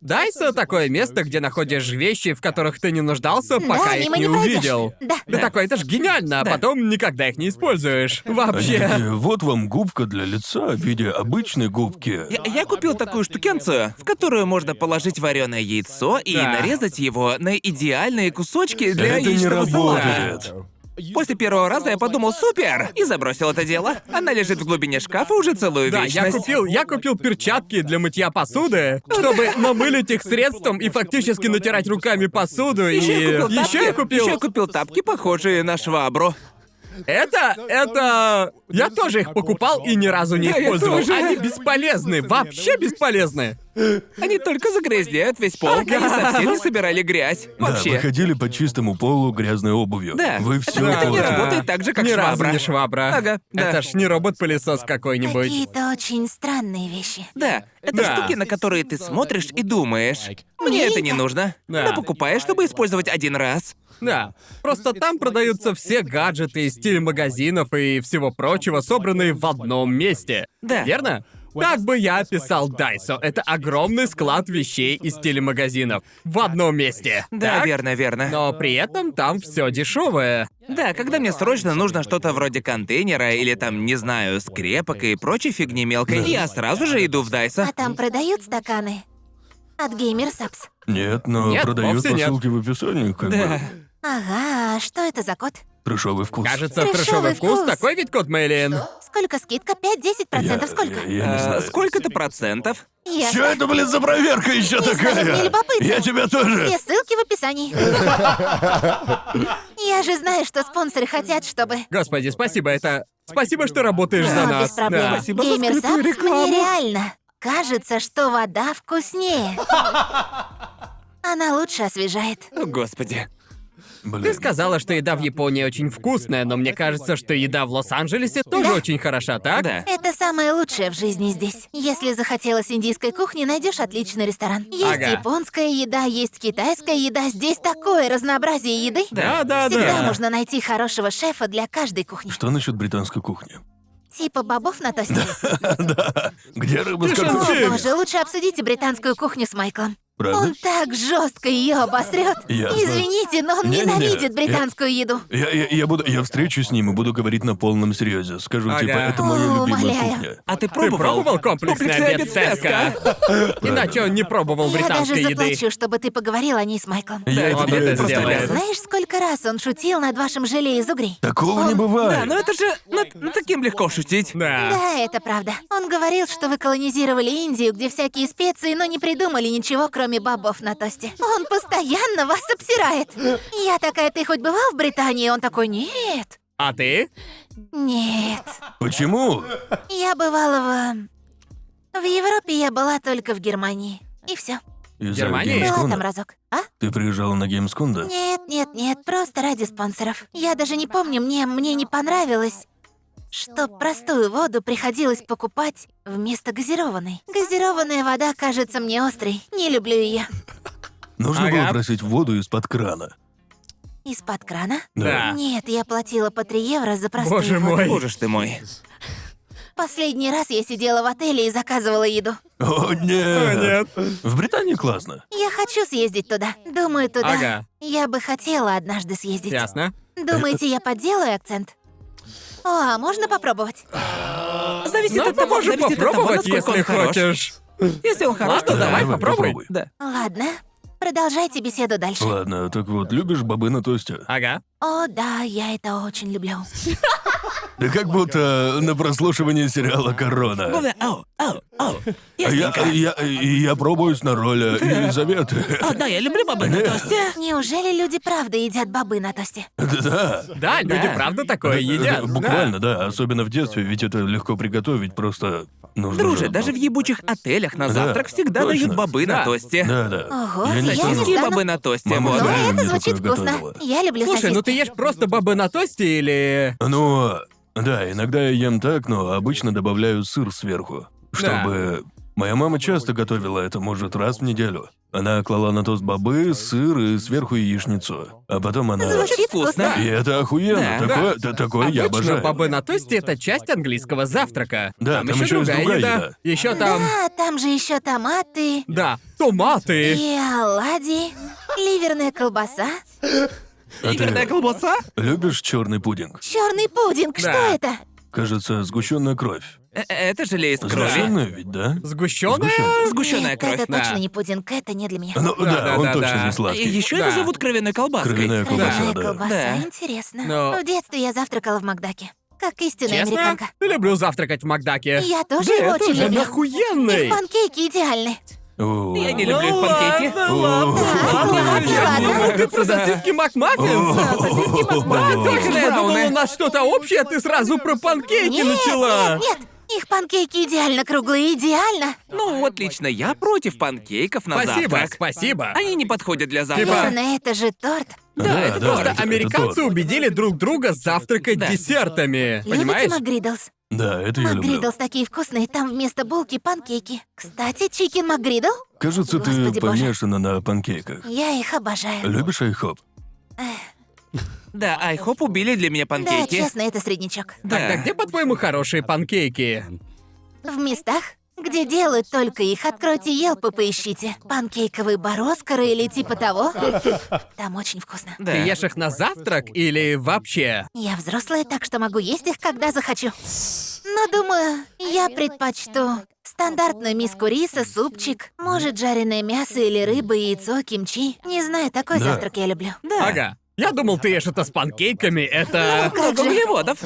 Speaker 3: Дайса — такое место, где находишь вещи, в которых ты не нуждался, Ну, пока
Speaker 1: да,
Speaker 3: их
Speaker 1: мимо
Speaker 3: не
Speaker 1: пройдешь.
Speaker 3: увидел.
Speaker 1: Да.
Speaker 3: Ты такой, это ж гениально, а потом никогда их не используешь.
Speaker 4: Они
Speaker 3: Вообще.
Speaker 4: такие, вот вам губка для лица в виде обычной губки.
Speaker 2: Я, я купил такую штукенцию, в которую можно положить вареное яйцо и
Speaker 3: Да.
Speaker 2: нарезать его на идеальные кусочки для
Speaker 4: Это не
Speaker 2: яичного салата.
Speaker 4: работает.
Speaker 2: После первого раза я подумал «Супер!» и забросил это дело. Она лежит в глубине шкафа уже целую
Speaker 3: Да,
Speaker 2: Э,
Speaker 3: я
Speaker 2: вечность.
Speaker 3: купил, я купил перчатки для мытья посуды, чтобы намылить их средством и фактически натирать руками посуду и...
Speaker 2: Еще я купил тапки,
Speaker 3: Еще я купил...
Speaker 2: ещё я купил тапки, похожие на швабру.
Speaker 3: Это, это... Я тоже их покупал и ни разу не
Speaker 2: Да, я
Speaker 3: использовал.
Speaker 2: тоже.
Speaker 3: Они бесполезны, вообще бесполезны.
Speaker 2: Они только загрязняют весь пол, и совсем не собирали грязь.
Speaker 4: Да,
Speaker 2: Вообще.
Speaker 4: вы ходили по чистому полу грязной обувью.
Speaker 2: Да.
Speaker 4: Вы
Speaker 2: Это-
Speaker 4: все
Speaker 2: это не
Speaker 3: Да.
Speaker 2: работает так же, как
Speaker 3: ни разу
Speaker 2: швабра.
Speaker 3: не швабра.
Speaker 2: Ага, да.
Speaker 3: Это ж не робот-пылесос какой-нибудь.
Speaker 1: Какие-то очень странные вещи.
Speaker 2: Да, это
Speaker 3: Да.
Speaker 2: штуки, на которые ты смотришь и думаешь. Мне это не нужно.
Speaker 3: Да.
Speaker 2: Но покупаешь, чтобы использовать один раз.
Speaker 3: Да. Просто там продаются все гаджеты из стиля магазинов и всего прочего, собранные в одном месте.
Speaker 2: Да.
Speaker 3: Верно? Так бы я описал Дайсо. Это огромный склад вещей из стиля магазинов. В одном месте.
Speaker 2: Да,
Speaker 3: Так?
Speaker 2: верно, верно.
Speaker 3: Но при этом там все дешевое.
Speaker 2: Да, когда мне срочно нужно что-то вроде контейнера или там, не знаю, скрепок и прочей фигни мелкой, я сразу же иду в Дайса.
Speaker 1: А там продают стаканы? От Gamer Subs.
Speaker 4: Нет, но
Speaker 3: Нет,
Speaker 4: продают
Speaker 3: вовсе
Speaker 4: по
Speaker 3: нет.
Speaker 4: ссылке в описании, как бы.
Speaker 1: Ага, а что это за код?
Speaker 4: Трешовый вкус.
Speaker 3: Кажется,
Speaker 1: Трэшовый
Speaker 3: трешовый вкус.
Speaker 1: вкус.
Speaker 3: Такой ведь кот Мейлин.
Speaker 1: Сколько скидка? 5-10%?
Speaker 4: я,
Speaker 1: Сколько?
Speaker 4: Я, я не
Speaker 2: Э,
Speaker 4: знаю.
Speaker 2: Сколько-то процентов?
Speaker 1: Я...
Speaker 4: Чё это, блин, за проверка еще такая?
Speaker 1: знаю, мне любопытно.
Speaker 4: Я тебя тоже.
Speaker 1: Все ссылки в описании. Я же знаю, что спонсоры хотят, чтобы...
Speaker 3: Господи, спасибо, это... Спасибо, что работаешь за
Speaker 1: Да, без
Speaker 3: нас.
Speaker 1: проблем.
Speaker 3: Да.
Speaker 2: Спасибо за
Speaker 1: Gamer
Speaker 2: скрытую
Speaker 1: Subs
Speaker 2: рекламу.
Speaker 1: мне реально. Кажется, что вода вкуснее. Она лучше освежает.
Speaker 2: О, господи.
Speaker 4: Блин.
Speaker 3: Ты сказала, что еда в Японии очень вкусная, но мне кажется, что еда в Лос-Анджелесе тоже
Speaker 1: Да.
Speaker 3: очень хороша, так?
Speaker 2: Да.
Speaker 1: Это самое лучшее в жизни здесь. Если захотелось индийской кухни, найдешь отличный ресторан. Есть
Speaker 3: Ага.
Speaker 1: японская еда, есть китайская еда. Здесь такое разнообразие еды.
Speaker 3: Да, да,
Speaker 1: Всегда
Speaker 3: да.
Speaker 1: можно найти хорошего шефа для каждой кухни.
Speaker 4: Что насчет британской кухни?
Speaker 1: Типа бобов на тосте.
Speaker 4: Где рыба с
Speaker 3: Ты
Speaker 1: О,
Speaker 4: картофелем?
Speaker 3: шутишь?
Speaker 1: боже, лучше обсудите британскую кухню с Майклом.
Speaker 4: Правда?
Speaker 1: Он так жестко ее обосрет.
Speaker 4: Ясно.
Speaker 1: Извините, но он
Speaker 4: Не-не-не.
Speaker 1: ненавидит британскую еду.
Speaker 4: Я, я, я буду, я встречусь с ним и буду говорить на полном серьезе. Скажу,
Speaker 3: Ага.
Speaker 4: типа, это моя
Speaker 1: О,
Speaker 4: любимая
Speaker 1: умоляю.
Speaker 4: кухня.
Speaker 2: А ты
Speaker 3: Ты
Speaker 2: пробовал?
Speaker 3: пробовал комплексный обед Теска? Иначе он не пробовал
Speaker 1: Я даже
Speaker 3: британской еды.
Speaker 1: заплачу, чтобы ты поговорил о ней с Майклом.
Speaker 4: Я
Speaker 2: это
Speaker 4: это,
Speaker 3: вот
Speaker 4: я
Speaker 3: это
Speaker 4: это
Speaker 3: сделает.
Speaker 4: сделаю.
Speaker 2: Ясно.
Speaker 1: Знаешь, сколько раз он шутил над вашим желе из угрей?
Speaker 4: Такого не
Speaker 1: ну
Speaker 2: Да,
Speaker 4: бывает.
Speaker 2: но это же... Над, над таким легко шутить.
Speaker 3: Да.
Speaker 1: Да, это правда. Он говорил, что вы колонизировали Индию, где всякие специи, но не придумали ничего, кроме бобов на тосте. Он постоянно вас обсирает. Я такая, ты хоть бывал в Британии? Он такой, нет,
Speaker 3: А ты?
Speaker 1: нет.
Speaker 4: Почему?
Speaker 1: Я бывала в... В Европе я была только в Германии. И все.
Speaker 4: Из-за
Speaker 3: Германия?
Speaker 1: Была там
Speaker 4: Gamescom-а?
Speaker 1: разок. А?
Speaker 4: Ты приезжала на Gamescom, да?
Speaker 1: Нет, нет, нет, просто ради спонсоров. Я даже не помню, мне, мне не понравилось, что простую воду приходилось покупать вместо газированной. Газированная вода кажется мне острой. Не люблю ее.
Speaker 4: Нужно
Speaker 3: Ага.
Speaker 4: было просить воду из-под крана.
Speaker 1: Из-под крана?
Speaker 3: Да.
Speaker 1: Нет, я платила по 3 евро за простую
Speaker 3: А. Боже
Speaker 1: воду.
Speaker 3: мой.
Speaker 2: Боже ж ты мой.
Speaker 1: Последний раз я сидела в отеле и заказывала еду.
Speaker 4: О,
Speaker 3: О,
Speaker 4: нет.
Speaker 3: нет.
Speaker 4: В Британии классно.
Speaker 1: Я хочу съездить туда. Думаю, туда.
Speaker 3: Ага.
Speaker 1: Я бы хотела однажды съездить.
Speaker 3: Ясно.
Speaker 1: Думаете, я подделаю акцент? О, а можно попробовать?
Speaker 2: Зависит
Speaker 3: Ну,
Speaker 2: от того,
Speaker 3: можем
Speaker 2: зависит от того,
Speaker 3: попробовать,
Speaker 2: насколько
Speaker 3: если
Speaker 2: он хорош.
Speaker 3: хочешь.
Speaker 2: Если он хорош, то
Speaker 3: Ладно,
Speaker 2: давай.
Speaker 3: давай, попробуй.
Speaker 4: попробуй.
Speaker 2: Да.
Speaker 1: Ладно, продолжайте беседу дальше.
Speaker 4: Ладно, так вот, любишь бобы на тосте?
Speaker 3: Ага.
Speaker 1: О, да, я это очень люблю.
Speaker 4: Да как будто на прослушивании сериала
Speaker 2: Ну
Speaker 4: «Корона».
Speaker 2: да, ау, ау, ау.
Speaker 4: А Я,
Speaker 2: Ясненько.
Speaker 4: я, и я пробуюсь на роль э, Елизаветы.
Speaker 2: О, А, да, я люблю бобы на тосте.
Speaker 1: Неужели люди правда едят бобы на тосте?
Speaker 4: Да.
Speaker 3: Да, люди правда такое едят. да.
Speaker 4: Буквально, да, особенно в детстве, ведь это легко приготовить, просто нужно.
Speaker 2: Друже,
Speaker 4: Ну же- ну.
Speaker 2: даже в ебучих отелях на
Speaker 4: Да,
Speaker 2: завтрак всегда
Speaker 4: точно.
Speaker 2: дают бобы на
Speaker 3: Да.
Speaker 2: тосте.
Speaker 4: Да, да.
Speaker 1: Ого,
Speaker 4: Я не
Speaker 1: я
Speaker 4: знаю.
Speaker 1: не
Speaker 2: Сосиски и
Speaker 1: стану...
Speaker 2: бобы на тосте,
Speaker 4: Мама,
Speaker 2: вот.
Speaker 1: Но
Speaker 4: да. Реально,
Speaker 1: это
Speaker 4: мне
Speaker 1: звучит
Speaker 4: такое
Speaker 1: вкусно.
Speaker 4: готовила.
Speaker 1: Я люблю
Speaker 3: Слушай, ну
Speaker 1: сосиски.
Speaker 3: ты ешь просто бобы на тосте или...
Speaker 4: Ну, да, иногда я ем так, но обычно А добавляю сыр сверху, чтобы. Моя мама часто готовила это, может, раз в неделю. Она клала на тост бобы, сыр и сверху яичницу. А потом она...
Speaker 1: Звучит
Speaker 2: вкусно.
Speaker 1: вкусно.
Speaker 4: И это охуенно.
Speaker 2: Да.
Speaker 4: такое, та- такое я
Speaker 3: Обычно
Speaker 4: обожаю.
Speaker 3: бобы на тосте — это часть английского завтрака.
Speaker 4: Да, там
Speaker 3: еще
Speaker 4: ещё есть другая еда.
Speaker 3: Еще там...
Speaker 1: А там же еще томаты
Speaker 3: Да, томаты.
Speaker 1: и оладьи, ливерная колбаса,
Speaker 4: А ты
Speaker 2: Северная колбаса?
Speaker 4: любишь черный пудинг?
Speaker 1: черный пудинг. Что
Speaker 3: Да.
Speaker 1: это?
Speaker 4: Кажется, сгущенная кровь.
Speaker 2: Э, Это желе из крови.
Speaker 4: Сгущенная ведь, да?
Speaker 3: Сгущенная?
Speaker 4: Сгущённая.
Speaker 2: Сгущенная
Speaker 1: Нет,
Speaker 2: кровь.
Speaker 1: это
Speaker 3: да.
Speaker 1: точно не пудинг, это не для меня.
Speaker 4: Ну да,
Speaker 3: да,
Speaker 4: он
Speaker 3: да,
Speaker 4: точно
Speaker 3: да.
Speaker 4: не сладкий.
Speaker 2: Еще
Speaker 3: Да.
Speaker 2: это зовут кровяной колбаской.
Speaker 4: Кровяная колбаса,
Speaker 1: Кровяная
Speaker 4: да.
Speaker 1: колбаса,
Speaker 2: Да.
Speaker 1: а, интересно.
Speaker 3: Но-
Speaker 1: В детстве я завтракала в Макдаке, как истинная
Speaker 3: Честно?
Speaker 1: американка.
Speaker 3: Люблю завтракать в Макдаке.
Speaker 1: Я тоже
Speaker 3: Да,
Speaker 1: его
Speaker 3: я
Speaker 1: очень
Speaker 3: тоже. Он
Speaker 1: люблю.
Speaker 3: охуенный.
Speaker 1: Их панкейки идеальны.
Speaker 4: О.
Speaker 2: Я не люблю их
Speaker 3: Ну
Speaker 2: панкейки.
Speaker 3: ладно,
Speaker 4: О.
Speaker 3: Я
Speaker 1: ладно.
Speaker 3: думал, ты про сосиски
Speaker 4: О.
Speaker 3: Макмаффинс. Да, точно, я думал, у нас что-то общее, а ты сразу про панкейки
Speaker 1: Нет,
Speaker 3: начала.
Speaker 1: нет, нет. Их панкейки идеально круглые, идеально.
Speaker 2: Ну вот лично я против панкейков на
Speaker 3: Спасибо, Типа-
Speaker 2: завтрак.
Speaker 3: спасибо.
Speaker 2: Они не подходят для завтрака.
Speaker 1: Верно, это же торт.
Speaker 4: Да,
Speaker 3: Да, это
Speaker 4: да,
Speaker 3: просто
Speaker 4: это- это
Speaker 3: американцы
Speaker 4: торт.
Speaker 3: убедили друг друга завтракать
Speaker 2: Да.
Speaker 3: десертами.
Speaker 1: Любите
Speaker 3: Понимаешь?
Speaker 1: Макгридлс?
Speaker 4: Да, это я люблю.
Speaker 1: Макгридлс такие вкусные, там вместо булки панкейки. Кстати, чикен Макгридл,
Speaker 4: Кажется, ты
Speaker 1: Господи боже.
Speaker 4: помешана на панкейках.
Speaker 1: я их обожаю.
Speaker 4: Любишь айхоп?
Speaker 2: Да, айхоп убили для меня
Speaker 1: Да,
Speaker 2: панкейки.
Speaker 1: честно, это среднячок.
Speaker 3: Тогда где, по-твоему, хорошие панкейки?
Speaker 1: В местах, где делают только их, откройте Елп и поищите. Панкейковый бар Оскара или типа того. Там очень вкусно.
Speaker 2: Да.
Speaker 3: Ты ешь их на завтрак или вообще?
Speaker 1: Я взрослая, так что могу есть их, когда захочу. Но думаю, я предпочту стандартную миску риса, супчик, может, жареное мясо или рыба, яйцо, кимчи. Не знаю, такой
Speaker 4: Да.
Speaker 1: завтрак я люблю.
Speaker 2: Да. Ну,
Speaker 3: Ага. Я думал, ты ешь это с панкейками, это...
Speaker 1: Как
Speaker 2: Много
Speaker 1: же?
Speaker 2: углеводов.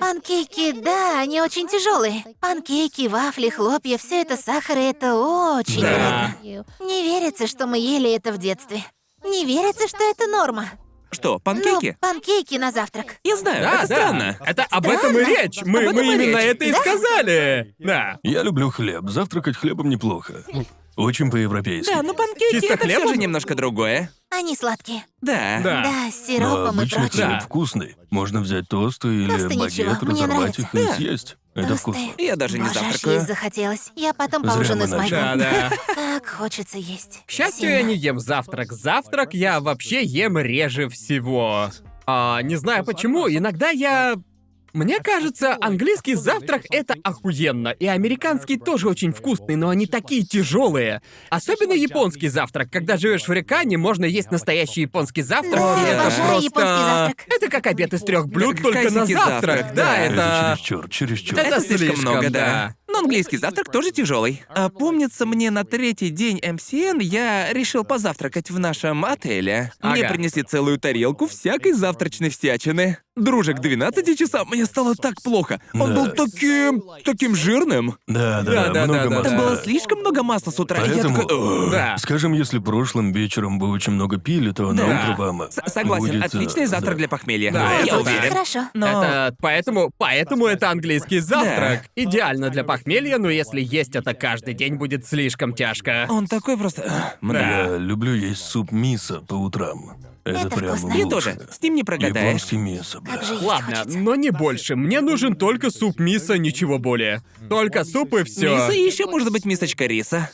Speaker 1: Панкейки, да, они очень тяжелые. Панкейки, вафли, хлопья, все это сахар, и это очень
Speaker 3: Да.
Speaker 4: А.
Speaker 1: вредно. Не верится, что мы ели это в детстве. Не верится, что это норма.
Speaker 2: Что,
Speaker 1: Ну,
Speaker 2: панкейки?
Speaker 1: панкейки на завтрак.
Speaker 2: Я знаю,
Speaker 3: Да,
Speaker 2: это
Speaker 3: да.
Speaker 2: странно.
Speaker 3: Это об этом и речь. Мы,
Speaker 2: Об
Speaker 3: мы
Speaker 2: этом и
Speaker 3: именно
Speaker 2: речь.
Speaker 3: это и сказали. Да.
Speaker 4: Я люблю хлеб. Завтракать хлебом неплохо. Очень по-европейски.
Speaker 2: Да, но панкейки
Speaker 3: Чисто
Speaker 2: это все
Speaker 3: хлебом?
Speaker 2: же немножко другое.
Speaker 1: Они сладкие.
Speaker 2: Да.
Speaker 3: Да.
Speaker 1: Да, с
Speaker 4: Но
Speaker 1: сиропом и
Speaker 4: Ну, обычно
Speaker 1: прочим.
Speaker 4: хлеб вкусный. Можно взять тосты или
Speaker 1: Тосты ничего,
Speaker 4: багет,
Speaker 1: мне
Speaker 4: разорвать их и
Speaker 2: нравится.
Speaker 4: съесть. Это
Speaker 1: Тосты.
Speaker 4: вкусно.
Speaker 2: Я даже не
Speaker 1: Боже, аж
Speaker 2: завтракаю.
Speaker 1: есть захотелось. Я потом
Speaker 4: Зря
Speaker 1: поужинаю
Speaker 4: мы
Speaker 1: с
Speaker 4: начали.
Speaker 1: Майклом.
Speaker 3: Да, да.
Speaker 1: Как хочется есть.
Speaker 3: К счастью,
Speaker 1: Сильно.
Speaker 3: я не ем завтрак. Завтрак я вообще ем реже всего. А, не знаю почему, иногда я... Мне кажется, английский завтрак — это охуенно, и американский тоже очень вкусный, но они такие тяжелые. Особенно японский завтрак. Когда живешь в Рикане, можно есть настоящий японский завтрак.
Speaker 1: Да,
Speaker 3: и это
Speaker 1: обожаю
Speaker 3: просто...
Speaker 1: японский завтрак.
Speaker 3: Это как обед из трех блюд,
Speaker 2: Как
Speaker 3: только на
Speaker 2: кайзики
Speaker 3: завтрак.
Speaker 2: завтрак,
Speaker 3: Да,
Speaker 2: да.
Speaker 3: это...
Speaker 4: чересчур, чересчур.
Speaker 3: Это
Speaker 2: Это слишком
Speaker 3: слишком,
Speaker 2: много,
Speaker 3: да.
Speaker 2: да. Но английский завтрак тоже тяжелый. А помнится мне на третий день МСН я решил позавтракать в нашем отеле. Мне
Speaker 3: Ага.
Speaker 2: принесли целую тарелку всякой завтрачной всячины. Друже, к 12 часам мне стало так плохо. Он
Speaker 4: Да.
Speaker 2: был таким... таким жирным.
Speaker 4: Да, да,
Speaker 3: Да, да,
Speaker 4: много
Speaker 3: да, да,
Speaker 4: масла.
Speaker 2: Там
Speaker 3: да.
Speaker 2: было слишком много масла с утра. и я
Speaker 4: Поэтому, э,
Speaker 2: такой, «Ugh».
Speaker 3: Да.
Speaker 4: скажем, если прошлым вечером вы очень много пили, то на
Speaker 2: Да.
Speaker 4: утро вам
Speaker 2: С- согласен,
Speaker 4: будет, э,
Speaker 2: отличный завтрак
Speaker 4: да.
Speaker 2: для похмелья.
Speaker 3: Да,
Speaker 2: я
Speaker 3: это
Speaker 1: Звучит
Speaker 2: уверен.
Speaker 1: хорошо.
Speaker 2: Но...
Speaker 3: Это поэтому, поэтому это английский завтрак. Идеально для похмелья, но если есть это каждый день, будет слишком тяжко.
Speaker 2: Он такой просто... «Ugh».
Speaker 3: Да.
Speaker 4: Я люблю есть суп мисо по утрам. Это,
Speaker 1: Это
Speaker 4: прям
Speaker 1: вкусно.
Speaker 4: лучше.
Speaker 2: Я тоже. С ним не прогадаешь.
Speaker 4: Японский мисо, бля.
Speaker 1: Как же есть
Speaker 3: Ладно,
Speaker 1: хочется.
Speaker 3: но не больше. Мне нужен только суп мисо, ничего более. Только суп и
Speaker 2: Мисо и
Speaker 3: все.
Speaker 2: еще может быть мисочка риса.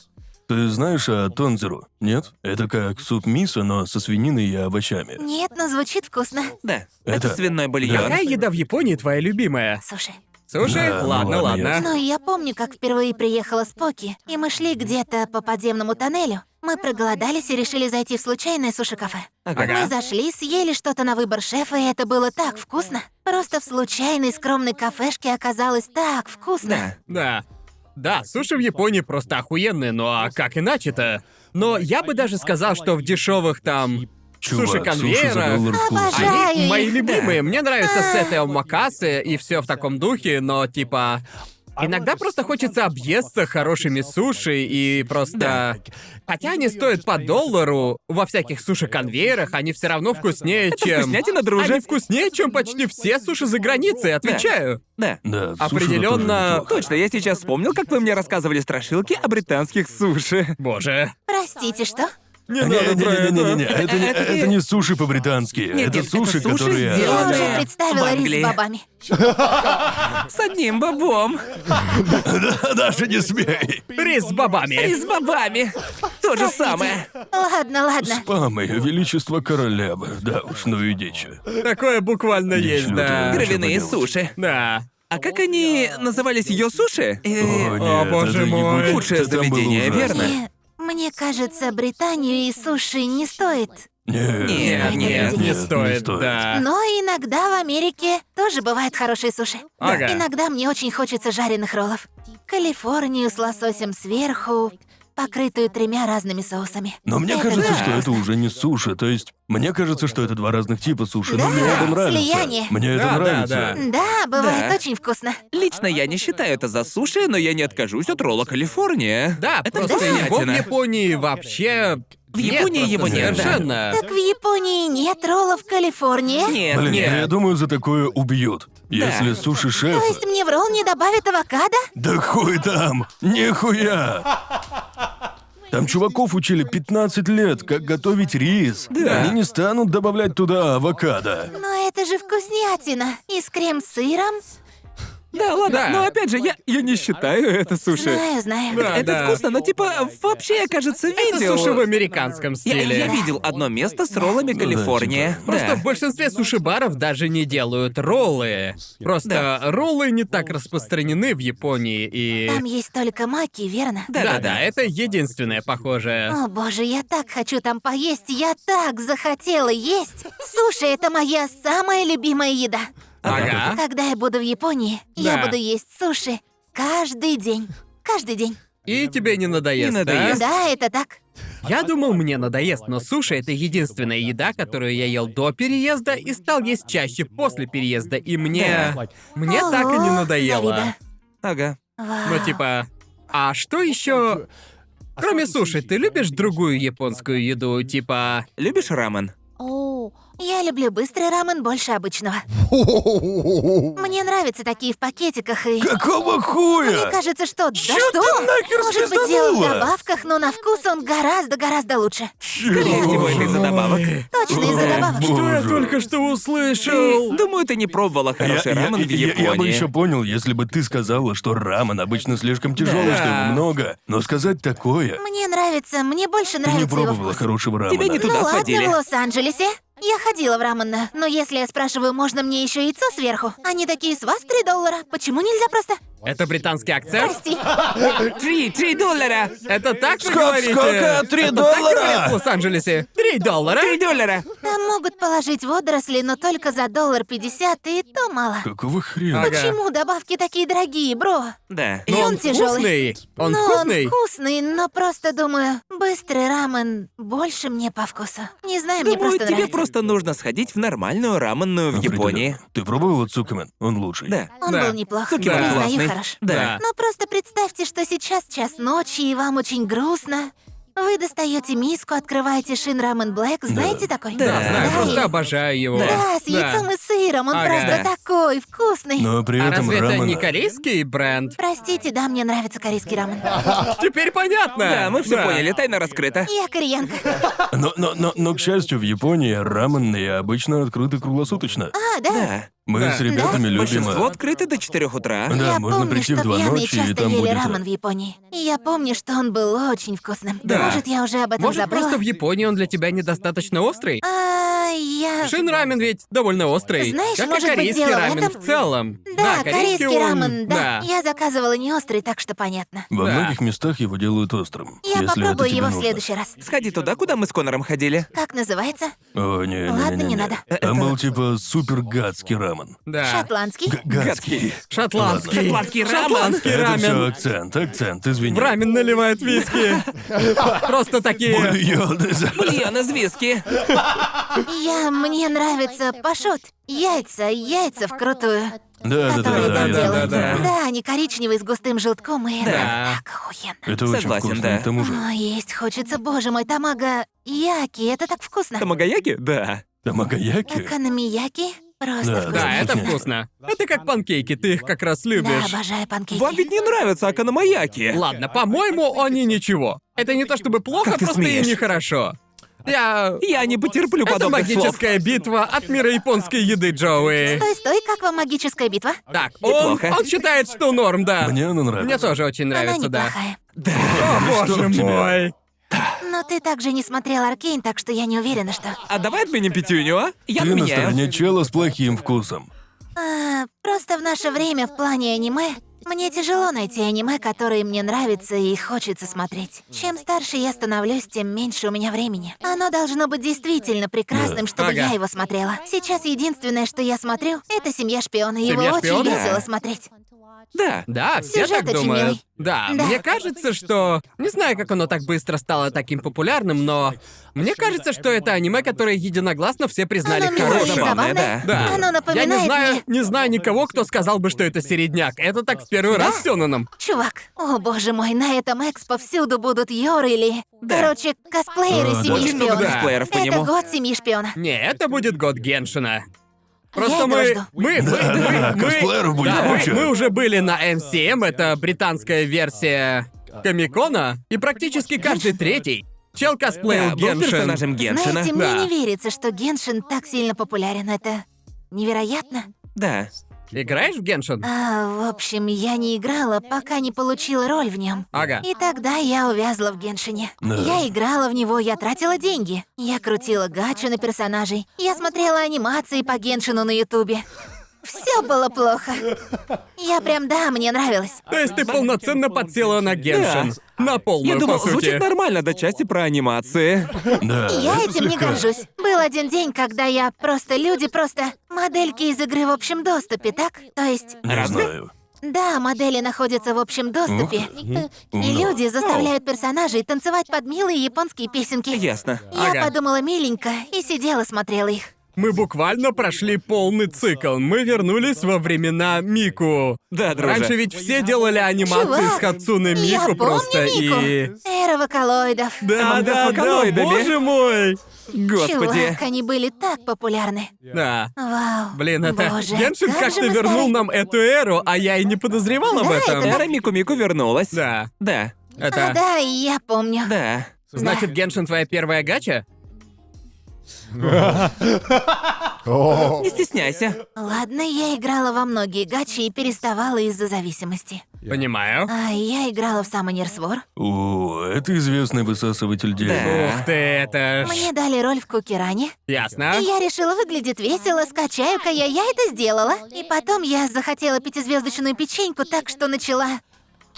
Speaker 4: Ты знаешь о тонзеру? Нет? Это как суп мисо, но со свининой и овощами.
Speaker 1: Нет, но звучит вкусно.
Speaker 2: Да.
Speaker 4: Это-
Speaker 2: Это, свиной бульон.
Speaker 3: Какая еда в Японии твоя любимая?
Speaker 1: Слушай,
Speaker 3: Суши?
Speaker 4: Да, ну
Speaker 3: ладно,
Speaker 4: ладно,
Speaker 3: ладно.
Speaker 1: ну я помню, как впервые приехала с Поки, и мы шли где-то по подземному тоннелю. Мы проголодались и решили зайти в случайное суши-кафе. Мы зашли, съели что-то на выбор шефа, и это было так вкусно. Просто в случайной скромной кафешке оказалось так вкусно.
Speaker 2: Да.
Speaker 3: Да. Да, А, суши в Японии просто охуенные, ну а как иначе-то? Но я бы даже сказал, что в дешевых там
Speaker 4: Чувак, суши за
Speaker 3: суши-конвейерах
Speaker 4: доллар вкусно.
Speaker 1: Обожаю.
Speaker 3: Они
Speaker 1: их.
Speaker 3: мои любимые. Мне нравятся сеты макасы и все в таком духе, но типа... Иногда просто хочется объесться хорошими суши и просто... Хотя они стоят по доллару во всяких суши-конвейерах, они все равно вкуснее, чем...
Speaker 2: вкуснятина, друже.
Speaker 3: Они вкуснее, чем почти все суши за границей, отвечаю.
Speaker 2: Да. А,
Speaker 4: Да, суши
Speaker 3: Определенно-
Speaker 4: за тоже неплохо.
Speaker 2: Точно, я сейчас вспомнил, как вы мне рассказывали страшилки о британских суши.
Speaker 3: Боже.
Speaker 1: Простите, что?
Speaker 3: Не надо про это.
Speaker 4: Не-не-не-не-не-не. Это не- это не суши по-британски.
Speaker 2: Нет,
Speaker 4: Это
Speaker 2: нет,
Speaker 4: суши,
Speaker 2: это суши
Speaker 4: которые...
Speaker 2: сделано-
Speaker 1: Я
Speaker 2: Ладно.
Speaker 1: уже представила
Speaker 2: В
Speaker 1: рис
Speaker 2: Англии.
Speaker 1: с бобами.
Speaker 2: С одним бобом.
Speaker 4: Даже не смей.
Speaker 3: Рис с бобами.
Speaker 2: И с бобами. То же самое.
Speaker 1: Ладно, ладно.
Speaker 4: Спамы, величество короля. Да уж, ну и дичь.
Speaker 3: Э, Такое буквально есть,
Speaker 4: люблю.
Speaker 3: да.
Speaker 4: Греб-
Speaker 2: Травяные
Speaker 4: поделать?
Speaker 2: суши.
Speaker 3: Да.
Speaker 2: А как они назывались ее суши? Э,
Speaker 4: О, нет,
Speaker 3: боже
Speaker 4: это не
Speaker 3: мой.
Speaker 4: будет.
Speaker 2: Худшее
Speaker 4: Это там было
Speaker 2: заведение,
Speaker 4: ужасно.
Speaker 2: верно?
Speaker 1: Мне, Э, мне кажется, Британию и суши не стоит.
Speaker 4: Нет,
Speaker 2: Нет, нет,
Speaker 3: Не стоит, да.
Speaker 1: Но иногда в Америке тоже бывают хорошие суши.
Speaker 3: Ага.
Speaker 1: Иногда мне очень хочется жареных роллов. Калифорнию с лососем сверху, покрытую тремя разными соусами.
Speaker 4: Но мне
Speaker 1: Это
Speaker 4: кажется,
Speaker 1: же
Speaker 4: что это уже не суши. То есть, мне кажется, что это два разных типа суши, но
Speaker 1: Да,
Speaker 4: мне это нравится.
Speaker 1: слияние.
Speaker 4: Мне это
Speaker 3: Да, да, да.
Speaker 4: нравится.
Speaker 1: Да, бывает
Speaker 2: Да.
Speaker 1: очень вкусно.
Speaker 2: Лично я не считаю это за суши, но я не откажусь от ролла Калифорния.
Speaker 3: Да,
Speaker 2: это
Speaker 3: просто его в
Speaker 2: вкуснятина.
Speaker 3: Японии вообще... В
Speaker 2: Японии его нет, да.
Speaker 3: Совершенно.
Speaker 1: Так в Японии нет роллов в Калифорнии.
Speaker 2: Нет,
Speaker 4: Блин,
Speaker 2: нет.
Speaker 4: я думаю, за такое убьют. Если
Speaker 1: То
Speaker 4: суши-шеф...
Speaker 1: есть мне в ролл не добавят авокадо?
Speaker 4: Да хуй там! Нихуя! Там чуваков учили 15 лет, как готовить рис.
Speaker 2: Да.
Speaker 4: Они не станут добавлять туда авокадо.
Speaker 1: Но это же вкуснятина. И с крем-сыром.
Speaker 2: Да, ладно,
Speaker 3: Да.
Speaker 2: но опять же, я, я не считаю это суши.
Speaker 1: Знаю, знаю.
Speaker 3: Да.
Speaker 2: Это вкусно, но типа вообще, я, кажется,
Speaker 3: Это
Speaker 2: видел.
Speaker 3: суши в американском
Speaker 2: я,
Speaker 3: стиле.
Speaker 2: я видел одно место с роллами
Speaker 4: да,
Speaker 2: Калифорния.
Speaker 4: типа.
Speaker 3: Просто
Speaker 2: Да.
Speaker 3: в большинстве суши-баров даже не делают роллы. Просто роллы не так распространены в Японии и...
Speaker 1: Там есть только маки, верно?
Speaker 3: Да-да, это единственное похожее.
Speaker 1: О боже, я так хочу там поесть, я так захотела есть. Суши — это моя самая любимая еда.
Speaker 3: Ага.
Speaker 1: Когда я буду в Японии,
Speaker 3: А? Да.
Speaker 1: я буду есть суши каждый день. Каждый день.
Speaker 3: И тебе не надоест, а?
Speaker 2: Не надоест.
Speaker 1: Да, это так.
Speaker 3: Я думал, мне надоест, но суши — это единственная еда, которую я ел до переезда и стал есть чаще после переезда, и мне... Мне так и не
Speaker 1: Ого,
Speaker 3: надоело.
Speaker 1: завидно.
Speaker 2: Ага.
Speaker 1: Вау.
Speaker 3: Ну типа... А что еще? Кроме суши, ты любишь другую японскую еду, типа...
Speaker 2: Любишь рамен?
Speaker 1: Я люблю быстрый рамен больше обычного. Мне нравятся такие в пакетиках и...
Speaker 4: Какого хуя?
Speaker 1: Мне кажется, что... Да
Speaker 4: Чё
Speaker 1: что?
Speaker 4: ты нахер
Speaker 1: Может быть, дело в
Speaker 4: звезданула?
Speaker 1: добавках, но на вкус он гораздо-гораздо лучше.
Speaker 2: Скорее всего, это из-за добавок.
Speaker 1: Точно из-за добавок.
Speaker 4: Что я
Speaker 3: только А что услышал?
Speaker 2: Думаю, ты не пробовала хороший рамен в
Speaker 4: я- я-
Speaker 2: Японии.
Speaker 4: я бы еще понял, если бы ты сказала, что рамен обычно слишком тяжелый,
Speaker 3: Да.
Speaker 4: что его много. Но сказать такое...
Speaker 1: Мне нравится, мне больше
Speaker 4: Ты
Speaker 1: нравится
Speaker 4: не
Speaker 1: его
Speaker 4: пробовала
Speaker 1: вкус.
Speaker 4: хорошего рамена.
Speaker 2: Тебя не
Speaker 1: Ну
Speaker 2: Туда
Speaker 1: ладно,
Speaker 2: сходили.
Speaker 1: в Лос-Анджелесе. Я ходила в раменную, но если я спрашиваю, можно мне еще яйцо сверху, они такие, с вас 3 доллара. Почему нельзя просто?
Speaker 3: Это британский акцент?
Speaker 1: Прости.
Speaker 2: Три, три доллара!
Speaker 3: Это так вы
Speaker 4: Сколько-
Speaker 3: говорите?
Speaker 4: сколько? Три
Speaker 3: Это так
Speaker 4: доллара?
Speaker 3: говорят в Лос-Анджелесе. Три доллара?
Speaker 2: Три доллара!
Speaker 1: Там могут положить водоросли, но только за доллар пятьдесят, и то мало.
Speaker 4: Какого хрена?
Speaker 3: Ага.
Speaker 1: Почему добавки такие дорогие, бро?
Speaker 2: Да.
Speaker 1: И
Speaker 3: Но он
Speaker 1: он тяжелый.
Speaker 3: вкусный. Он
Speaker 1: но
Speaker 3: вкусный.
Speaker 1: он вкусный, но просто думаю, быстрый рамен больше мне по вкусу. Не знаю, мне
Speaker 2: Думаю,
Speaker 1: просто
Speaker 2: тебе
Speaker 1: нравится.
Speaker 2: просто нужно сходить в нормальную раменную в
Speaker 4: Определенно.
Speaker 2: Японии.
Speaker 4: Ты пробовал от Цукамен? Он лучший.
Speaker 2: Да.
Speaker 1: Он
Speaker 3: Да.
Speaker 1: был неплох,
Speaker 2: Цукер
Speaker 3: Да.
Speaker 1: признаю,
Speaker 2: классный.
Speaker 1: хорош.
Speaker 2: Да.
Speaker 1: Но Ну, просто представьте, что сейчас час ночи, и вам очень грустно. Вы достаете миску, открываете шин рамен блэк, знаете такой?
Speaker 2: Да,
Speaker 3: Да, знаю,
Speaker 2: Да,
Speaker 3: просто
Speaker 1: и-
Speaker 3: обожаю его.
Speaker 1: Да, с яйцом и сыром, он
Speaker 3: Ага.
Speaker 1: просто такой вкусный.
Speaker 4: Но при
Speaker 3: А
Speaker 4: этом
Speaker 3: разве это
Speaker 4: рамен...
Speaker 3: не корейский бренд?
Speaker 1: Простите, да, мне нравится корейский рамен.
Speaker 3: Теперь понятно.
Speaker 2: Да, мы все
Speaker 3: Да.
Speaker 2: поняли, тайна раскрыта.
Speaker 1: Я кореянка.
Speaker 4: Но, но, но, но, к счастью, в Японии раменные обычно открыты круглосуточно.
Speaker 1: А, да?
Speaker 2: Да.
Speaker 4: Мы
Speaker 3: Да.
Speaker 4: с ребятами любим...
Speaker 2: Большинство открыто до 4 утра.
Speaker 4: Да.
Speaker 1: я
Speaker 4: можно
Speaker 1: помню,
Speaker 4: прийти в
Speaker 1: что
Speaker 4: два
Speaker 1: пьяные
Speaker 4: ночи, и
Speaker 1: часто
Speaker 4: там
Speaker 1: ели
Speaker 4: будет-
Speaker 1: рамен в Японии. И я помню, что он был очень вкусным.
Speaker 3: Да.
Speaker 1: Может, я уже об этом
Speaker 3: Может,
Speaker 1: забыла?
Speaker 3: просто в Японии он для тебя недостаточно острый?
Speaker 1: А, я...
Speaker 3: Шин рамен ведь довольно острый.
Speaker 1: Знаешь,
Speaker 3: как
Speaker 1: может
Speaker 3: и
Speaker 1: быть,
Speaker 3: корейский
Speaker 1: дело в
Speaker 3: рамен
Speaker 1: этом?
Speaker 3: в целом.
Speaker 1: Да, корейский,
Speaker 3: он-
Speaker 1: рамен, да. Я заказывала не острый, так что понятно.
Speaker 4: Во
Speaker 3: Да.
Speaker 4: многих местах его делают острым.
Speaker 1: Я
Speaker 4: если это
Speaker 1: попробую
Speaker 4: тебе
Speaker 1: его
Speaker 4: нужно.
Speaker 1: в следующий раз.
Speaker 2: Сходи туда, куда мы с Конором ходили.
Speaker 1: Как называется?
Speaker 4: О, не, не, не,
Speaker 1: Ладно,
Speaker 4: не,
Speaker 1: не
Speaker 4: не.
Speaker 1: надо.
Speaker 4: Там был типа супер гадский рамен.
Speaker 3: Да.
Speaker 1: Шотландский.
Speaker 4: Гадский.
Speaker 3: Шотландский.
Speaker 2: Шотландский рамен.
Speaker 3: Шотландский
Speaker 4: Это все
Speaker 3: рамен.
Speaker 4: акцент, акцент, извини.
Speaker 3: В рамен наливают виски. Просто такие...
Speaker 4: Бульоны за-
Speaker 2: Бульон из виски.
Speaker 1: Я... Мне нравится пашот. Яйца, яйца вкрутую.
Speaker 4: Да, да, да,
Speaker 1: которые
Speaker 4: да,
Speaker 1: там
Speaker 4: да, да,
Speaker 1: делают.
Speaker 4: да.
Speaker 1: Да, они коричневые с густым желтком и...
Speaker 3: Да.
Speaker 1: Так охуенно.
Speaker 4: Это очень
Speaker 2: Согласен,
Speaker 4: вкусно,
Speaker 2: да.
Speaker 4: к тому же.
Speaker 1: О, есть хочется, боже мой, тамага... Яки, это так вкусно.
Speaker 2: Тамагаяки? Да.
Speaker 4: Тамагаяки?
Speaker 1: Экономияки? Просто
Speaker 4: Да,
Speaker 1: вкусно.
Speaker 3: Да, это вкусно. Это как панкейки, ты их как раз любишь.
Speaker 1: Да, обожаю панкейки.
Speaker 2: Вам ведь не нравятся акономаяки.
Speaker 3: Ладно, по-моему, они ничего. Это не то чтобы плохо,
Speaker 2: Как ты
Speaker 3: просто и
Speaker 2: смеешь?
Speaker 3: нехорошо. Я...
Speaker 2: Я не потерплю
Speaker 3: Это
Speaker 2: подобных слов.
Speaker 3: магическая битва от мира японской еды, Джоуи.
Speaker 1: Стой, стой, как вам магическая битва?
Speaker 3: Так, он,
Speaker 2: Неплохо.
Speaker 3: он считает, что норм, да.
Speaker 4: Мне она нравится.
Speaker 3: Мне тоже очень
Speaker 1: Она
Speaker 3: нравится, да.
Speaker 1: неплохая.
Speaker 3: О,
Speaker 2: Ну
Speaker 3: боже
Speaker 4: Чтоб тебя.
Speaker 3: мой.
Speaker 1: Но ты также не смотрел Аркейн, так что я не уверена, что...
Speaker 2: А давай отменим пятюню, а? Я
Speaker 4: Ты на
Speaker 2: отменяю.
Speaker 4: стороне чела с плохим вкусом.
Speaker 1: А, просто в наше время в плане аниме мне тяжело найти аниме, которые мне нравятся и хочется смотреть. Чем старше я становлюсь, тем меньше у меня времени. Оно должно быть действительно прекрасным, чтобы
Speaker 3: Ага.
Speaker 1: я его смотрела. Сейчас единственное, что я смотрю, это «Семья шпиона», и его
Speaker 3: «Семья
Speaker 1: очень
Speaker 3: шпиона»?
Speaker 1: весело смотреть.
Speaker 2: Да.
Speaker 3: Да, все
Speaker 1: Сюжет
Speaker 3: так
Speaker 1: очень
Speaker 3: думают.
Speaker 1: милый.
Speaker 3: Да,
Speaker 1: Да.
Speaker 3: мне кажется, что... Не знаю, как оно так быстро стало таким популярным, но... Мне кажется, что это аниме, которое единогласно все признали
Speaker 1: Оно милое и
Speaker 3: хорошим.
Speaker 2: забавное,
Speaker 1: забавное.
Speaker 3: да. Да.
Speaker 1: Оно
Speaker 3: Я
Speaker 1: напоминает
Speaker 3: не знаю,
Speaker 1: мне...
Speaker 3: не знаю никого, кто сказал бы, что это середняк. Это так в первый раз с Сёнаном.
Speaker 1: Чувак, о боже мой, на этом экс повсюду будут Йоры или... Короче, косплееры
Speaker 4: А,
Speaker 3: Э,
Speaker 4: да.
Speaker 1: «Семьи
Speaker 4: Очень
Speaker 2: много
Speaker 1: шпиона».
Speaker 2: косплееров по
Speaker 1: это
Speaker 2: нему.
Speaker 1: год «Семьи шпиона».
Speaker 3: Не, это будет год Геншина. Просто
Speaker 1: этого
Speaker 3: мы,
Speaker 1: жду.
Speaker 3: мы, мы,
Speaker 4: да,
Speaker 3: мы, мы-
Speaker 4: косплееров будет
Speaker 3: да, мы-
Speaker 4: куча.
Speaker 3: мы уже были на NCM, это британская версия Комикона, и практически каждый третий чел
Speaker 2: Да,
Speaker 3: косплеил
Speaker 2: был
Speaker 3: Геншин.
Speaker 2: персонажем Геншина.
Speaker 1: Знаете, мне
Speaker 3: Да.
Speaker 1: не верится, что Геншин так сильно популярен. Это невероятно.
Speaker 2: Да.
Speaker 3: Играешь в Геншин?
Speaker 1: А, в общем, я не играла, пока не получила роль в нем.
Speaker 3: Ага.
Speaker 1: И тогда я увязла в Геншине.
Speaker 4: Да.
Speaker 1: Я играла в него, я тратила деньги. Я крутила гачу на персонажей. Я смотрела анимации по Геншину на Ютубе. Все было плохо. Я прям, да, мне нравилось.
Speaker 3: То есть ты полноценно подсела на Геншин. На полную,
Speaker 2: Я думал,
Speaker 3: по сути.
Speaker 2: звучит нормально до части про анимации.
Speaker 4: Да.
Speaker 1: Я
Speaker 4: А, это
Speaker 1: этим не
Speaker 4: слегка.
Speaker 1: горжусь. Был один день, когда я просто люди, просто модельки из игры в общем доступе, так? То есть
Speaker 4: Не
Speaker 2: Разве?
Speaker 4: знаю.
Speaker 1: Да, модели находятся в общем доступе. И
Speaker 3: ну.
Speaker 4: умно.
Speaker 1: люди заставляют персонажей танцевать под милые японские песенки.
Speaker 2: Ясно.
Speaker 1: Я
Speaker 3: Ага.
Speaker 1: подумала миленько и сидела смотрела их.
Speaker 3: Мы буквально прошли полный цикл. Мы вернулись во времена Мику.
Speaker 2: Да, друже.
Speaker 3: Раньше ведь все делали анимации
Speaker 1: Чувак,
Speaker 3: с Хацуны Мику
Speaker 1: я помню
Speaker 3: просто
Speaker 1: Мику.
Speaker 3: и...
Speaker 1: Эра вокалоидов.
Speaker 3: Да,
Speaker 2: Манга с
Speaker 3: да, да,
Speaker 2: вокалоидами.
Speaker 3: боже мой!
Speaker 2: Господи. Эм,
Speaker 1: Чувак, они были так популярны.
Speaker 3: Да.
Speaker 1: Вау.
Speaker 3: Блин, это...
Speaker 1: Боже,
Speaker 3: Геншин
Speaker 1: как
Speaker 3: как-то
Speaker 1: же мы
Speaker 3: вернул
Speaker 1: стали-
Speaker 3: нам эту эру, а я и не подозревал об
Speaker 1: Да,
Speaker 3: этом.
Speaker 1: это-
Speaker 2: Эра Мику Мику вернулась.
Speaker 3: Да,
Speaker 2: Да.
Speaker 1: А,
Speaker 3: это...
Speaker 1: да, и я помню.
Speaker 2: Да.
Speaker 3: Значит, Геншин твоя первая гача?
Speaker 2: Не стесняйся.
Speaker 1: Ладно, я играла во многие гачи и переставала из-за зависимости.
Speaker 3: Понимаю.
Speaker 1: А я играла в Summoner's War.
Speaker 4: О, это известный высасыватель денег.
Speaker 2: Да.
Speaker 3: Ух ты, это ж...
Speaker 1: Мне дали роль в Кукеране.
Speaker 3: Ясно.
Speaker 1: И я решила, выглядит весело, скачаю-ка я, я это сделала. И потом я захотела пятизвездочную печеньку, так что начала.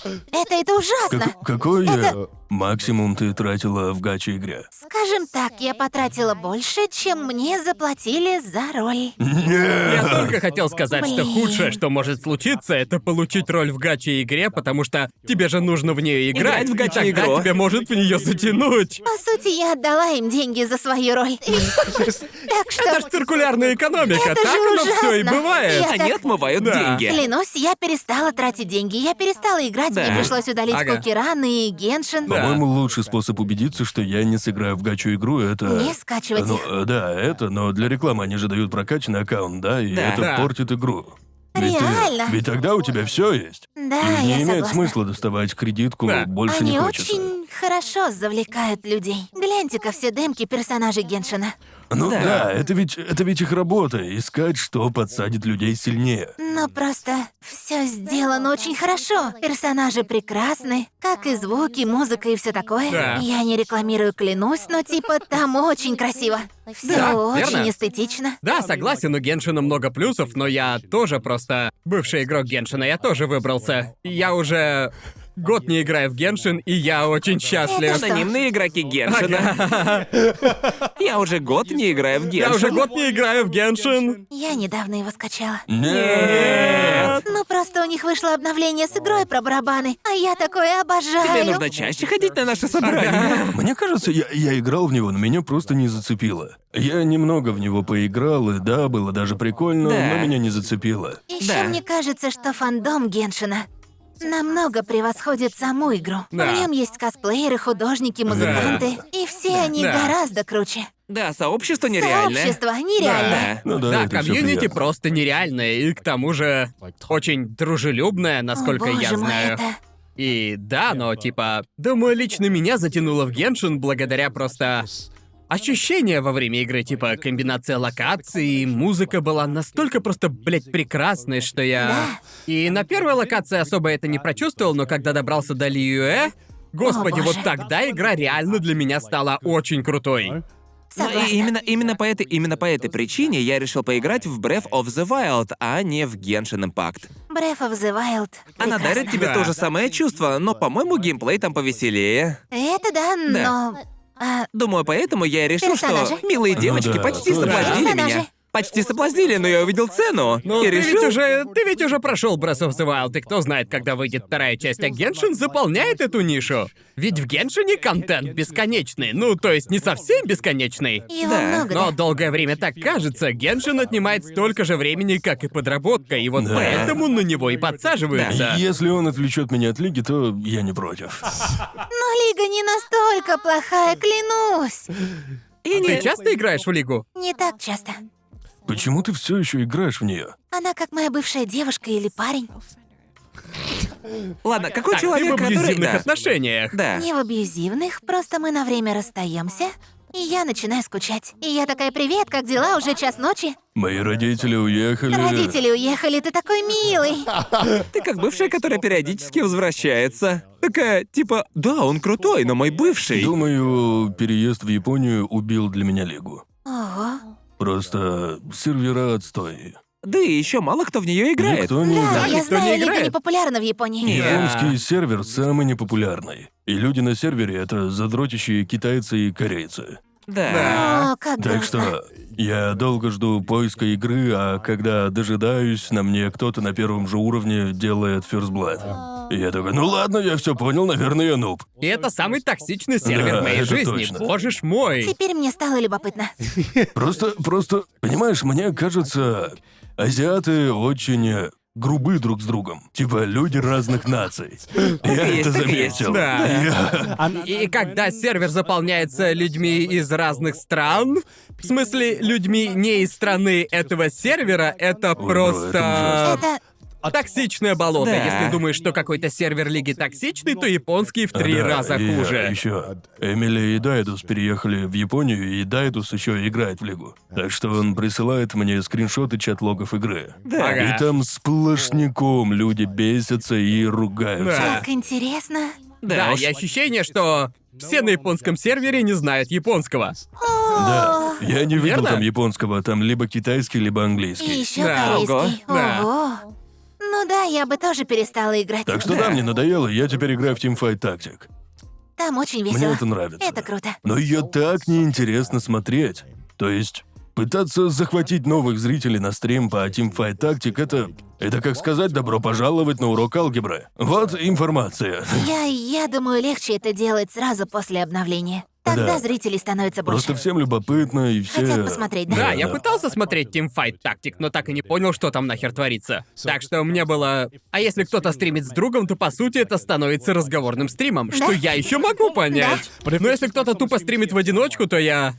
Speaker 1: Это это ужасно.
Speaker 4: Как- какой
Speaker 1: Это-
Speaker 4: э, максимум ты тратила в гаче игре?
Speaker 1: Скажем так, я потратила больше, чем мне заплатили за роль.
Speaker 3: Я только хотел сказать, что
Speaker 1: Блин.
Speaker 3: худшее, что может случиться, это получить роль в гаче-игре, потому что тебе же нужно в нее
Speaker 2: Играть
Speaker 3: играть,
Speaker 2: в
Speaker 3: и тогда
Speaker 2: гаче-игру.
Speaker 3: тебя может в нее затянуть.
Speaker 1: По сути, я отдала им деньги за свою роль. Так
Speaker 3: Это ж
Speaker 1: что,
Speaker 3: циркулярная экономика,
Speaker 1: Это же
Speaker 3: так оно все и
Speaker 1: ужасно.
Speaker 3: бывает.
Speaker 1: Я-
Speaker 2: Они
Speaker 1: так-
Speaker 2: отмывают
Speaker 3: Да.
Speaker 2: деньги.
Speaker 1: клянусь, я перестала тратить деньги. Я перестала играть, мне
Speaker 2: Да.
Speaker 1: пришлось удалить
Speaker 3: Ага.
Speaker 1: Кукеран и Геншин.
Speaker 3: Да.
Speaker 4: По-моему, лучший способ убедиться, что я не сыграю в гачу игру, это...
Speaker 1: Не скачивать
Speaker 4: Ну,
Speaker 1: их.
Speaker 4: э, да, это, но для рекламы они же дают прокачанный аккаунт, да, и
Speaker 2: Да.
Speaker 4: это
Speaker 3: Да.
Speaker 4: портит игру. Ведь, ты-
Speaker 1: Реально.
Speaker 4: ведь тогда у тебя все есть.
Speaker 1: Да,
Speaker 4: и не
Speaker 1: я
Speaker 4: имеет
Speaker 1: согласна.
Speaker 4: смысла доставать кредитку,
Speaker 3: Да.
Speaker 4: больше
Speaker 1: Они
Speaker 4: не хочется.
Speaker 1: очень хорошо завлекают людей. Гляньте-ка все демки персонажей Геншина.
Speaker 4: Ну
Speaker 2: Да.
Speaker 4: да. это ведь это ведь их работа искать, что подсадит людей сильнее.
Speaker 1: Но просто все сделано очень хорошо. Персонажи прекрасны, как и звуки, музыка и все такое.
Speaker 3: Да.
Speaker 1: Я не рекламирую, клянусь, но типа там очень красиво. Все
Speaker 3: Да,
Speaker 1: очень
Speaker 3: верно.
Speaker 1: эстетично.
Speaker 3: Да, согласен, у Геншина много плюсов, но я тоже просто... Бывший игрок Геншина, я тоже выбрался. Я уже год не играю в Геншин, и я очень счастлив.
Speaker 1: ну что?
Speaker 2: Анонимные игроки Геншина. Я уже год не играю в
Speaker 3: Я
Speaker 2: Геншин.
Speaker 3: уже год не играю в Геншин.
Speaker 1: Я недавно его скачала.
Speaker 4: Нет.
Speaker 1: Ну просто у них вышло обновление с игрой про барабаны, а я такое обожаю.
Speaker 2: Тебе нужно чаще ходить на наши собрания.
Speaker 4: Мне кажется, я, я играл в него, но меня просто не зацепило. Я немного в него поиграл, и да, было даже прикольно,
Speaker 2: Да.
Speaker 4: но меня не зацепило.
Speaker 1: Еще
Speaker 2: Да.
Speaker 1: мне кажется, что фандом Геншина намного превосходит саму игру.
Speaker 3: Да.
Speaker 1: В нем есть косплееры, художники, музыканты, и все они
Speaker 3: Да.
Speaker 1: гораздо круче.
Speaker 2: Да, сообщество нереальное.
Speaker 1: Сообщество нереальное.
Speaker 2: Да.
Speaker 4: Ну да,
Speaker 3: Да,
Speaker 4: это всё
Speaker 3: комьюнити
Speaker 4: приятно.
Speaker 3: просто нереальное, и к тому же очень дружелюбное,
Speaker 1: О,
Speaker 3: насколько
Speaker 1: боже
Speaker 3: я
Speaker 1: мой,
Speaker 3: знаю.
Speaker 1: это-
Speaker 3: И да, но типа, думаю, лично меня затянуло в Геншин благодаря просто ощущения во время игры, типа комбинация локаций, и музыка была настолько просто, блядь, прекрасной, что я... И на первой локации особо это не прочувствовал, но когда добрался до Лиюэ, господи,
Speaker 1: О,
Speaker 3: вот
Speaker 1: боже.
Speaker 3: тогда игра реально для меня стала очень крутой.
Speaker 2: Но Ну и
Speaker 1: Согласна.
Speaker 2: именно, именно, по этой, именно по этой причине я решил поиграть в Breath of the Wild, а не в Genshin Impact.
Speaker 1: Breath of the Wild.
Speaker 2: Она
Speaker 1: Прекрасно.
Speaker 2: дарит тебе
Speaker 3: Да.
Speaker 2: то же самое чувство, но, по-моему, геймплей там повеселее.
Speaker 1: Это да, но... а,
Speaker 2: Думаю, поэтому я и решил, что
Speaker 1: Персонажи.
Speaker 2: милые
Speaker 4: Ну
Speaker 2: девочки
Speaker 4: да,
Speaker 2: почти
Speaker 4: слушай.
Speaker 2: соблазнили
Speaker 1: Персонажи.
Speaker 2: меня. Почти соблазнили, но я увидел цену.
Speaker 3: Ну,
Speaker 2: и
Speaker 3: ты
Speaker 2: решил...
Speaker 3: ведь уже, ты ведь уже прошел Breath of the Wild, и кто знает, когда выйдет вторая часть, а Геншин заполняет эту нишу. Ведь в Геншине контент бесконечный, ну, то есть не совсем бесконечный.
Speaker 1: его
Speaker 2: Да,
Speaker 1: много,
Speaker 3: Но
Speaker 1: да.
Speaker 3: долгое время так кажется, Геншин отнимает столько же времени, как и подработка, и вот
Speaker 4: Да.
Speaker 3: поэтому на него и подсаживаются.
Speaker 4: Если он отвлечет меня от лиги, то я не против.
Speaker 1: Но Лига не настолько плохая, клянусь.
Speaker 3: И не... Ты часто играешь в Лигу?
Speaker 1: Не так часто.
Speaker 4: Почему ты все еще играешь в нее?
Speaker 1: Она как моя бывшая девушка или парень.
Speaker 2: Ладно, какой
Speaker 3: Так, ты
Speaker 2: человек,
Speaker 3: в
Speaker 2: который...
Speaker 3: абьюзивных
Speaker 2: Да.
Speaker 3: отношениях.
Speaker 2: Да.
Speaker 1: Не в абьюзивных, просто мы на время расстаемся. И я начинаю скучать. И я такая, привет, как дела? Уже час ночи.
Speaker 4: Мои родители уехали.
Speaker 1: Родители уехали, ты такой милый.
Speaker 2: Ты как бывшая, которая периодически возвращается. Такая, типа, да, он крутой, но мой бывший.
Speaker 4: Думаю, переезд в Японию убил для меня лигу.
Speaker 1: Ого.
Speaker 4: Просто сервера отстой.
Speaker 2: Да и еще мало кто в
Speaker 3: Ну,
Speaker 2: нее играет.
Speaker 4: Никто не
Speaker 1: Да,
Speaker 4: играет.
Speaker 1: я
Speaker 3: никто не
Speaker 1: знаю, Лига
Speaker 3: играет.
Speaker 1: не популярна в Японии.
Speaker 2: Нет.
Speaker 4: Японский сервер самый непопулярный. И люди на сервере — это задротящие китайцы и корейцы.
Speaker 2: Да.
Speaker 1: О, как
Speaker 4: Так
Speaker 1: грустно.
Speaker 4: что я долго жду поиска игры, а когда дожидаюсь, на мне кто-то на первом же уровне делает First Blood. И я такой, ну ладно, я все понял, наверное, я нуб.
Speaker 3: И это самый токсичный сервер
Speaker 4: Да,
Speaker 3: в моей
Speaker 4: это
Speaker 3: жизни,
Speaker 4: точно.
Speaker 3: боже ж мой.
Speaker 1: Теперь мне стало любопытно.
Speaker 4: Просто, просто, понимаешь, мне кажется, азиаты очень э, грубы друг с другом. Типа люди разных наций. Я
Speaker 2: есть,
Speaker 4: это
Speaker 2: так и есть.
Speaker 4: заметил.
Speaker 3: Да.
Speaker 4: Я-
Speaker 3: И когда сервер заполняется людьми из разных стран, в смысле, людьми не из страны этого сервера, это
Speaker 4: Ой, бро, это А,
Speaker 3: просто...
Speaker 1: Это...
Speaker 3: Токсичное болото.
Speaker 2: Да.
Speaker 3: Если думаешь, что какой-то сервер лиги токсичный, то японский в три
Speaker 4: Да,
Speaker 3: раза
Speaker 4: и
Speaker 3: хуже.
Speaker 4: Еще Эмили и Дайдус переехали в Японию, и Дайдус еще играет в лигу. Так что он присылает мне скриншоты чат-логов игры.
Speaker 3: Ага.
Speaker 4: И там сплошняком люди бесятся и ругаются.
Speaker 3: Да.
Speaker 1: Так интересно.
Speaker 3: Да,
Speaker 2: Да, уж.
Speaker 3: и ощущение, что все на японском сервере не знают японского.
Speaker 4: Да. Я не видел
Speaker 3: Верно?
Speaker 4: там японского, там либо китайский, либо
Speaker 1: И
Speaker 4: английский.
Speaker 1: еще
Speaker 3: Да,
Speaker 1: корейский.
Speaker 3: ого, да.
Speaker 1: Ого. Ну да, я бы тоже перестала играть.
Speaker 4: Так что да, мне надоело, я теперь играю в Teamfight Tactic.
Speaker 1: Там очень
Speaker 4: Мне
Speaker 1: весело.
Speaker 4: это нравится.
Speaker 1: Это круто.
Speaker 4: Но ее так неинтересно смотреть. То есть, пытаться захватить новых зрителей на стрим по Teamfight Tactic — это... Это как сказать «добро пожаловать на урок алгебры». Вот информация.
Speaker 1: Я, я думаю, легче это делать сразу после обновления. Тогда
Speaker 4: Да.
Speaker 1: зрителей становится больше.
Speaker 4: Просто всем любопытно и все...
Speaker 1: Хотят посмотреть, да?
Speaker 3: Да, я пытался смотреть Teamfight Tactic, но так и не понял, что там нахер творится. Так что мне было... А если кто-то стримит с другом, то по сути это становится разговорным стримом, что
Speaker 1: Да.
Speaker 3: я еще могу понять. Но если кто-то тупо стримит в одиночку, то я...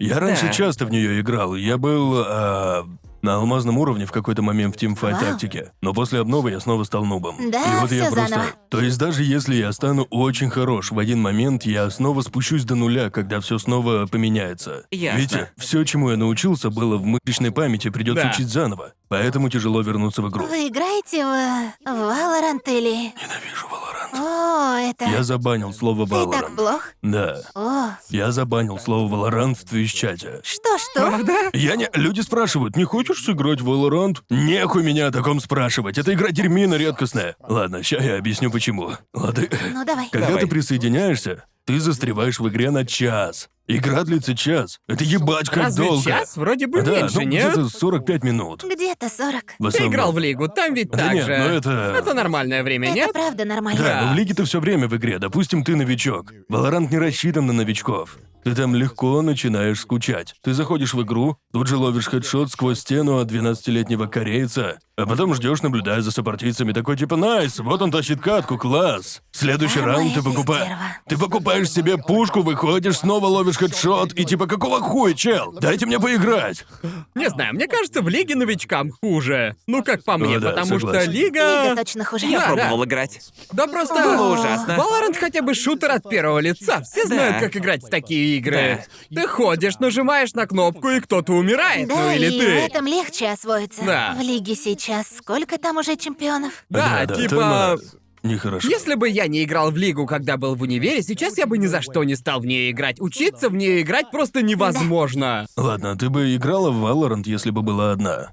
Speaker 4: Я раньше
Speaker 2: Да.
Speaker 4: часто в нее играл. Я был а, на алмазном уровне в какой-то момент в Teamfight
Speaker 1: Вау.
Speaker 4: тактике. Но после обновы я снова стал нубом.
Speaker 1: Да,
Speaker 4: и вот я
Speaker 1: всё
Speaker 4: просто.
Speaker 1: заново.
Speaker 4: То есть, даже если я стану очень хорош, в один момент я снова спущусь до нуля, когда все снова поменяется.
Speaker 2: Ясно.
Speaker 4: Ведь все, чему я научился, было в мышечной памяти, придется
Speaker 3: Да.
Speaker 4: учить заново. Поэтому тяжело вернуться в игру.
Speaker 1: Вы играете в... в Valorant или...
Speaker 4: Ненавижу Valorant.
Speaker 1: О, это...
Speaker 4: Я забанил слово
Speaker 1: Ты так
Speaker 4: Valorant.
Speaker 1: плох?
Speaker 4: Да.
Speaker 1: О,
Speaker 4: Я забанил слово Valorant в твич-чате.
Speaker 1: что-что?
Speaker 4: Я не... Люди спрашивают, не хочешь сыграть в Valorant? Нехуй меня о таком спрашивать, эта игра дерьмина редкостная. Ладно, ща я объясню почему. Лады.
Speaker 1: Ну давай.
Speaker 4: Когда
Speaker 2: Давай.
Speaker 4: ты присоединяешься, ты застреваешь в игре на час. Игра длится час. Это ебать как
Speaker 3: Разве
Speaker 4: долго.
Speaker 3: час? Вроде бы
Speaker 4: Да,
Speaker 3: меньше,
Speaker 4: ну,
Speaker 3: нет?
Speaker 4: где-то 45 минут.
Speaker 1: Где-то 40.
Speaker 4: В
Speaker 3: Ты
Speaker 4: основном.
Speaker 3: играл в Лигу, там ведь
Speaker 4: Да
Speaker 3: так
Speaker 4: нет,
Speaker 3: же.
Speaker 4: ну это-
Speaker 3: Это нормальное время,
Speaker 1: Это
Speaker 3: нет?
Speaker 1: правда нормально.
Speaker 4: Да, но
Speaker 3: Да.
Speaker 4: Ну, в лиге ты все время в игре. Допустим, ты новичок. Valorant не рассчитан на новичков. Ты там легко начинаешь скучать. Ты заходишь в игру, тут же ловишь хедшот сквозь стену от 12-летнего корейца, а потом ждешь, наблюдая за сопартийцами, такой типа «Найс, вот он тащит катку, класс!» В Следующий
Speaker 1: Ай,
Speaker 4: раунд
Speaker 1: моя
Speaker 4: ты покупаешь...
Speaker 1: стерва.
Speaker 4: Ты покупаешь себе пушку, выходишь, снова ловишь хедшот, и типа, какого хуя, чел? Дайте мне поиграть.
Speaker 3: Не знаю, мне кажется, в лиге новичкам хуже. Ну, как по мне,
Speaker 4: Ну да,
Speaker 3: потому что
Speaker 4: согласен.
Speaker 3: лига...
Speaker 1: Лига точно хуже.
Speaker 2: Я
Speaker 3: Да,
Speaker 2: пробовал играть.
Speaker 3: Да просто...
Speaker 2: Было ужасно.
Speaker 3: Valorant хотя бы шутер от первого лица. Все
Speaker 2: Да.
Speaker 3: знают, как играть в такие игры. Ты ходишь, нажимаешь на кнопку, и кто-то умирает.
Speaker 1: Да,
Speaker 3: ну или
Speaker 1: и
Speaker 3: ты.
Speaker 1: в этом легче освоиться.
Speaker 3: Да.
Speaker 1: В лиге сейчас сколько там уже чемпионов?
Speaker 3: да
Speaker 4: да,
Speaker 3: типа...
Speaker 4: тормоз. Нехорошо.
Speaker 3: Если бы я не играл в лигу, когда был в универе, сейчас я бы ни за что не стал в нее играть. Учиться в нее играть просто невозможно.
Speaker 4: Ладно, ты бы играла в Valorant, если бы была одна.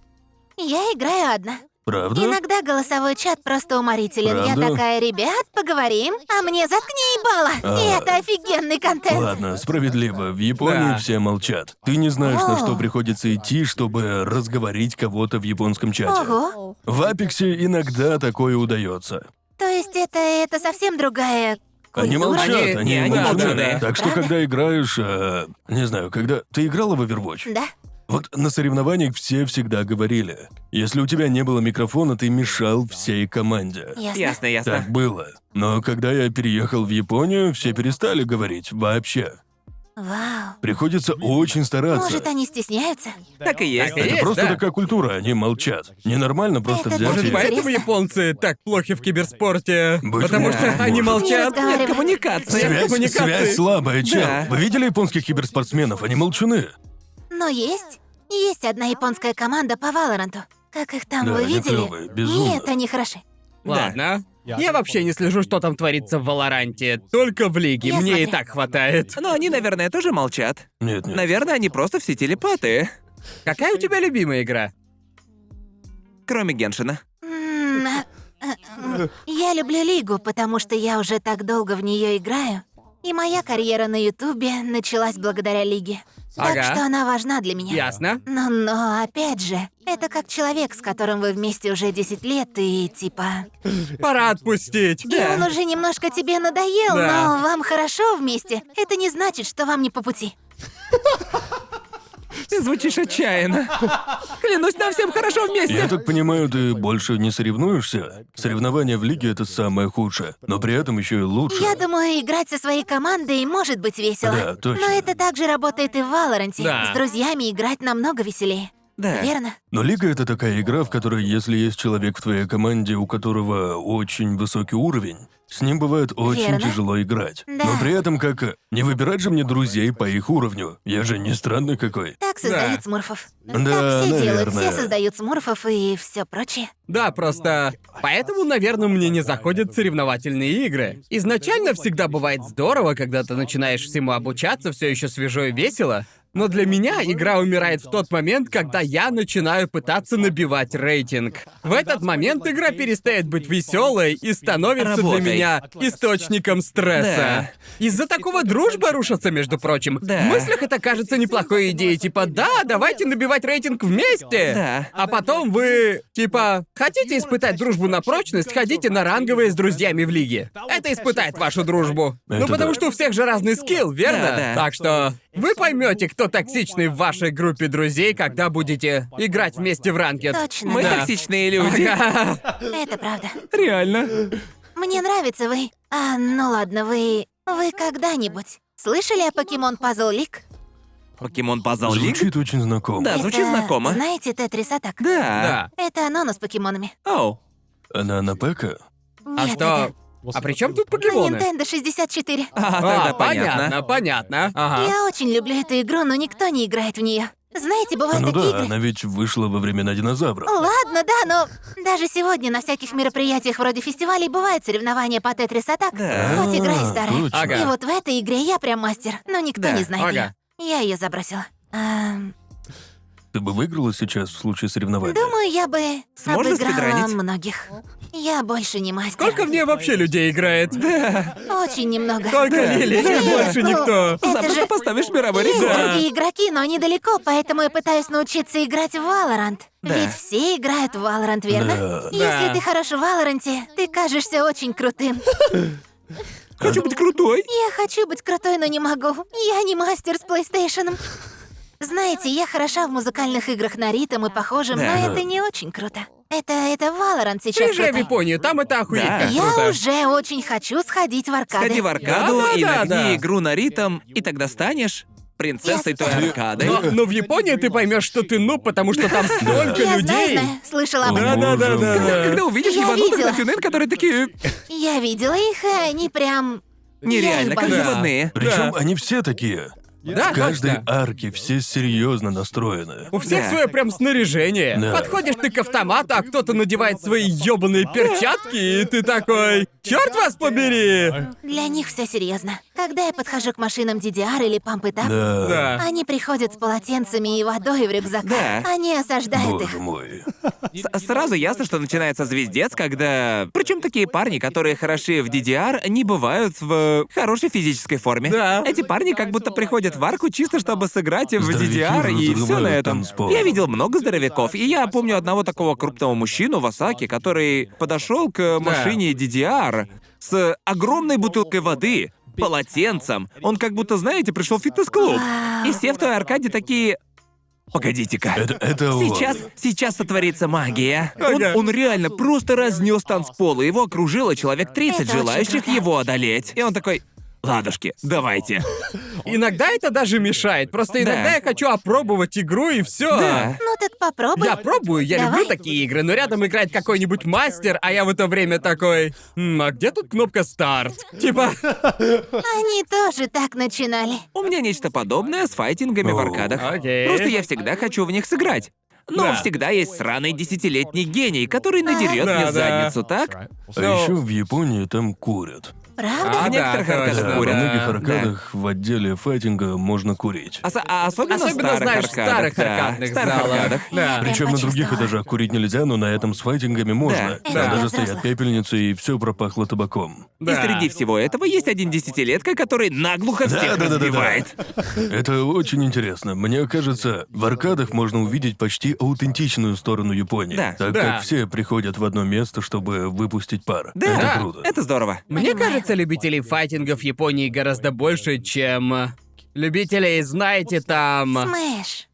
Speaker 1: Я играю одна.
Speaker 4: Правда?
Speaker 1: Иногда голосовой чат просто уморителен.
Speaker 4: Правда?
Speaker 1: Я такая, ребят, поговорим, а мне заткни ебало. И это офигенный контент.
Speaker 4: А. Ладно, справедливо. В Японии
Speaker 3: Да.
Speaker 4: все молчат. Ты не знаешь, на что
Speaker 1: О.
Speaker 4: приходится идти, чтобы разговорить кого-то в японском чате.
Speaker 1: Ого.
Speaker 4: В Апексе иногда такое удается.
Speaker 1: То есть это, это совсем другая культура.
Speaker 4: Они молчат, они,
Speaker 3: Они- не, они
Speaker 4: молчат.
Speaker 2: молчат, да.
Speaker 4: Так что,
Speaker 1: Правда?
Speaker 4: когда играешь, э, не знаю, когда ты играла в Overwatch,
Speaker 1: Да.
Speaker 4: вот на соревнованиях все всегда говорили, если у тебя не было микрофона, ты мешал всей команде.
Speaker 1: Ясно.
Speaker 2: Ясно, ясно.
Speaker 4: Так было. Но когда я переехал в Японию, все перестали говорить вообще.
Speaker 1: Вау.
Speaker 4: Приходится очень стараться.
Speaker 1: Может, они стесняются?
Speaker 2: Так и есть.
Speaker 4: Это
Speaker 3: Есть,
Speaker 4: просто
Speaker 3: да. Ну,
Speaker 4: такая культура, они молчат. Ненормально просто
Speaker 1: Это
Speaker 4: взять
Speaker 1: даже
Speaker 4: и...
Speaker 3: Может,
Speaker 1: Интересно.
Speaker 3: поэтому японцы так плохи в киберспорте?
Speaker 4: Быть
Speaker 3: потому
Speaker 4: может,
Speaker 3: что они
Speaker 4: может.
Speaker 3: молчат.
Speaker 1: Не
Speaker 3: Нет
Speaker 1: разговаривают.
Speaker 3: коммуникации. нет
Speaker 4: Связь,
Speaker 3: коммуникации.
Speaker 4: связь слабая, чел.
Speaker 2: Да.
Speaker 4: Вы видели японских киберспортсменов? Они молчуны.
Speaker 1: Но есть. Есть одна японская команда по Валоранту. Как их там,
Speaker 4: Да,
Speaker 1: вы
Speaker 4: они
Speaker 1: видели?
Speaker 4: клёвые, безумно.
Speaker 1: Нет, они хороши.
Speaker 3: Ладно. Я вообще не слежу, что там творится в Валоранте. Только в лиге.
Speaker 1: Я
Speaker 3: Мне и
Speaker 1: смотрю.
Speaker 3: так хватает.
Speaker 2: Но они, наверное, тоже молчат.
Speaker 4: Нет, нет.
Speaker 2: Наверное, они просто все телепаты.
Speaker 3: Какая у тебя любимая игра?
Speaker 2: Кроме Геншина.
Speaker 1: М, э, э, э, Я люблю Лигу, потому что я уже так долго в нее играю. И моя карьера на Ютубе началась благодаря Лиге. Так
Speaker 3: Ага.
Speaker 1: что она важна для меня.
Speaker 3: Ясно.
Speaker 1: Но, но, опять же, это как человек, с которым вы вместе уже 10 лет, и типа...
Speaker 3: Пора отпустить.
Speaker 1: И он уже немножко тебе надоел,
Speaker 3: Да.
Speaker 1: но вам хорошо вместе. Это не значит, что вам не по пути.
Speaker 2: Ты звучишь отчаянно. Клянусь, нам всем хорошо
Speaker 4: Я
Speaker 2: вместе.
Speaker 4: так понимаю, ты больше не соревнуешься? Соревнования в лиге — это самое худшее, но при этом еще и лучше.
Speaker 1: Я думаю, играть со своей командой может быть весело.
Speaker 4: Да, точно.
Speaker 1: Но это также работает и в Валоранте.
Speaker 3: Да.
Speaker 1: С друзьями играть намного веселее.
Speaker 2: Да.
Speaker 1: Верно?
Speaker 4: Но лига — это такая игра, в которой, если есть человек в твоей команде, у которого очень высокий уровень, с ним бывает очень
Speaker 1: Верно.
Speaker 4: тяжело играть.
Speaker 1: Да.
Speaker 4: Но при этом как... э, Не выбирать же мне друзей по их уровню. Я же не странный какой.
Speaker 1: Так создают смурфов. так
Speaker 4: Да,
Speaker 1: все делают,
Speaker 4: наверное.
Speaker 1: все создают смурфов и все прочее.
Speaker 3: Да, просто... Поэтому, наверное, мне не заходят соревновательные игры. Изначально всегда бывает здорово, когда ты начинаешь всему обучаться, все еще свежо и весело. Но для меня игра умирает в тот момент, когда я начинаю пытаться набивать рейтинг. В этот момент игра перестает быть веселой и становится
Speaker 2: Работой.
Speaker 3: для меня источником стресса.
Speaker 2: Да.
Speaker 3: Из-за такого дружба рушится, между прочим.
Speaker 2: Да.
Speaker 3: В мыслях это кажется неплохой идеей, типа «Да, давайте набивать рейтинг вместе!»
Speaker 2: Да.
Speaker 3: А потом вы, типа, хотите испытать дружбу на прочность, ходите на ранговые с друзьями в лиге. Это испытает вашу дружбу. ну
Speaker 4: Это
Speaker 3: потому
Speaker 4: да.
Speaker 3: что у всех же разный скилл, верно?
Speaker 2: Да, да.
Speaker 3: Так что вы поймете, кто токсичный в вашей группе друзей, когда будете играть вместе в ранкет.
Speaker 1: Точно.
Speaker 2: Мы
Speaker 1: да.
Speaker 2: токсичные люди.
Speaker 1: Это правда.
Speaker 2: Реально.
Speaker 1: Мне нравится вы. А, ну ладно, вы... Вы когда-нибудь слышали о покемон Puzzle League?
Speaker 2: Покемон Пазл Лиг?
Speaker 4: Звучит очень знакомо.
Speaker 2: Да. А звучит
Speaker 1: Это,
Speaker 2: знакомо.
Speaker 1: Знаете, Тетрис Атак?
Speaker 2: Да.
Speaker 3: Да.
Speaker 1: Это анонс с покемонами.
Speaker 2: Оу.
Speaker 4: Она на ПК?
Speaker 3: А
Speaker 1: Нет,
Speaker 3: что?
Speaker 1: это-
Speaker 3: А при чем тут
Speaker 1: На
Speaker 3: покемоны?
Speaker 1: Nintendo 64.
Speaker 2: А, тогда
Speaker 3: А, понятно, понятно. Ага.
Speaker 1: Я очень люблю эту игру, но никто не играет в нее. Знаете, бывают
Speaker 4: Ну
Speaker 1: такие
Speaker 4: да,
Speaker 1: игры.
Speaker 4: она ведь вышла во времена динозавров.
Speaker 1: Ладно, да, но даже сегодня на всяких мероприятиях вроде фестивалей бывают соревнования по тетрис атак.
Speaker 2: Да.
Speaker 1: Хоть игра и
Speaker 4: А,
Speaker 1: старая.
Speaker 4: точно.
Speaker 3: Ага.
Speaker 1: И вот в этой игре я прям мастер, но никто
Speaker 2: Да,
Speaker 1: не знает
Speaker 3: ага.
Speaker 1: её. Я ее забросила. А, Ам,
Speaker 4: Ты бы выиграла сейчас в случае соревнований?
Speaker 1: думаю, я бы
Speaker 2: Сможешь
Speaker 1: обыграла
Speaker 2: спидранить?
Speaker 1: многих. Я больше не мастер.
Speaker 3: Сколько в ней вообще людей играет?
Speaker 1: Очень немного.
Speaker 3: Только Лили,
Speaker 1: Блин,
Speaker 3: больше
Speaker 1: ну,
Speaker 3: никто.
Speaker 1: это
Speaker 2: Запросто
Speaker 1: же-
Speaker 2: поставишь мировой
Speaker 1: Есть
Speaker 2: рекорд.
Speaker 1: другие игроки, но они далеко, поэтому я пытаюсь научиться играть в Valorant.
Speaker 2: Да.
Speaker 1: Ведь все играют в Valorant, верно?
Speaker 4: Да.
Speaker 1: Если
Speaker 3: Да.
Speaker 1: ты хорош в Valorant, ты кажешься очень крутым.
Speaker 2: Хочу быть крутой.
Speaker 1: Я хочу быть крутой, но не могу. Я не мастер с PlayStation. Знаете, я хороша в музыкальных играх на ритм и похожем,
Speaker 2: Да.
Speaker 1: но это не очень круто. Это это Valorant сейчас.
Speaker 3: Ты же в
Speaker 1: крутой.
Speaker 3: Японию, там это охуеть
Speaker 2: Да.
Speaker 3: как
Speaker 1: Я
Speaker 3: круто.
Speaker 1: уже очень хочу сходить в аркады.
Speaker 2: Сходи в аркаду
Speaker 3: Да, да,
Speaker 2: и
Speaker 3: да,
Speaker 2: нагни
Speaker 3: да.
Speaker 2: игру на ритм, и тогда станешь принцессой той аркады.
Speaker 3: Но, но в Японии ты поймешь, что ты ну, потому что там столько
Speaker 1: Я знаю,
Speaker 3: людей.
Speaker 1: знаю, слышала об
Speaker 4: О,
Speaker 1: этом.
Speaker 4: боже
Speaker 3: Да-да-да-да-да.
Speaker 4: мой.
Speaker 2: Когда, когда увидишь
Speaker 1: Я
Speaker 2: ебанутых
Speaker 1: видела.
Speaker 2: на тюнель, которые такие
Speaker 1: Я видела их, и они прям...
Speaker 2: нереально, как
Speaker 1: Да.
Speaker 2: заводные.
Speaker 4: Причем они все такие.
Speaker 3: Да,
Speaker 4: в каждой
Speaker 3: точно.
Speaker 4: арке все серьезно настроены.
Speaker 3: У всех
Speaker 2: Да.
Speaker 3: свое прям снаряжение.
Speaker 4: Да.
Speaker 3: Подходишь ты к автомату, а кто-то надевает свои ёбаные перчатки, и ты такой, черт вас побери!
Speaker 1: Для них все серьезно. Когда я подхожу к машинам DDR или Pump It Up,
Speaker 4: Да.
Speaker 3: Да.
Speaker 1: они приходят с полотенцами и водой в рюкзаках.
Speaker 2: Да.
Speaker 1: Они осаждают их.
Speaker 4: Боже мой.
Speaker 2: С- сразу ясно, что начинается звездец, когда... Причем такие парни, которые хороши в DDR, не бывают в хорошей физической форме.
Speaker 3: Да.
Speaker 2: Эти парни как будто приходят в арку чисто, чтобы сыграть в
Speaker 4: Здоровяки
Speaker 2: DDR, и
Speaker 4: разрывают
Speaker 2: все на этом.
Speaker 4: танцпол.
Speaker 2: Я видел много здоровяков, и я помню одного такого крупного мужчину в Осаке, который подошел к машине DDR с огромной бутылкой воды, полотенцем. Он как будто, знаете, пришел в фитнес-клуб. И все в той аркаде такие... Погодите-ка.
Speaker 4: Это, это он.
Speaker 2: Сейчас, сейчас сотворится магия. Он,
Speaker 3: Ага.
Speaker 2: он реально просто разнес танцпол, и его окружило человек 30
Speaker 1: Это очень
Speaker 2: желающих
Speaker 1: круто.
Speaker 2: его одолеть. И он такой, ладушки, давайте.
Speaker 3: Иногда это даже мешает. Просто иногда
Speaker 2: Да.
Speaker 3: я хочу опробовать игру и все.
Speaker 2: Да.
Speaker 1: Ну так попробуй.
Speaker 3: Я пробую, я
Speaker 1: Давай.
Speaker 3: люблю такие игры, но рядом играет какой-нибудь мастер, а я в это время такой, «М, а где тут кнопка старт? Типа,
Speaker 1: Они тоже так начинали.
Speaker 2: У меня нечто подобное с файтингами в
Speaker 4: О.
Speaker 2: аркадах.
Speaker 3: Окей.
Speaker 2: Просто я всегда хочу в них сыграть. Но
Speaker 3: Да.
Speaker 2: всегда есть сраный десятилетний гений, который надерет
Speaker 3: Да,
Speaker 2: мне
Speaker 3: да.
Speaker 2: задницу, так?
Speaker 4: А еще в Японии там курят.
Speaker 1: Правда?
Speaker 2: в
Speaker 3: да,
Speaker 2: некоторых аркадах
Speaker 3: точно.
Speaker 4: Да,
Speaker 2: курят.
Speaker 4: во многих
Speaker 3: Да.
Speaker 4: аркадах в отделе файтинга можно курить.
Speaker 2: Ос- а особенно, в
Speaker 3: Особенно,
Speaker 2: старых
Speaker 3: знаешь, в
Speaker 2: аркадах,
Speaker 3: Ну, старых
Speaker 2: да.
Speaker 3: аркадных
Speaker 2: В старых
Speaker 3: залах.
Speaker 2: аркадах.
Speaker 3: Да.
Speaker 1: Прям
Speaker 4: Причем на других
Speaker 1: почувствовала.
Speaker 4: этажах курить нельзя, но на этом с файтингами можно.
Speaker 2: Да.
Speaker 1: Да.
Speaker 4: Там
Speaker 1: Да.
Speaker 4: даже стоят пепельницы, и все пропахло табаком.
Speaker 2: И
Speaker 3: Да.
Speaker 2: среди всего этого есть один десятилетка, который наглухо всех
Speaker 4: да-да-да-да.
Speaker 2: разбивает.
Speaker 4: Это очень интересно. Мне кажется, в аркадах можно увидеть почти аутентичную сторону Японии.
Speaker 2: Да.
Speaker 4: Так
Speaker 3: Да.
Speaker 4: как все приходят в одно место, чтобы выпустить пар.
Speaker 2: Да.
Speaker 4: Это
Speaker 2: Да.
Speaker 4: круто.
Speaker 2: Это здорово.
Speaker 3: Мне
Speaker 1: Понимаю.
Speaker 3: кажется, любителей файтингов Японии гораздо больше, чем э, любителей, знаете, там...
Speaker 1: Смэш.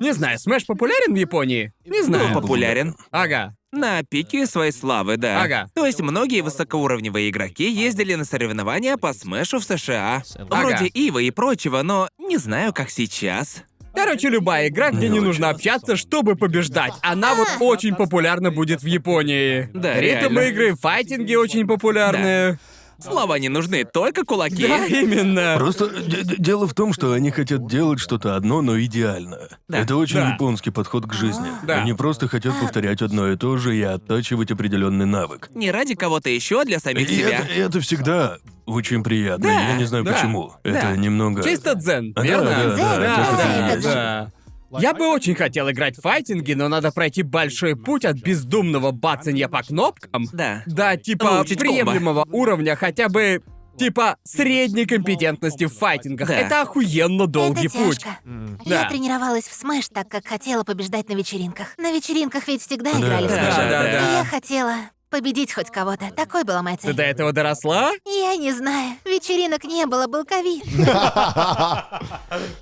Speaker 3: Не знаю, Смэш популярен в Японии? Не
Speaker 2: Ну,
Speaker 3: знаю.
Speaker 2: популярен.
Speaker 3: Ага.
Speaker 2: На пике своей славы, да.
Speaker 3: Ага.
Speaker 2: То есть многие высокоуровневые игроки ездили на соревнования по смешу в США.
Speaker 5: Ага.
Speaker 2: Вроде Ива и прочего, но не знаю, как сейчас.
Speaker 3: Короче, любая игра, где не,
Speaker 4: Не
Speaker 3: нужно
Speaker 5: очень.
Speaker 3: общаться, чтобы побеждать. Она вот
Speaker 1: А.
Speaker 3: очень популярна будет в Японии.
Speaker 2: Да,
Speaker 3: Ритм
Speaker 2: реально.
Speaker 3: игры, файтинги очень популярны.
Speaker 2: Слова не нужны, только кулаки.
Speaker 3: Да, именно.
Speaker 4: Просто д- д- дело в том, что они хотят делать что-то одно, но идеально. Это очень
Speaker 3: Да.
Speaker 4: японский подход к жизни.
Speaker 3: Да.
Speaker 4: Они просто хотят повторять одно и то же и оттачивать определенный навык.
Speaker 2: Не ради кого-то еще, а для самих
Speaker 4: И
Speaker 2: себя.
Speaker 4: это, и это всегда очень приятно.
Speaker 2: Да,
Speaker 4: Я не знаю
Speaker 3: да,
Speaker 4: почему.
Speaker 3: да.
Speaker 4: Это немного.
Speaker 3: Чисто дзен,
Speaker 4: Да,
Speaker 3: верно?
Speaker 4: да, да,
Speaker 1: Дзен,
Speaker 4: это
Speaker 1: да,
Speaker 4: так и
Speaker 1: это
Speaker 4: есть.
Speaker 1: дзен.
Speaker 3: Да. Я бы очень хотел играть в файтинги, но надо пройти большой путь от бездумного бацанья по кнопкам
Speaker 2: Да.
Speaker 3: до типа
Speaker 2: Выучить комбо.
Speaker 3: приемлемого уровня хотя бы типа средней компетентности в файтингах.
Speaker 2: Да.
Speaker 3: Это охуенно долгий
Speaker 1: Это
Speaker 3: путь.
Speaker 1: тяжко.
Speaker 3: Да.
Speaker 1: Я тренировалась в Смэш, так как хотела побеждать на вечеринках. На вечеринках ведь всегда играли в
Speaker 4: да,
Speaker 1: Смэш.
Speaker 3: да,
Speaker 1: И
Speaker 3: да.
Speaker 1: я хотела победить хоть кого-то. Такой была моя
Speaker 3: Ты
Speaker 1: цель.
Speaker 3: до этого доросла?
Speaker 1: Я не знаю. Вечеринок не было, был ковид.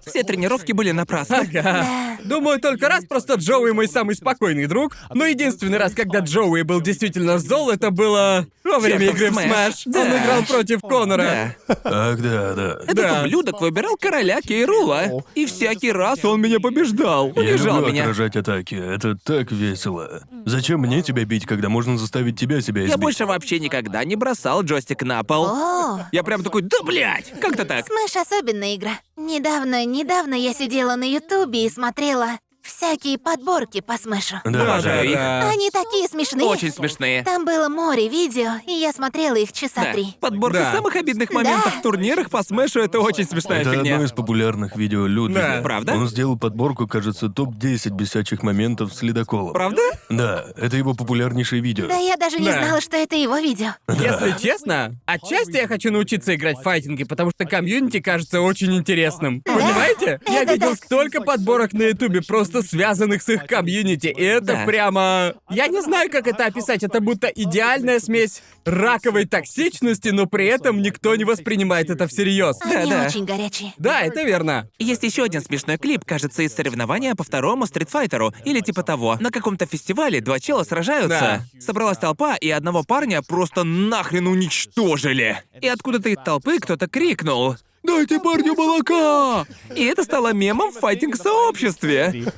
Speaker 2: Все тренировки были напрасны.
Speaker 1: Да.
Speaker 3: Думаю, только раз просто Джоуи мой самый спокойный друг, но единственный раз, когда Джоуи был действительно зол, это было во время
Speaker 2: Чёртов
Speaker 3: игры в
Speaker 2: Smash.
Speaker 3: Smash.
Speaker 2: Да.
Speaker 3: Он играл против Конора.
Speaker 2: Да.
Speaker 4: Ах, да, да.
Speaker 2: Этот
Speaker 3: Да.
Speaker 2: ублюдок выбирал короля Кейрула. И всякий раз он меня побеждал.
Speaker 4: Я
Speaker 2: Унижал
Speaker 4: люблю
Speaker 2: меня.
Speaker 4: отражать атаки. Это так весело. Зачем мне тебя бить, когда можно заставить тебя себя избить?
Speaker 2: Я больше вообще никогда не бросал джойстик на пол.
Speaker 1: О,
Speaker 2: Я прям такой, да блять! Как-то так.
Speaker 1: Смэш особенная игра. Недавно, недавно я сидела на Ютубе и смотрела всякие подборки по Смэшу.
Speaker 4: Да, да,
Speaker 2: Обожаю их.
Speaker 3: Да.
Speaker 1: Они такие смешные.
Speaker 2: Очень смешные.
Speaker 1: Там было море видео, и я смотрела их часа
Speaker 2: Да.
Speaker 1: три.
Speaker 2: Подборка
Speaker 3: Да.
Speaker 2: самых обидных моментов в турнирах по смешу это очень смешная
Speaker 4: Это
Speaker 2: фигня.
Speaker 4: одно из популярных видео Людвига.
Speaker 3: Да.
Speaker 2: Правда?
Speaker 4: Он сделал подборку, кажется, топ-10 бесячих моментов с ледоколом.
Speaker 2: Правда?
Speaker 4: Да, это его популярнейшее видео.
Speaker 1: Да я даже не
Speaker 3: Да.
Speaker 1: знала, что это его видео.
Speaker 3: Если честно, отчасти я хочу научиться играть в файтинги, потому что комьюнити кажется очень интересным. Понимаете? Я
Speaker 1: Это
Speaker 3: видел
Speaker 1: так.
Speaker 3: столько подборок на Ютубе, просто связанных с их комьюнити, и это
Speaker 2: Да.
Speaker 3: прямо... Я не знаю, как это описать, это будто идеальная смесь раковой токсичности, но при этом никто не воспринимает это всерьез.
Speaker 2: Да,
Speaker 1: Они
Speaker 2: да.
Speaker 1: очень горячие.
Speaker 3: Да, это верно.
Speaker 2: Есть еще один смешной клип, кажется, из соревнования по второму стритфайтеру или типа того. На каком-то фестивале два чела сражаются. Собралась толпа, и одного парня просто нахрен уничтожили. И откуда-то из толпы кто-то крикнул. «Дайте парню молока!» И это стало мемом в файтинг-сообществе.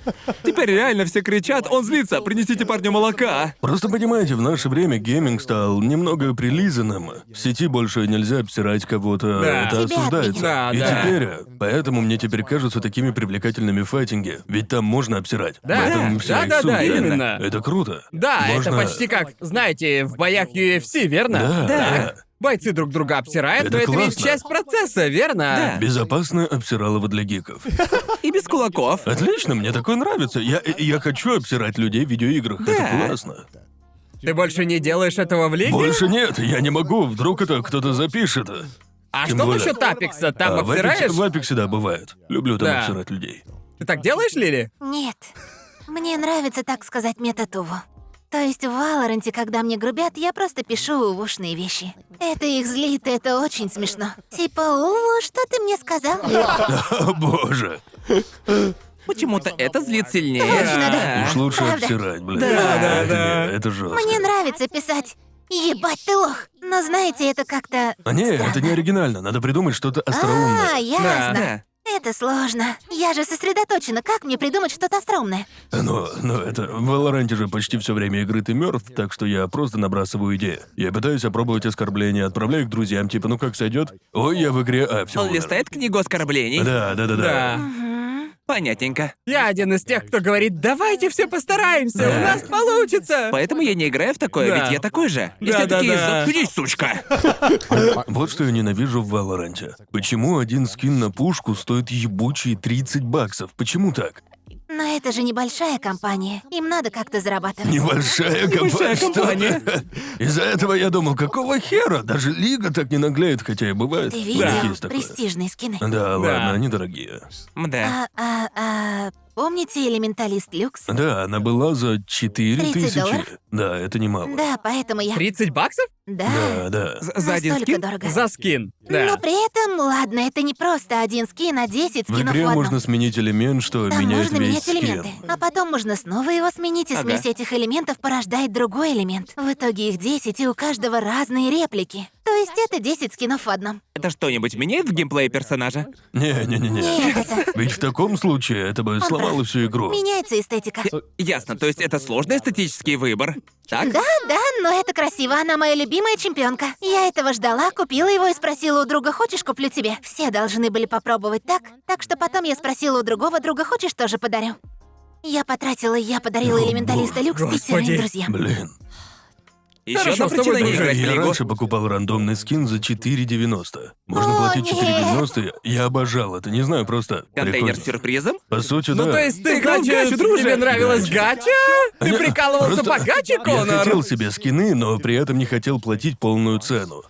Speaker 2: Теперь реально все кричат, он злится, принесите парню молока.
Speaker 4: Просто понимаете, в наше время гейминг стал немного прилизанным. В сети больше нельзя обсирать кого-то,
Speaker 3: Да.
Speaker 4: это
Speaker 7: Тебя
Speaker 4: осуждается.
Speaker 3: обидно.
Speaker 4: И
Speaker 3: Да, да.
Speaker 4: теперь, э, поэтому мне теперь кажутся такими привлекательными файтинги. Ведь там можно обсирать.
Speaker 3: Да.
Speaker 4: В этом вся
Speaker 3: Да,
Speaker 4: их
Speaker 3: да,
Speaker 4: суть,
Speaker 3: да, именно.
Speaker 4: Это круто.
Speaker 3: Да, это
Speaker 4: Можно-
Speaker 3: почти как, знаете, в боях UFC, верно?
Speaker 4: Да,
Speaker 3: Так.
Speaker 4: да.
Speaker 3: Бойцы друг друга обсирают,
Speaker 4: Это
Speaker 3: но это ведь
Speaker 4: классно.
Speaker 3: часть процесса, верно?
Speaker 4: Безопасное обсиралово для гиков.
Speaker 2: И без кулаков.
Speaker 4: Отлично, мне такое нравится. Я, я хочу обсирать людей в видеоиграх.
Speaker 2: Да.
Speaker 4: Это классно.
Speaker 3: Ты больше не делаешь этого в лиге?
Speaker 4: Больше нет, я не могу, вдруг это кто-то запишет.
Speaker 3: А
Speaker 4: тем
Speaker 3: что
Speaker 4: более.
Speaker 3: насчет Апекса? Там
Speaker 4: А в Apex-
Speaker 3: обсираешь?
Speaker 4: В Apex, да, бывает. Люблю там
Speaker 3: Да.
Speaker 4: обсирать людей.
Speaker 3: Ты так делаешь, Лили?
Speaker 1: Нет. Мне нравится, так сказать, метатуву. То есть в Валоранте, когда мне грубят, я просто пишу ушные вещи. Это их злит, это очень смешно. Типа, «Уву, что ты мне сказал?
Speaker 4: О, боже.
Speaker 2: Почему-то это злит сильнее.
Speaker 1: Точно, да.
Speaker 4: Уж лучше
Speaker 1: Правда.
Speaker 4: обсирать, блин.
Speaker 2: Да,
Speaker 3: А. да,
Speaker 4: это,
Speaker 3: да.
Speaker 4: не- это жестко.
Speaker 1: Мне нравится писать. Ебать ты лох. Но знаете, это как-то...
Speaker 4: А не, это не оригинально. Надо придумать что-то
Speaker 1: А,
Speaker 4: остроумное.
Speaker 1: ясно.
Speaker 2: Да.
Speaker 1: Это сложно. Я же сосредоточена. Как мне придумать что-то остроумное?
Speaker 4: Но, но это в Валоранте же почти все время игры ты мертв, так что я просто набрасываю идеи. Я пытаюсь опробовать оскорбления, отправляю их друзьям, типа, ну как сойдет? Ой, я в игре, а все.
Speaker 2: Он листает книгу оскорблений.
Speaker 4: Да, да, да, да.
Speaker 2: Понятненько.
Speaker 3: Я один из тех, кто говорит, давайте все постараемся, у нас получится.
Speaker 2: Поэтому я не играю в такое,
Speaker 3: Да.
Speaker 2: ведь я такой же. И
Speaker 3: Да,
Speaker 2: все
Speaker 3: да,
Speaker 2: такие,
Speaker 3: да.
Speaker 2: заткнись, сучка!
Speaker 4: Вот что я ненавижу в Валоранте. Почему один скин на пушку стоит ебучие 30 баксов? Почему так?
Speaker 1: Но это же небольшая компания. Им надо как-то зарабатывать.
Speaker 4: Небольшая компания.
Speaker 2: Большая
Speaker 4: что
Speaker 2: компания.
Speaker 4: ты? Из-за этого я думал, какого хера? Даже лига так не наглеет, хотя и бывает.
Speaker 1: Ты
Speaker 4: У
Speaker 1: видел
Speaker 4: них есть такое.
Speaker 1: престижные скины?
Speaker 4: Да, ладно, они дорогие.
Speaker 2: Да.
Speaker 1: А, а, а, помните элементалист люкс?
Speaker 4: Да, она была за 4
Speaker 1: 30
Speaker 4: тысячи.
Speaker 1: долларов?
Speaker 4: Да, это немало.
Speaker 1: Да, поэтому я...
Speaker 3: 30 баксов?
Speaker 1: Да,
Speaker 4: Да, да.
Speaker 2: З- За один
Speaker 1: настолько
Speaker 2: скин?
Speaker 1: дорого.
Speaker 3: За скин.
Speaker 1: Но
Speaker 3: Да.
Speaker 1: при этом, ладно, это не просто один скин, а 10
Speaker 4: В
Speaker 1: скинов
Speaker 4: игре
Speaker 1: в одном.
Speaker 4: можно сменить элемент, что
Speaker 1: Там
Speaker 4: меняет
Speaker 1: можно
Speaker 4: весь
Speaker 1: менять
Speaker 4: скин.
Speaker 1: элементы, а потом можно снова его сменить, и
Speaker 2: Ага.
Speaker 1: смесь этих элементов порождает другой элемент. В итоге их 10, и у каждого разные реплики. То есть это 10 скинов в одном.
Speaker 2: Это что-нибудь меняет в геймплее персонажа?
Speaker 4: Не-не-не-не.
Speaker 1: Нет, это...
Speaker 4: Ведь в таком случае это бы сломало всю игру.
Speaker 1: Меняется эстетика.
Speaker 2: Э, Ясно, то есть это сложный эстетический выбор. Так?
Speaker 1: Да, да, но это красиво, она моя любимая чемпионка. Я этого ждала, купила его и спросила у друга, хочешь, куплю тебе? Все должны были попробовать так, так что потом я спросила у другого друга, хочешь, тоже подарю? Я потратила, я подарила
Speaker 4: О,
Speaker 1: элементалиста
Speaker 4: боже,
Speaker 1: люкс и
Speaker 3: господи.
Speaker 1: пятерым друзьям.
Speaker 4: Блин.
Speaker 2: Еще
Speaker 3: Хорошо,
Speaker 2: одна
Speaker 3: с тобой
Speaker 2: причина не
Speaker 3: дружить.
Speaker 2: играть в
Speaker 4: Я
Speaker 2: Лигу.
Speaker 4: раньше покупал рандомный скин за 4,90. Можно
Speaker 1: О,
Speaker 4: платить
Speaker 1: нет.
Speaker 4: 4,90. Я обожал это, не знаю, просто
Speaker 2: Контейнер с
Speaker 4: приходится.
Speaker 2: сюрпризом?
Speaker 4: По сути,
Speaker 3: Ну
Speaker 4: да.
Speaker 3: то есть ты,
Speaker 2: играл в
Speaker 3: значит,
Speaker 2: гачу, друже?
Speaker 3: тебе нравилась гача? Ты
Speaker 4: Не,
Speaker 3: прикалывался
Speaker 4: просто
Speaker 3: по гаче,
Speaker 4: Я хотел
Speaker 3: Конор?
Speaker 4: себе скины, но при этом не хотел платить полную цену.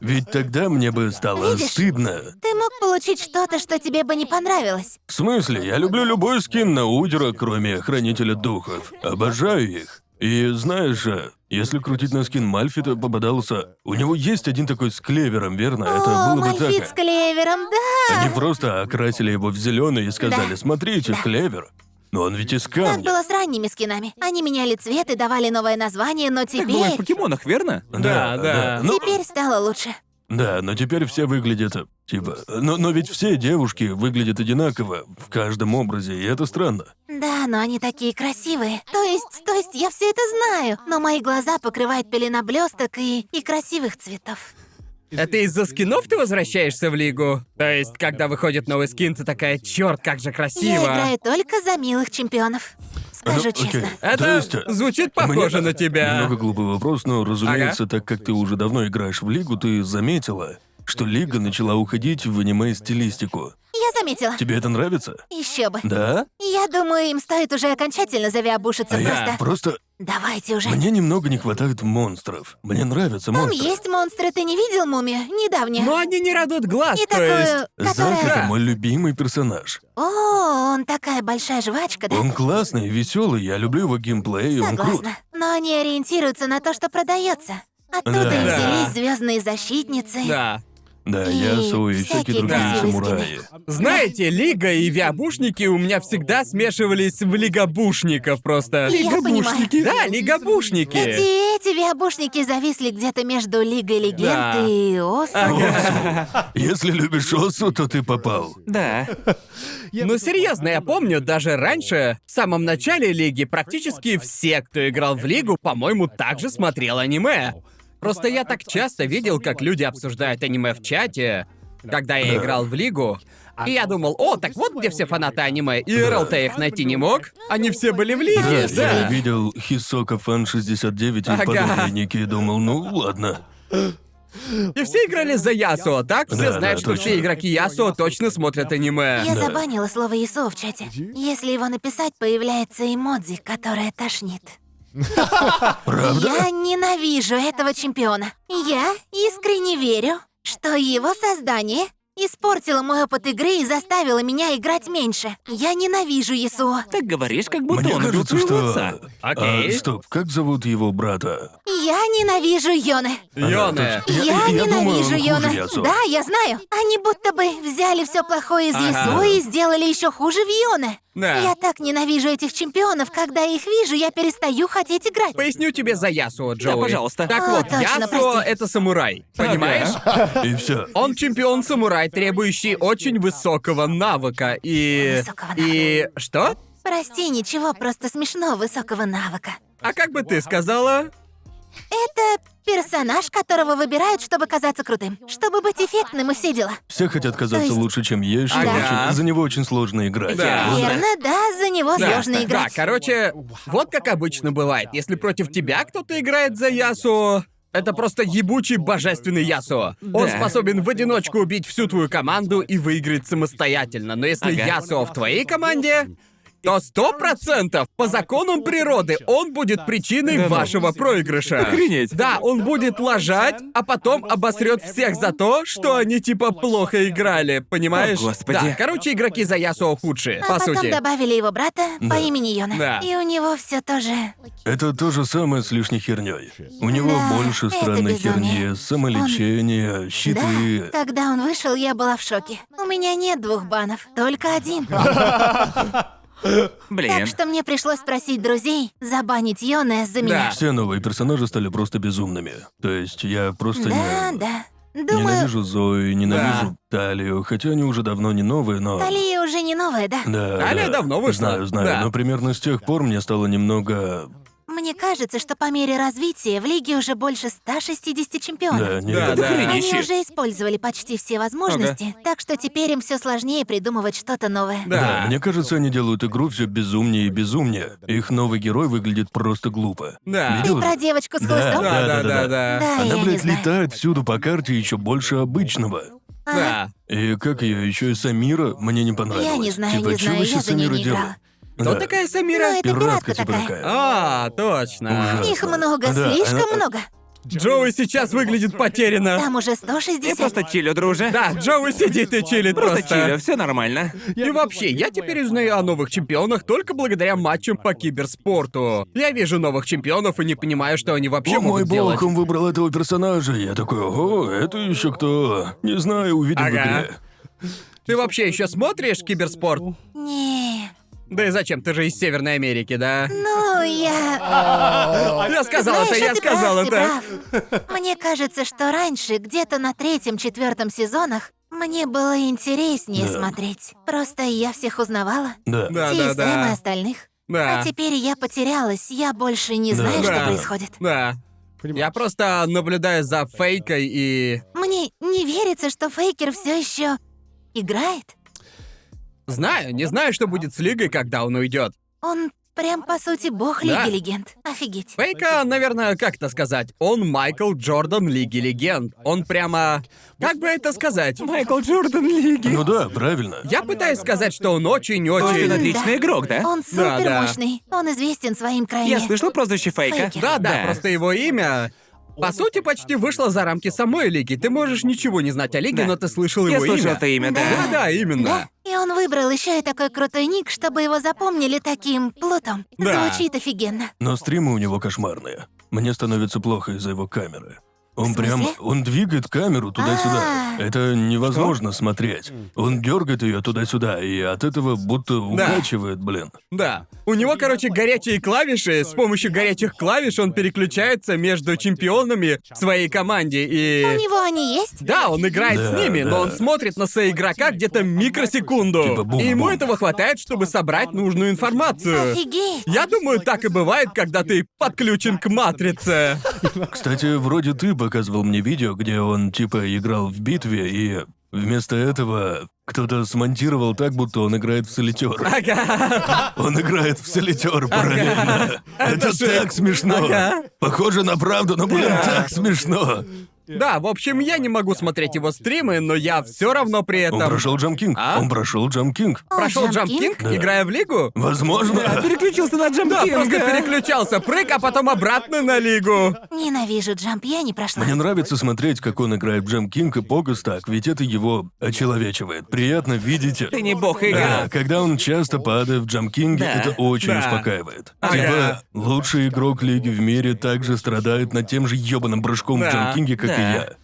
Speaker 4: Ведь тогда мне бы стало
Speaker 1: Видишь?
Speaker 4: стыдно.
Speaker 1: Ты мог получить что-то, что тебе бы не понравилось.
Speaker 4: В смысле, я люблю любой скин на Удера, кроме Хранителя Духов. Обожаю их. И знаешь же, если крутить на скин Мальфита попадался... У него есть один такой с клевером, верно? Это
Speaker 1: О,
Speaker 4: было бы так.
Speaker 1: Мальфит с клевером, да!
Speaker 4: Они просто окрасили его в зеленый и сказали,
Speaker 1: Да.
Speaker 4: смотрите, клевер. Но он ведь из
Speaker 1: Так
Speaker 4: камня.
Speaker 1: было с ранними скинами. Они меняли цвет и давали новое название, но
Speaker 2: Так бывает в
Speaker 1: теперь...
Speaker 2: покемонах, верно?
Speaker 3: Да, да.
Speaker 4: Да, да. Ну,
Speaker 1: Теперь стало лучше.
Speaker 4: да, но теперь все выглядят э, типа. Но, но ведь все девушки выглядят одинаково в каждом образе, и это странно.
Speaker 1: Да, но они такие красивые. То есть, то есть, я все это знаю. Но мои глаза покрывает пелена блесток и, и красивых цветов.
Speaker 3: Это из-за скинов ты возвращаешься в лигу? То есть, когда выходит новый скин, ты такая, черт, как же
Speaker 1: Я
Speaker 3: красиво.
Speaker 1: играю только за милых чемпионов. Скажу
Speaker 4: Ну, окей.
Speaker 1: честно.
Speaker 3: Это
Speaker 4: То есть, э,
Speaker 3: звучит похоже
Speaker 4: мне-
Speaker 3: на тебя.
Speaker 4: Немного глупый вопрос, но, разумеется, так как ты уже давно играешь в лигу, ты заметила, что лига начала уходить в аниме-стилистику.
Speaker 1: Я заметила.
Speaker 4: Тебе это нравится?
Speaker 1: Еще бы.
Speaker 4: Да?
Speaker 1: Я думаю, им стоит уже окончательно завиобушиться
Speaker 4: А я
Speaker 1: просто.
Speaker 4: просто...
Speaker 1: Давайте уже.
Speaker 4: Мне немного не хватает монстров. Мне нравятся
Speaker 1: Там
Speaker 4: монстры.
Speaker 1: есть монстры, ты не видел мумию? Недавняя.
Speaker 3: Но они не радуют глаз,
Speaker 1: И
Speaker 3: то есть...
Speaker 1: такую,
Speaker 4: Зак —
Speaker 1: которая...
Speaker 4: это мой любимый персонаж.
Speaker 1: О, он такая большая жвачка, да?
Speaker 4: Он классный, веселый, я люблю его геймплей, и он крут.
Speaker 1: Согласна. Но они ориентируются на то, что продается. Оттуда
Speaker 4: Да.
Speaker 1: и
Speaker 3: Да.
Speaker 1: взялись звездные защитницы.
Speaker 3: Да.
Speaker 4: Да, Ясу и
Speaker 1: всякие
Speaker 4: всякие другие
Speaker 1: красивые
Speaker 4: самураи.
Speaker 3: Знаете, Лига и Виабушники у меня всегда смешивались в Лигабушников просто.
Speaker 1: Лигабушники?
Speaker 3: Да, Лигабушники.
Speaker 1: Эти, эти виабушники зависли где-то между Лигой Легенд
Speaker 3: Да.
Speaker 1: и Осу.
Speaker 4: Если любишь Осу, то ты попал.
Speaker 2: Да.
Speaker 3: Но Ну, серьезно, я помню, даже раньше, в самом начале Лиги, практически все, кто играл в Лигу, по-моему, также смотрел аниме. Просто я так часто видел, как люди обсуждают аниме в чате, когда я играл в Лигу. И я думал, о, так вот где все фанаты аниме. И РЛТ их найти не мог. Они все были в Лиге,
Speaker 4: Да,
Speaker 3: да.
Speaker 4: я видел Хисока Фан 69 и
Speaker 3: Ага.
Speaker 4: подобные и думал, ну ладно.
Speaker 3: И все играли за Ясуо, так? Все
Speaker 4: Да,
Speaker 3: знают,
Speaker 4: да,
Speaker 3: что
Speaker 4: точно.
Speaker 3: все игроки Ясуо точно смотрят аниме.
Speaker 1: Я забанила слово Ясуо в чате. Если его написать, появляется эмодзи, которая тошнит. Я ненавижу этого чемпиона. Я искренне верю, что его создание испортило мой опыт игры и заставило меня играть меньше. Я ненавижу Ясуо.
Speaker 2: Так говоришь, как будто
Speaker 4: Мне
Speaker 2: он убил
Speaker 4: кажется,
Speaker 2: твоего
Speaker 4: что...
Speaker 2: отца.
Speaker 4: А,
Speaker 3: Окей.
Speaker 4: стоп, как зовут его брата? Э,
Speaker 1: Я ненавижу Йоне.
Speaker 3: Йоне.
Speaker 4: Я-
Speaker 1: Я,
Speaker 4: я думаю, он
Speaker 1: ненавижу Йона.
Speaker 4: хуже Ясуо.
Speaker 1: Да, я знаю. Они будто бы взяли все плохое из Ясуо и сделали еще хуже в Йоне.
Speaker 3: Да.
Speaker 1: Я так ненавижу этих чемпионов, когда их вижу, я перестаю хотеть играть.
Speaker 3: Поясню тебе за Ясуо, Джоуи.
Speaker 2: пожалуйста.
Speaker 3: Так
Speaker 1: А,
Speaker 3: вот,
Speaker 1: точно,
Speaker 3: Ясуо —
Speaker 1: прости.
Speaker 3: это самурай, понимаешь?
Speaker 4: И все.
Speaker 3: Он чемпион-самурай, требующий очень высокого навыка и...
Speaker 1: Высокого навыка.
Speaker 3: И... Что?
Speaker 1: Прости, ничего, просто смешно высокого навыка.
Speaker 3: А как бы ты сказала?
Speaker 1: Это персонаж, которого выбирают, чтобы казаться крутым, чтобы быть эффектным и все дела.
Speaker 4: Все хотят казаться
Speaker 1: То есть-
Speaker 4: лучше, чем есть, что
Speaker 3: Ага.
Speaker 4: очень- за него очень сложно играть.
Speaker 3: А, Да.
Speaker 4: Вот.
Speaker 1: Верно, да, за него сложно
Speaker 3: Да, Да,
Speaker 1: играть.
Speaker 3: короче, вот как обычно бывает. Если против тебя кто-то играет за Ясуо, это просто ебучий божественный Ясуо.
Speaker 2: Да.
Speaker 3: Он способен в одиночку убить всю твою команду и выиграть самостоятельно. Но если
Speaker 2: Ага.
Speaker 3: Ясуо в твоей команде, то сто процентов по законам природы он будет причиной
Speaker 2: Да ну.
Speaker 3: вашего проигрыша.
Speaker 2: Охренеть.
Speaker 3: Да, он будет лажать, а потом обосрет всех за то, что они типа плохо играли, понимаешь?
Speaker 2: О, господи.
Speaker 3: Да, короче, игроки за Ясуо худшие,
Speaker 1: А
Speaker 3: по
Speaker 1: потом
Speaker 3: сути.
Speaker 1: добавили его брата по имени Йона.
Speaker 3: Да.
Speaker 1: И у него все тоже
Speaker 4: Это то же самое с лишней херней. У него
Speaker 1: Да,
Speaker 4: больше
Speaker 1: это
Speaker 4: странной
Speaker 1: безумие.
Speaker 4: херни, самолечение, щиты.
Speaker 1: Да, когда он вышел, я была в шоке. У меня нет двух банов, только один.
Speaker 2: Блин.
Speaker 1: Так что мне пришлось просить друзей забанить Йоне за меня.
Speaker 4: Все новые персонажи стали просто безумными. То есть я просто
Speaker 1: Да,
Speaker 4: не...
Speaker 1: да. Думаю,
Speaker 4: Ненавижу Зою, ненавижу Талию, хотя они уже давно не новые, но...
Speaker 1: Талия уже не новая, да?
Speaker 4: Да,
Speaker 3: Талия
Speaker 4: да.
Speaker 3: давно вышла.
Speaker 4: Знаю, знаю,
Speaker 3: Да.
Speaker 4: но примерно с тех пор мне стало немного...
Speaker 1: Мне кажется, что по мере развития в лиге уже больше 160
Speaker 4: Да,
Speaker 1: чемпионов.
Speaker 4: не...
Speaker 3: Да, да.
Speaker 1: Они
Speaker 2: Охренеть.
Speaker 1: уже использовали почти все возможности, так что теперь им все сложнее придумывать что-то новое.
Speaker 4: Да, мне кажется, они делают игру все безумнее и безумнее. Их новый герой выглядит просто глупо.
Speaker 3: Да.
Speaker 1: Ты
Speaker 4: Видел же?
Speaker 1: про девочку с
Speaker 4: Да,
Speaker 1: хлыстом?
Speaker 3: Да, да,
Speaker 4: Да,
Speaker 3: да,
Speaker 4: да,
Speaker 3: да.
Speaker 1: Да,
Speaker 4: Она,
Speaker 1: я не
Speaker 4: блядь,
Speaker 1: знаю.
Speaker 4: летает всюду по карте еще больше обычного.
Speaker 1: Ага.
Speaker 3: Да.
Speaker 4: И как ее еще и Самира мне не понравилось.
Speaker 1: Я не знаю,
Speaker 4: типа,
Speaker 1: не
Speaker 4: чё вы
Speaker 1: знаю, я
Speaker 4: сейчас
Speaker 1: за ней
Speaker 4: Самира
Speaker 1: не
Speaker 4: делает?
Speaker 1: играла.
Speaker 3: Кто
Speaker 4: Да.
Speaker 3: такая
Speaker 1: Но
Speaker 3: Самира?
Speaker 1: Ну, это пиратка
Speaker 4: Пиратка типа
Speaker 1: такая.
Speaker 4: такая.
Speaker 3: А, точно.
Speaker 1: Их
Speaker 3: А,
Speaker 1: много,
Speaker 4: Да,
Speaker 1: слишком
Speaker 4: она-
Speaker 1: много.
Speaker 3: Джоуи сейчас выглядит потеряно.
Speaker 1: Там уже
Speaker 2: Я
Speaker 1: 160.
Speaker 2: просто чилю, друже.
Speaker 3: Да, Джоуи сидит и чилит
Speaker 2: Просто
Speaker 3: просто.
Speaker 2: чилю, все нормально.
Speaker 3: И вообще, я теперь узнаю о новых чемпионах только благодаря матчам по киберспорту. Я вижу новых чемпионов и не понимаю, что они вообще
Speaker 4: О мой
Speaker 3: могут делать.
Speaker 4: бог, он выбрал этого персонажа. Я такой, ого, это еще кто? Не знаю, увидел в
Speaker 3: Ага.
Speaker 4: игре.
Speaker 3: Ты вообще еще смотришь киберспорт?
Speaker 1: Не.
Speaker 3: Да и зачем? Ты же из Северной Америки, да?
Speaker 1: Ну, я...
Speaker 3: Я сказал это,
Speaker 1: Ну, Знаешь,
Speaker 3: я
Speaker 1: а ты
Speaker 3: сказал
Speaker 1: прав, ты
Speaker 3: это.
Speaker 1: прав. Мне кажется, что раньше, где-то на третьем-четвертом сезонах, мне было интереснее
Speaker 4: Да.
Speaker 1: смотреть. Просто я всех узнавала.
Speaker 4: Да.
Speaker 3: Да,
Speaker 1: Ти,
Speaker 3: да,
Speaker 1: Сэм и
Speaker 3: да.
Speaker 1: остальных.
Speaker 3: Да.
Speaker 1: А теперь я потерялась, я больше не
Speaker 4: Да.
Speaker 1: знаю, что
Speaker 3: Да.
Speaker 1: происходит.
Speaker 3: Да. Я просто наблюдаю за фейкой и...
Speaker 1: Мне не верится, что Фейкер все еще играет.
Speaker 3: Знаю, не знаю, что будет с Лигой, когда он уйдет.
Speaker 1: Он прям, по сути, бог
Speaker 3: Да.
Speaker 1: Лиги Легенд. Офигеть.
Speaker 3: Фейка, наверное, как это сказать? Он Майкл Джордан Лиги Легенд. Он прямо... Как бы это сказать?
Speaker 2: Майкл Джордан Лиги.
Speaker 4: Ну да, правильно.
Speaker 3: Я пытаюсь сказать, что он
Speaker 2: Очень
Speaker 3: очень-очень...
Speaker 2: отличный игрок, да?
Speaker 1: Он
Speaker 3: Да, да.
Speaker 1: супер мощный. Он известен своим крайне.
Speaker 2: Я слышал прозвище Фейка.
Speaker 1: Фейкер.
Speaker 3: Да, да, просто его имя... По сути, почти вышло за рамки самой Лиги. Ты можешь ничего не знать о Лиге,
Speaker 2: Да.
Speaker 3: но ты слышал
Speaker 2: Я
Speaker 3: его
Speaker 2: слышал
Speaker 3: имя.
Speaker 2: это имя,
Speaker 3: Да,
Speaker 2: да.
Speaker 3: да, именно.
Speaker 1: И он выбрал еще и такой крутой ник, чтобы его запомнили таким плутом.
Speaker 3: Да.
Speaker 1: Звучит офигенно.
Speaker 4: Но стримы у него кошмарные. Мне становится плохо из-за его камеры. Он прям,
Speaker 1: смысле?
Speaker 4: он двигает камеру туда-сюда.
Speaker 1: А.
Speaker 4: Это невозможно смотреть. Он дергает ее туда-сюда, и от этого будто укачивает, блин.
Speaker 3: Да. У него, короче, горячие клавиши. С помощью горячих клавиш он переключается между чемпионами в своей команде
Speaker 1: У
Speaker 3: и...
Speaker 1: него они есть?
Speaker 3: Да, он играет с
Speaker 4: Да,
Speaker 3: ними, но
Speaker 4: да.
Speaker 3: он смотрит на соигрока где-то микросекунду.
Speaker 4: Типа бум-бум.
Speaker 3: и ему этого хватает, чтобы собрать нужную информацию.
Speaker 1: Офигеть!
Speaker 3: Я думаю, так и бывает, когда ты подключен к матрице.
Speaker 4: Кстати, вроде ты показывал мне видео, где он типа играл в битве, и вместо этого кто-то смонтировал так, будто он играет в солитер.
Speaker 3: Ага.
Speaker 4: Он играет в солитер параллельно. Это
Speaker 3: же-
Speaker 4: так смешно.
Speaker 3: Ага.
Speaker 4: Похоже на правду, но, блин, так смешно.
Speaker 3: Да, в общем, я не могу смотреть его стримы, но я все равно при
Speaker 4: Он
Speaker 3: этом
Speaker 4: прошел джамкинг.
Speaker 3: А?
Speaker 4: Он прошел джамкинг.
Speaker 3: прошел
Speaker 1: Jump
Speaker 3: джампинг, играя в лигу.
Speaker 2: А,
Speaker 4: Возможно.
Speaker 2: Переключился на
Speaker 3: Да,
Speaker 2: джампинг.
Speaker 3: просто переключался, прыг, а потом обратно на лигу.
Speaker 1: Ненавижу джамп, я не прошла.
Speaker 4: Мне нравится смотреть, как он играет в Джем Кинг и Погас так, ведь это его очеловечивает. Приятно видеть.
Speaker 2: Ты не бог
Speaker 4: Да,
Speaker 2: игра.
Speaker 4: когда он часто падает в джамкинге,
Speaker 2: Да,
Speaker 4: это очень
Speaker 3: да.
Speaker 4: успокаивает.
Speaker 3: Ага.
Speaker 4: Типа, лучший игрок лиги в мире также страдает над тем же ёбаным прыжком
Speaker 3: Да,
Speaker 4: в джамкинге, как
Speaker 2: да.
Speaker 4: и я.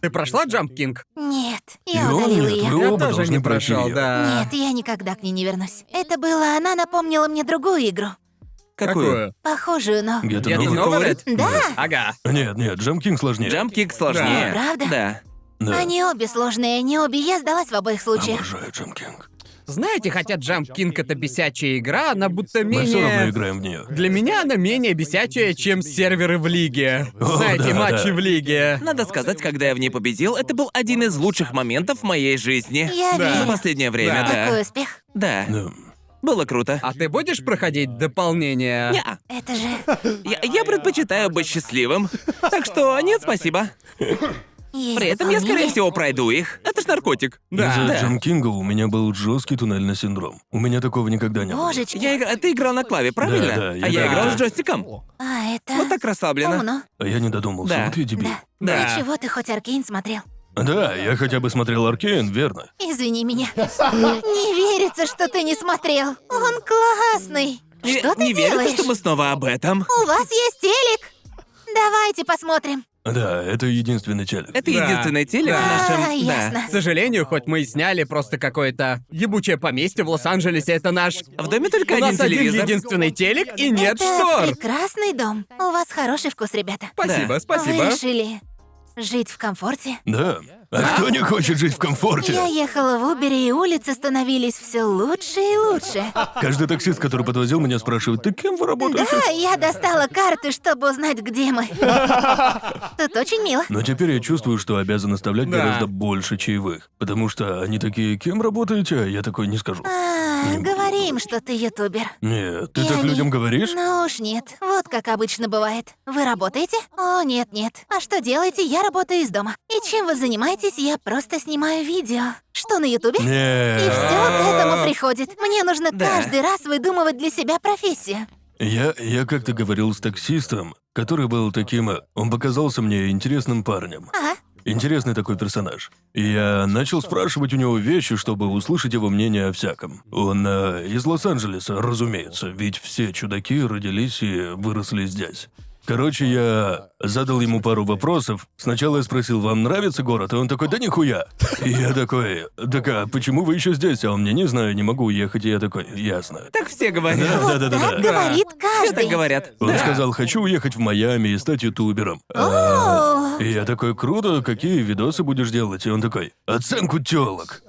Speaker 3: Ты прошла джампинг?
Speaker 1: Нет,
Speaker 4: И
Speaker 1: я
Speaker 4: он
Speaker 1: удалила
Speaker 4: нет,
Speaker 1: ее.
Speaker 4: вы
Speaker 3: Я
Speaker 4: оба
Speaker 3: тоже
Speaker 4: должны
Speaker 3: не
Speaker 4: пройти
Speaker 3: прошел,
Speaker 4: её.
Speaker 3: да.
Speaker 1: Нет, я никогда к ней не вернусь. Это было, она напомнила мне другую игру.
Speaker 2: Какую?
Speaker 1: Похожую, но...
Speaker 4: Где-то
Speaker 3: Get
Speaker 4: новый.
Speaker 3: over it?
Speaker 1: Да,
Speaker 3: Ага.
Speaker 4: Нет, нет, джамкинг сложнее.
Speaker 2: Джампкик
Speaker 1: Да.
Speaker 2: сложнее.
Speaker 1: Правда?
Speaker 2: Да.
Speaker 4: Да.
Speaker 1: они обе сложные, они обе. Я сдалась в обоих случаях.
Speaker 4: Обожаю джамкинг.
Speaker 3: Знаете, хотя джампинг это бесячая игра, она будто
Speaker 4: Мы все равно
Speaker 3: менее...
Speaker 4: играем в нее.
Speaker 3: Для меня она менее бесячая, чем серверы в лиге.
Speaker 4: О,
Speaker 3: Знаете,
Speaker 4: да,
Speaker 3: матчи
Speaker 4: да.
Speaker 3: в лиге.
Speaker 2: Надо сказать, когда я в ней победил, это был один из лучших моментов в моей жизни.
Speaker 1: Я
Speaker 3: Да.
Speaker 2: За
Speaker 1: верю.
Speaker 2: последнее время,
Speaker 3: Да.
Speaker 2: да.
Speaker 1: Такой успех.
Speaker 2: Да.
Speaker 4: Да.
Speaker 2: Было круто.
Speaker 3: А ты будешь проходить дополнение?
Speaker 2: Неа.
Speaker 1: Это же...
Speaker 2: Я, я предпочитаю быть счастливым. Так что нет, спасибо.
Speaker 1: есть
Speaker 2: При этом я, скорее
Speaker 1: дополнение.
Speaker 2: всего, пройду их. Это ж наркотик.
Speaker 4: Из-за
Speaker 2: Да.
Speaker 4: джамкинга у меня был жесткий туннельный синдром. У меня такого никогда не было.
Speaker 1: Божечки.
Speaker 2: Я игра... Ты играл на клаве, правильно?
Speaker 4: Да, да, я
Speaker 2: а я
Speaker 4: играл.
Speaker 2: играл с джойстиком.
Speaker 1: А, это...
Speaker 2: Вот так расслабленно.
Speaker 1: Умно.
Speaker 4: А я не додумался,
Speaker 2: Да.
Speaker 4: вот я дебил.
Speaker 1: Да.
Speaker 2: Да.
Speaker 1: Ну чего ты хоть Аркейн смотрел?
Speaker 4: Да, я хотя бы смотрел Аркейн, верно.
Speaker 1: Извини меня. Не верится, что ты не смотрел. Он классный.
Speaker 2: Не-
Speaker 1: Что ты
Speaker 2: не верится,
Speaker 1: делаешь?
Speaker 2: что мы снова об этом.
Speaker 1: У вас есть телек? Давайте посмотрим.
Speaker 4: Да, это единственный челлендж.
Speaker 2: Это
Speaker 3: Да.
Speaker 2: единственное теле в
Speaker 3: Да.
Speaker 2: нашем...
Speaker 1: А,
Speaker 2: да.
Speaker 1: ясно.
Speaker 3: К сожалению, хоть мы и сняли просто какое-то ебучее поместье в Лос-Анджелесе, это наш...
Speaker 2: А В доме только
Speaker 3: У
Speaker 2: один
Speaker 3: нас один
Speaker 2: телевизор.
Speaker 3: единственный телек и нет
Speaker 1: Это
Speaker 3: штор.
Speaker 1: прекрасный дом. У вас хороший вкус, ребята.
Speaker 3: Спасибо,
Speaker 2: Да.
Speaker 1: Вы
Speaker 3: спасибо.
Speaker 1: решили жить в комфорте?
Speaker 4: Да. А кто не хочет жить в комфорте?
Speaker 1: Я ехала в Убере, и улицы становились все лучше и лучше.
Speaker 4: Каждый таксист, который подвозил меня, спрашивает, ты кем вы работаете?
Speaker 1: Да, я достала карты, чтобы узнать, где мы. Тут очень мило.
Speaker 4: Но теперь я чувствую, что обязан оставлять
Speaker 3: Да.
Speaker 4: гораздо больше чаевых. Потому что они такие, кем работаете? А Я такой не скажу.
Speaker 1: А, говори им, что ты ютубер.
Speaker 4: Нет, ты
Speaker 1: И
Speaker 4: так
Speaker 1: они-
Speaker 4: людям говоришь?
Speaker 1: Ну уж нет, вот как обычно бывает. Вы работаете? О, нет, нет. А что делаете? Я работаю из дома. И чем вы занимаетесь? Я просто снимаю видео. Что на ютубе? И все
Speaker 4: Нет.
Speaker 1: к этому приходит. Мне нужно
Speaker 2: Да.
Speaker 1: каждый раз выдумывать для себя профессию.
Speaker 4: Я, я как-то говорил с таксистом, который был таким... э, Он показался мне интересным парнем.
Speaker 1: Ага.
Speaker 4: Интересный такой персонаж. И я начал спрашивать у него вещи, чтобы услышать его мнение о всяком. Он э, из Лос-Анджелеса, разумеется, ведь все чудаки родились и выросли здесь. Короче, я задал ему пару вопросов. Сначала я спросил, вам нравится город? И он такой, да нихуя. И я такой, так а почему вы еще здесь? А он мне, не знаю, не могу уехать. И я такой, ясно.
Speaker 2: Так все говорят.
Speaker 4: Да, да, да, да,
Speaker 1: Так
Speaker 4: да.
Speaker 1: говорит
Speaker 2: Все так
Speaker 1: каждый.
Speaker 2: говорят.
Speaker 4: Он сказал, хочу уехать в Майами и стать ютубером. А, И я такой, круто, какие видосы будешь делать? И он такой, оценку телок.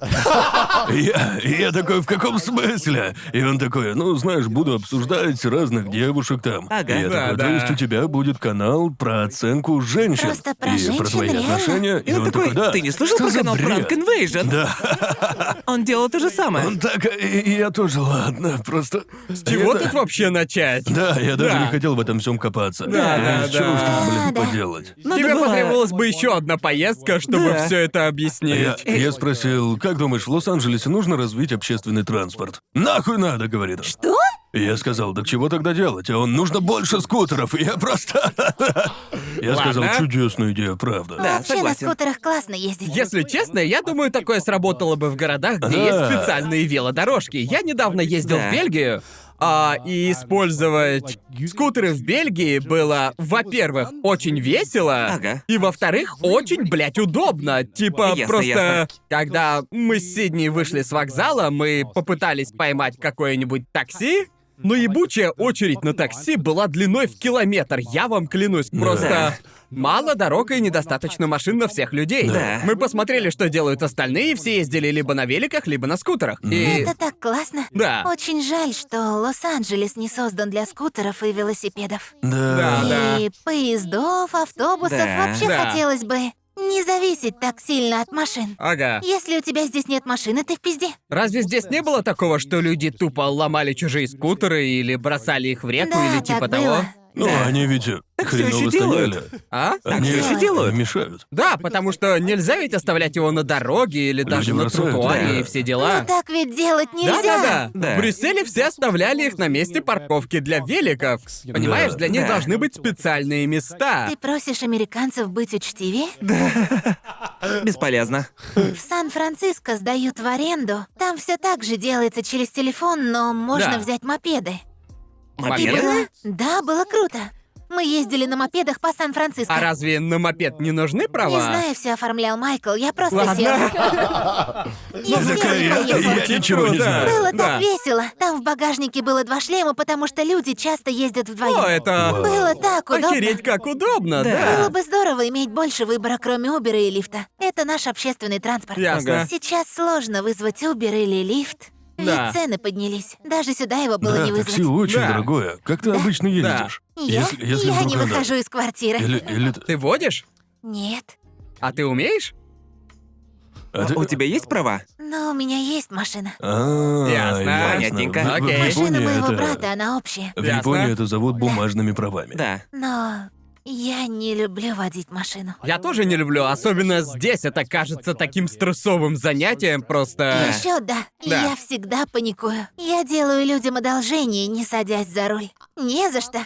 Speaker 4: Я, и я такой, в каком смысле? И он такой, ну, знаешь, буду обсуждать разных девушек там.
Speaker 2: Ага.
Speaker 4: И я
Speaker 3: Да,
Speaker 4: такой,
Speaker 3: да.
Speaker 4: то есть у тебя будет канал про оценку женщин.
Speaker 1: Просто про
Speaker 4: и
Speaker 1: женщин,
Speaker 4: про твои
Speaker 1: реально?
Speaker 4: отношения.
Speaker 2: И он такой,
Speaker 4: да.
Speaker 2: ты не слышал
Speaker 4: что
Speaker 2: про
Speaker 4: за
Speaker 2: канал
Speaker 4: бред?»
Speaker 2: Prank Invasion?
Speaker 4: Да,
Speaker 2: Он делал то же самое.
Speaker 4: он так, и, и я тоже, ладно, просто... С
Speaker 3: Чего тут вообще начать?
Speaker 4: Да, я даже
Speaker 3: Да.
Speaker 4: не хотел в этом всем копаться.
Speaker 3: Да,
Speaker 4: Э,
Speaker 3: да,
Speaker 4: Чего
Speaker 3: да.
Speaker 4: уж тут, блин,
Speaker 1: А, да.
Speaker 4: поделать?
Speaker 2: Надо
Speaker 3: Тебе
Speaker 2: было-
Speaker 3: потребовалась бы еще одна поездка, чтобы
Speaker 2: Да. А
Speaker 3: все это объяснить.
Speaker 4: Я, я спросил, как думаешь, в Лос-Анджелесе нужно развить общественный транспорт? Нахуй надо, говорит он.
Speaker 1: Что?
Speaker 4: Я сказал, так чего тогда делать? А он, нужно больше скутеров, и я просто... Я сказал,
Speaker 3: Ладно.
Speaker 4: чудесная идея, правда.
Speaker 2: Да,
Speaker 1: Вообще
Speaker 2: согласен.
Speaker 1: на скутерах классно ездить.
Speaker 3: Если честно, я думаю, такое сработало бы в городах, где
Speaker 4: Да.
Speaker 3: есть специальные велодорожки. Я недавно ездил
Speaker 2: Да.
Speaker 3: в Бельгию, А, и использовать скутеры в Бельгии было, во-первых, очень весело,
Speaker 2: Ага.
Speaker 3: и, во-вторых, очень, блядь, удобно. Типа,
Speaker 2: Ясно,
Speaker 3: просто...
Speaker 2: ясно.
Speaker 3: Когда мы с Сидней вышли с вокзала, мы попытались поймать какое-нибудь такси, но ебучая очередь на такси была длиной в километр, я вам клянусь.
Speaker 2: Ну
Speaker 3: Просто мало дорог и недостаточно машин на всех людей.
Speaker 2: Да.
Speaker 3: Мы посмотрели, что делают остальные, и все ездили либо на великах, либо на скутерах. И...
Speaker 1: Это так классно.
Speaker 3: Да.
Speaker 1: Очень жаль, что Лос-Анджелес не создан для скутеров и велосипедов.
Speaker 4: Да.
Speaker 3: Да.
Speaker 1: И поездов, автобусов
Speaker 2: Да.
Speaker 1: вообще
Speaker 3: Да.
Speaker 1: хотелось бы не зависеть так сильно от машин.
Speaker 3: Ага.
Speaker 1: Если у тебя здесь нет машины, ты в пизде.
Speaker 3: Разве здесь не было такого, что люди тупо ломали чужие скутеры или бросали их в реку
Speaker 1: да,
Speaker 3: или
Speaker 1: так
Speaker 3: типа того?
Speaker 1: было.
Speaker 4: Ну, они ведь э,
Speaker 2: всё
Speaker 4: хреново
Speaker 2: ещё делают.
Speaker 4: стояли.
Speaker 3: А?
Speaker 4: Они
Speaker 1: всё ещё
Speaker 2: делают.
Speaker 4: мешают.
Speaker 3: Да, потому что нельзя ведь оставлять его на дороге или даже на
Speaker 4: бросают,
Speaker 3: тротуаре
Speaker 4: да.
Speaker 3: и все дела.
Speaker 1: Ну так ведь делать нельзя.
Speaker 3: Да-да-да.
Speaker 2: Да.
Speaker 3: В Брюсселе все оставляли их на месте парковки для великов. Понимаешь, для них
Speaker 2: Да.
Speaker 3: должны быть специальные места.
Speaker 1: Ты просишь американцев быть учтивее?
Speaker 2: Бесполезно.
Speaker 1: В Сан-Франциско сдают в аренду. Там все так же делается через телефон, но можно
Speaker 3: Да. А
Speaker 1: взять мопеды. И
Speaker 3: Мопеды?
Speaker 1: было- Да, было круто. Мы ездили на мопедах по Сан-Франциско.
Speaker 3: А разве на мопед не нужны права?
Speaker 1: Не знаю, все оформлял Майкл, я просто села.
Speaker 3: Ладно.
Speaker 1: Я села и
Speaker 4: такая, я-
Speaker 1: поехала.
Speaker 4: я ничего не
Speaker 3: Да.
Speaker 4: знаю.
Speaker 1: Было
Speaker 3: Да.
Speaker 1: так весело. Там в багажнике было два шлема, потому что люди часто ездят
Speaker 3: О,
Speaker 1: вдвоем.
Speaker 3: это...
Speaker 1: Было так удобно.
Speaker 3: Охереть, как удобно,
Speaker 1: Было
Speaker 3: да.
Speaker 1: бы здорово иметь больше выбора, кроме Uber и лифта. Это наш общественный транспорт.
Speaker 3: Ясно.
Speaker 1: Сейчас сложно вызвать Uber или лифт. Ведь
Speaker 3: Да.
Speaker 1: цены поднялись. Даже сюда его было
Speaker 4: Да,
Speaker 1: Ну, не вызвать.
Speaker 4: такси очень
Speaker 3: Да.
Speaker 4: дорогое. Как ты обычно ездишь?
Speaker 1: Я,
Speaker 4: Если, если
Speaker 1: я
Speaker 4: вдруг
Speaker 1: не
Speaker 4: надо.
Speaker 1: выхожу из квартиры.
Speaker 4: Или, или...
Speaker 3: Ты водишь?
Speaker 1: Нет.
Speaker 3: А ты умеешь?
Speaker 4: а ты-
Speaker 2: У тебя есть права?
Speaker 1: Но у меня есть машина.
Speaker 4: А,
Speaker 3: Ясно.
Speaker 2: Понятненько.
Speaker 4: В- в- в
Speaker 3: Окей.
Speaker 4: Японии
Speaker 1: Машина моего
Speaker 4: Ну, это-
Speaker 1: брата, она общая.
Speaker 4: В
Speaker 3: Ясно.
Speaker 4: Японии это зовут бумажными правами.
Speaker 2: Да.
Speaker 1: Но я не люблю водить машину.
Speaker 3: Я тоже не люблю, особенно здесь это кажется таким стрессовым занятием, просто...
Speaker 1: Еще да.
Speaker 3: А. Да.
Speaker 1: Я всегда паникую. Я делаю людям одолжение, не садясь за руль. Не за что.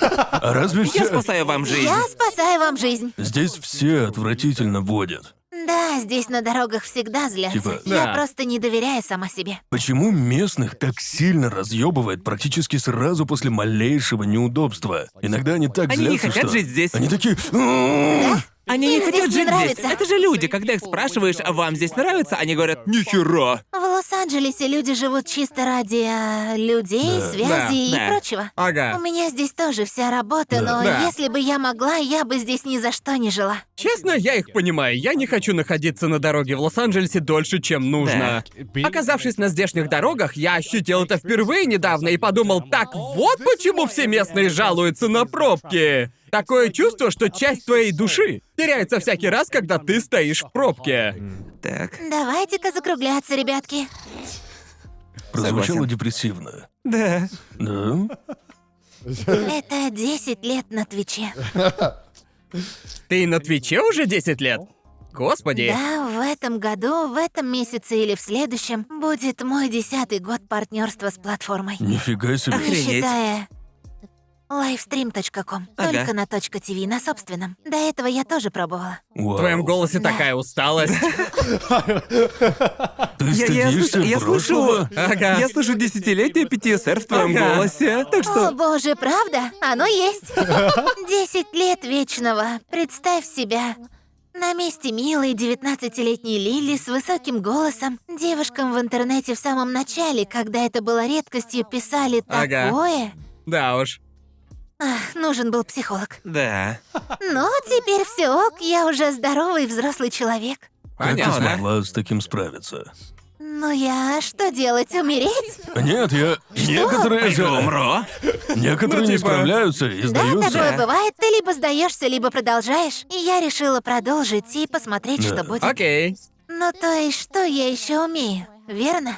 Speaker 4: А разве
Speaker 2: Я
Speaker 4: все...
Speaker 2: спасаю вам жизнь.
Speaker 1: Я спасаю вам жизнь.
Speaker 4: Здесь все отвратительно водят.
Speaker 1: Да, здесь на дорогах всегда злятся.
Speaker 4: Типа,
Speaker 1: Я
Speaker 3: да.
Speaker 1: просто не доверяю сама себе.
Speaker 4: Почему местных так сильно разъебывает практически сразу после малейшего неудобства? Иногда они так
Speaker 2: Они не
Speaker 4: злятся,
Speaker 2: хотят
Speaker 4: что...
Speaker 2: жить здесь.
Speaker 4: Они такие... «М-м-м».
Speaker 2: Они не
Speaker 1: Им здесь
Speaker 2: хотят
Speaker 1: не
Speaker 2: жить здесь.
Speaker 1: нравится.
Speaker 2: Это же люди, когда их спрашиваешь, а вам здесь нравится, они говорят, нихера.
Speaker 1: В Лос-Анджелесе люди живут чисто ради э, людей,
Speaker 3: Да,
Speaker 1: связи и
Speaker 2: да.
Speaker 1: прочего. У
Speaker 3: Ага.
Speaker 1: меня здесь тоже вся работа,
Speaker 4: Да.
Speaker 1: но
Speaker 3: Да.
Speaker 1: если бы я могла, я бы здесь ни за что не жила.
Speaker 3: Честно, я их понимаю. Я не хочу находиться на дороге в Лос-Анджелесе дольше, чем нужно. Оказавшись на здешних дорогах, я ощутил это впервые недавно и подумал, так вот почему все местные жалуются на пробки. Такое чувство, что часть твоей души теряется всякий раз, когда ты стоишь в пробке.
Speaker 2: Так.
Speaker 1: Давайте-ка закругляться, ребятки.
Speaker 4: Прозвучало
Speaker 2: Согласен.
Speaker 4: депрессивно.
Speaker 2: Да.
Speaker 4: Да?
Speaker 1: Это 10 лет на Твиче.
Speaker 3: Ты на Твиче уже 10 лет? Господи.
Speaker 1: Да, в этом году, в этом месяце или в следующем будет мой десятый год партнерства с платформой.
Speaker 4: Нифига себе.
Speaker 1: Не
Speaker 2: Охренеть.
Speaker 1: считая livestream.com,
Speaker 2: Ага.
Speaker 1: только на .tv, на собственном. До этого я тоже пробовала.
Speaker 4: Вау.
Speaker 3: В твоем голосе такая усталость.
Speaker 4: Ты
Speaker 2: Я, я
Speaker 4: стыдишься
Speaker 2: слышу, я слышу,
Speaker 4: прошлого?
Speaker 3: Ага.
Speaker 2: я слышу десятилетие PTSR в твоем
Speaker 3: Ага.
Speaker 2: голосе, так
Speaker 1: О
Speaker 2: что...
Speaker 1: боже, правда? Оно есть. Десять лет вечного. Представь себя. На месте милой 19-летней Лили с высоким голосом. Девушкам в интернете в самом начале, когда это было редкостью, писали
Speaker 3: Ага.
Speaker 1: такое.
Speaker 3: Да уж.
Speaker 1: Ах, нужен был психолог.
Speaker 2: Да.
Speaker 1: Но теперь все ок, я уже здоровый взрослый человек.
Speaker 4: Как ты
Speaker 2: Понятно.
Speaker 4: смогла с таким справиться?
Speaker 1: Ну я что делать, умереть?
Speaker 4: Нет, я... Некоторые же...
Speaker 2: Умро.
Speaker 4: Некоторые
Speaker 3: Ну,
Speaker 4: не
Speaker 3: типа-
Speaker 4: справляются и
Speaker 1: Да,
Speaker 4: сдаются.
Speaker 1: такое бывает. Ты либо сдаешься, либо продолжаешь. И я решила продолжить и посмотреть,
Speaker 4: Да.
Speaker 1: что будет.
Speaker 3: Окей.
Speaker 1: Ну то есть, что я еще умею, верно?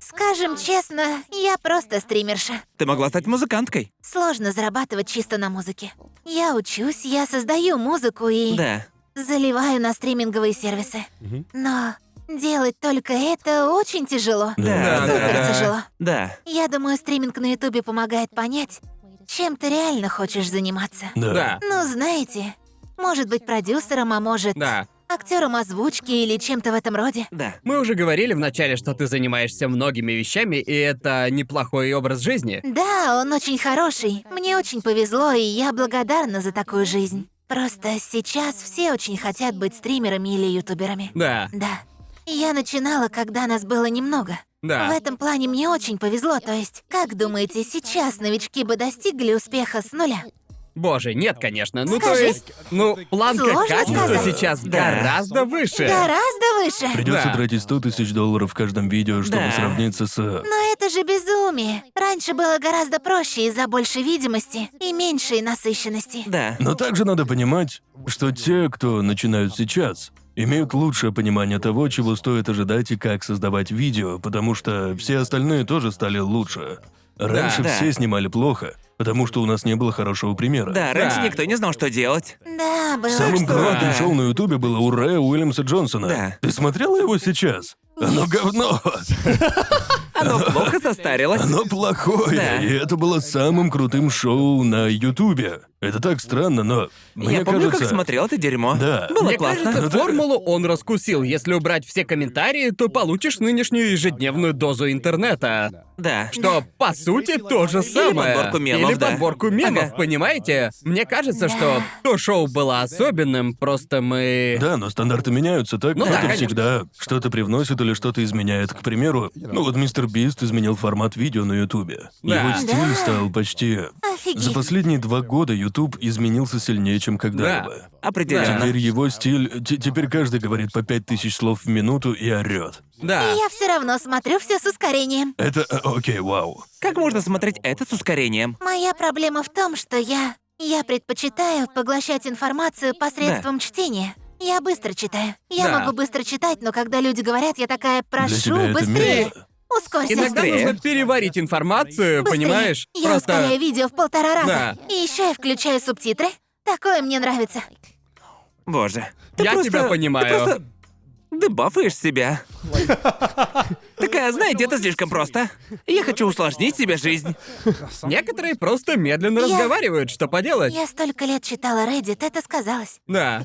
Speaker 1: Скажем честно, я просто стримерша.
Speaker 2: Ты могла стать музыканткой.
Speaker 1: Сложно зарабатывать чисто на музыке. Я учусь, я создаю музыку и
Speaker 2: Да.
Speaker 1: заливаю на стриминговые сервисы. Но делать только это очень тяжело.
Speaker 2: Да,
Speaker 1: Супер
Speaker 2: да.
Speaker 1: тяжело.
Speaker 2: Да.
Speaker 1: Я думаю, стриминг на Ютубе помогает понять, чем ты реально хочешь заниматься.
Speaker 4: Да.
Speaker 3: Да.
Speaker 1: Ну, знаете, может быть продюсером, а может
Speaker 3: Да.
Speaker 1: актером озвучки или чем-то в этом роде.
Speaker 2: Да.
Speaker 3: Мы уже говорили вначале, что ты занимаешься многими вещами, и это неплохой образ жизни.
Speaker 1: Да, он очень хороший. Мне очень повезло, и я благодарна за такую жизнь. Просто сейчас все очень хотят быть стримерами или ютуберами.
Speaker 3: Да,
Speaker 1: Да. Я начинала, когда нас было немного. В
Speaker 3: да.
Speaker 1: этом плане мне очень повезло, то есть, как думаете, сейчас новички бы достигли успеха с нуля?
Speaker 3: Боже, нет, конечно. Ну, то
Speaker 1: Скажи.
Speaker 3: есть, ну, планка
Speaker 1: Сложно
Speaker 3: качества
Speaker 1: сказать.
Speaker 3: сейчас
Speaker 2: Да.
Speaker 3: гораздо выше.
Speaker 1: Гораздо выше.
Speaker 4: Придется
Speaker 3: Да.
Speaker 4: тратить 100 тысяч долларов в каждом видео, чтобы
Speaker 2: Да.
Speaker 4: сравниться с... э,
Speaker 1: Но это же безумие. Раньше было гораздо проще из-за большей видимости и меньшей насыщенности.
Speaker 2: Да.
Speaker 4: Но также надо понимать, что те, кто начинают сейчас, имеют лучшее понимание того, чего стоит ожидать и как создавать видео, потому что все остальные тоже стали лучше. Раньше
Speaker 2: да.
Speaker 4: все снимали плохо, потому что у нас не было хорошего примера.
Speaker 2: Да, раньше
Speaker 3: Да.
Speaker 2: никто не знал, что делать.
Speaker 1: Да, было
Speaker 4: Самым
Speaker 1: что-
Speaker 4: громким
Speaker 3: Да.
Speaker 4: шоу на Ютубе было у Рэя Уильямса Джонсона.
Speaker 2: Да.
Speaker 4: Ты смотрела его сейчас? Оно говно,
Speaker 2: Оно плохо состарилось.
Speaker 4: оно плохое,
Speaker 2: Да.
Speaker 4: и это было самым крутым шоу на Ютубе. Это так странно, но мне
Speaker 2: Я помню, как
Speaker 4: кажется,
Speaker 2: смотрел это дерьмо.
Speaker 4: Да.
Speaker 2: Было
Speaker 3: Мне
Speaker 2: классно.
Speaker 3: кажется,
Speaker 4: Ну да.
Speaker 3: формулу он раскусил. Если убрать все комментарии, то получишь нынешнюю ежедневную дозу интернета.
Speaker 2: Да.
Speaker 3: Что, по сути, то же
Speaker 2: Или
Speaker 3: самое.
Speaker 2: подборку мемов,
Speaker 3: Или
Speaker 2: да.
Speaker 3: подборку мемов,
Speaker 2: Ага.
Speaker 3: понимаете? Мне кажется, что
Speaker 1: Да.
Speaker 3: то шоу было особенным, просто мы...
Speaker 4: Да, но стандарты меняются, так?
Speaker 3: Ну да,
Speaker 4: это
Speaker 3: конечно.
Speaker 4: всегда что-то привносит или что-то изменяет. К примеру, ну вот мистер Бист изменил формат видео на Ютубе.
Speaker 3: Да.
Speaker 4: Его стиль
Speaker 1: Да.
Speaker 4: стал почти... За
Speaker 1: Офигеть.
Speaker 4: последние два года Ютуб изменился сильнее, чем когда-либо.
Speaker 2: Определенно.
Speaker 4: Теперь его стиль... те- Теперь каждый говорит по пять тысяч слов в минуту и орёт.
Speaker 3: Да.
Speaker 1: И я все равно смотрю все с ускорением.
Speaker 4: Это... э, Окей, вау.
Speaker 2: Как можно смотреть это с ускорением?
Speaker 1: Моя проблема в том, что я... Я предпочитаю поглощать информацию посредством чтения. Я быстро читаю. Я
Speaker 3: Да.
Speaker 1: могу быстро читать, но когда люди говорят, я такая
Speaker 4: Для
Speaker 1: прошу,
Speaker 4: тебя это
Speaker 1: быстрее.
Speaker 4: мило.
Speaker 1: Ускорься.
Speaker 3: Иногда
Speaker 2: Быстрее.
Speaker 3: нужно переварить информацию,
Speaker 1: Быстрее.
Speaker 3: понимаешь?
Speaker 1: Я
Speaker 3: Просто...
Speaker 1: ускоряю видео в полтора раза.
Speaker 3: Да.
Speaker 1: И еще я включаю субтитры. Такое мне нравится.
Speaker 2: Боже.
Speaker 3: Я
Speaker 2: просто-
Speaker 3: тебя понимаю.
Speaker 2: Ты просто дебафаешь себя. Такая, знаете, это слишком просто. Я хочу усложнить себе жизнь.
Speaker 3: Некоторые просто медленно
Speaker 1: Я-
Speaker 3: разговаривают, что поделать.
Speaker 1: Я столько лет читала Reddit, это сказалось.
Speaker 3: Да.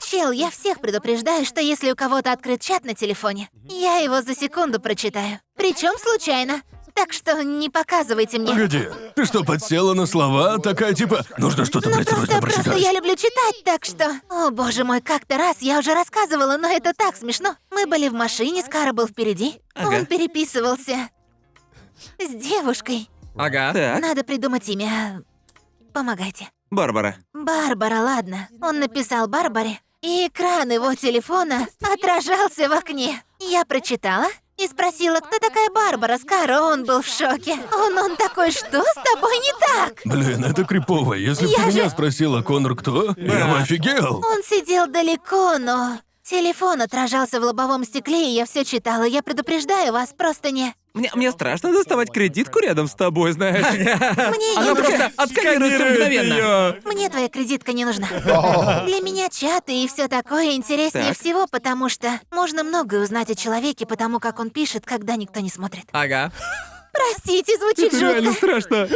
Speaker 1: Чел, я всех предупреждаю, что если у кого-то открыт чат на телефоне, я его за секунду прочитаю. Причем случайно. Так что не показывайте мне.
Speaker 4: Погоди, ты что, подсела на слова? Такая типа... Нужно что-то
Speaker 1: Ну
Speaker 4: брать
Speaker 1: просто, просто
Speaker 4: прочитать.
Speaker 1: я люблю читать, так что... О, боже мой, как-то раз я уже рассказывала, но это так смешно. Мы были в машине, Скара был впереди.
Speaker 2: Ага.
Speaker 1: Он переписывался с девушкой.
Speaker 3: Ага.
Speaker 2: Так,
Speaker 1: Надо придумать имя. Помогайте.
Speaker 2: Барбара.
Speaker 1: Барбара, ладно. Он написал Барбаре, и экран его телефона отражался в окне. Я прочитала и спросила, кто такая Барбара Скара. Он был в шоке. Он, он такой, что с тобой не так?
Speaker 4: Блин, это крипово. Если бы ты
Speaker 1: Я же-
Speaker 4: меня спросила, Конор кто, я бы офигел.
Speaker 1: Он сидел далеко, но... Телефон отражался в лобовом стекле, и я все читала. Я предупреждаю вас, просто не...
Speaker 2: Мне, мне страшно доставать кредитку рядом с тобой, знаешь.
Speaker 1: Мне не
Speaker 2: Она
Speaker 1: нужна...
Speaker 2: просто отсканируется мгновенно.
Speaker 1: Мне твоя кредитка не нужна. Для меня чаты и все такое интереснее
Speaker 2: Так.
Speaker 1: всего, потому что можно многое узнать о человеке, потому как он пишет, когда никто не смотрит.
Speaker 3: Ага.
Speaker 1: Простите, звучит жутко.
Speaker 2: страшно.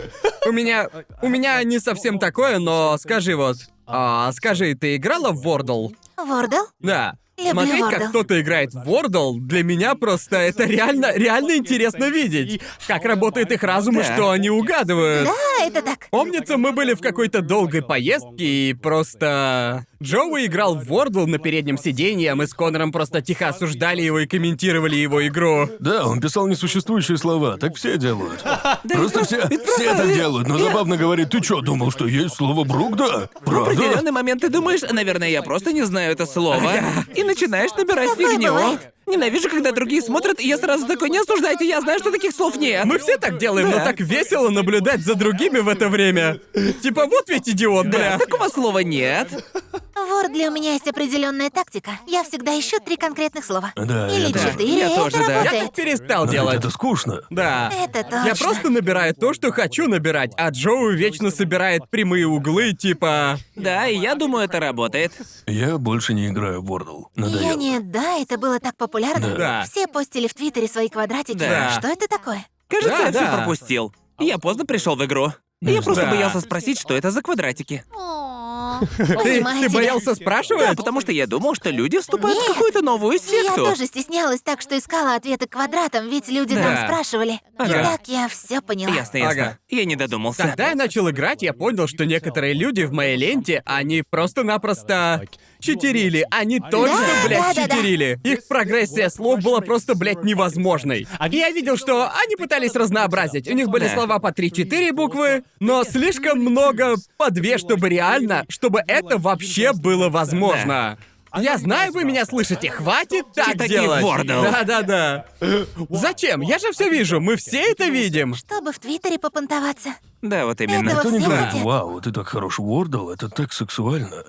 Speaker 3: У меня... У меня не совсем такое, но скажи вот... а, скажи, ты играла в Wordle?
Speaker 1: Вордл?
Speaker 3: Да.
Speaker 1: Люблю
Speaker 3: Смотреть, как
Speaker 1: Wordle.
Speaker 3: кто-то играет в Wordle, для меня просто это реально, реально интересно видеть. Как работает их разум и
Speaker 2: Да.
Speaker 3: что они угадывают.
Speaker 1: Да, это так.
Speaker 3: Помнится, мы были в какой-то долгой поездке, и просто... Джоуи играл в Wordle на переднем сиденье, а мы с Конором просто тихо осуждали его и комментировали его игру.
Speaker 4: Да, он писал несуществующие слова, так все делают. Просто все, все так делают, но забавно говорит, ты чё, думал, что есть слово Брукда?
Speaker 2: Ну, В
Speaker 4: Правда?
Speaker 2: определенный момент ты думаешь, наверное, я просто не знаю это слово. И начинаешь набирать
Speaker 1: Такое
Speaker 2: фигню.
Speaker 1: бывает.
Speaker 2: Ненавижу, когда другие смотрят, и я сразу такой, не осуждайте, я знаю, что таких слов нет.
Speaker 3: Мы все так делаем, но
Speaker 2: Да.
Speaker 3: так весело наблюдать за другими в это время. Типа, вот ведь идиот,
Speaker 2: Да,
Speaker 3: бля.
Speaker 2: такого слова нет.
Speaker 1: В Вордле у меня есть определенная тактика. Я всегда ищу три конкретных слова.
Speaker 4: Да,
Speaker 1: Или
Speaker 4: я тоже.
Speaker 1: четыре,
Speaker 2: Я
Speaker 1: это
Speaker 2: тоже, да.
Speaker 3: Я так
Speaker 1: работает.
Speaker 3: перестал
Speaker 4: Но ведь
Speaker 3: делать.
Speaker 4: это скучно.
Speaker 3: Да.
Speaker 1: Это точно.
Speaker 3: Я просто набираю то, что хочу набирать, а Джоуи вечно собирает прямые углы, типа...
Speaker 2: Да, и я думаю, это работает.
Speaker 4: Я больше не играю в Wordle.
Speaker 1: Я
Speaker 4: Надоело.
Speaker 1: не... Да, это было так популярно.
Speaker 3: Да.
Speaker 1: Все постили в Твиттере свои квадратики.
Speaker 2: Да.
Speaker 1: Что это такое?
Speaker 2: Кажется,
Speaker 3: Да,
Speaker 2: я все
Speaker 3: да.
Speaker 2: пропустил. Я поздно пришел в игру. И Я просто
Speaker 3: Да.
Speaker 2: боялся спросить, что это за квадратики.
Speaker 3: Ты,
Speaker 1: Понимаете
Speaker 3: ты
Speaker 1: ли?
Speaker 3: боялся
Speaker 2: Да,
Speaker 3: спрашивать?
Speaker 2: потому что я думал, что люди вступают в
Speaker 1: Нет.
Speaker 2: какую-то новую
Speaker 1: И Я
Speaker 2: секту.
Speaker 1: тоже стеснялась так, что искала ответы квадратом, ведь люди
Speaker 2: Да.
Speaker 1: там спрашивали. И
Speaker 2: Ага.
Speaker 1: так я все поняла.
Speaker 2: Ясно, ясно.
Speaker 3: Ага.
Speaker 2: Я не додумался.
Speaker 3: Когда я начал играть, я понял, что некоторые люди в моей ленте, они просто-напросто читерили. Они точно,
Speaker 1: Да,
Speaker 3: блядь,
Speaker 1: да, да, да.
Speaker 3: читерили. Их прогрессия слов была просто, блядь, невозможной. И А я видел, что они пытались разнообразить. У них были
Speaker 2: Да.
Speaker 3: слова по 3-4 буквы, но слишком много по 2, чтобы реально, чтобы это вообще было возможно. Я знаю, вы меня слышите, хватит так
Speaker 2: Читаки
Speaker 3: делать.
Speaker 2: Вордл.
Speaker 3: Да-да-да. Зачем? Я же все вижу, мы все это видим.
Speaker 1: Чтобы в Твиттере попонтоваться.
Speaker 2: Да, вот именно.
Speaker 1: Этого
Speaker 4: Кто не
Speaker 1: все
Speaker 4: говорит,
Speaker 1: хотят.
Speaker 4: вау, ты так хорош вордал, это так сексуально.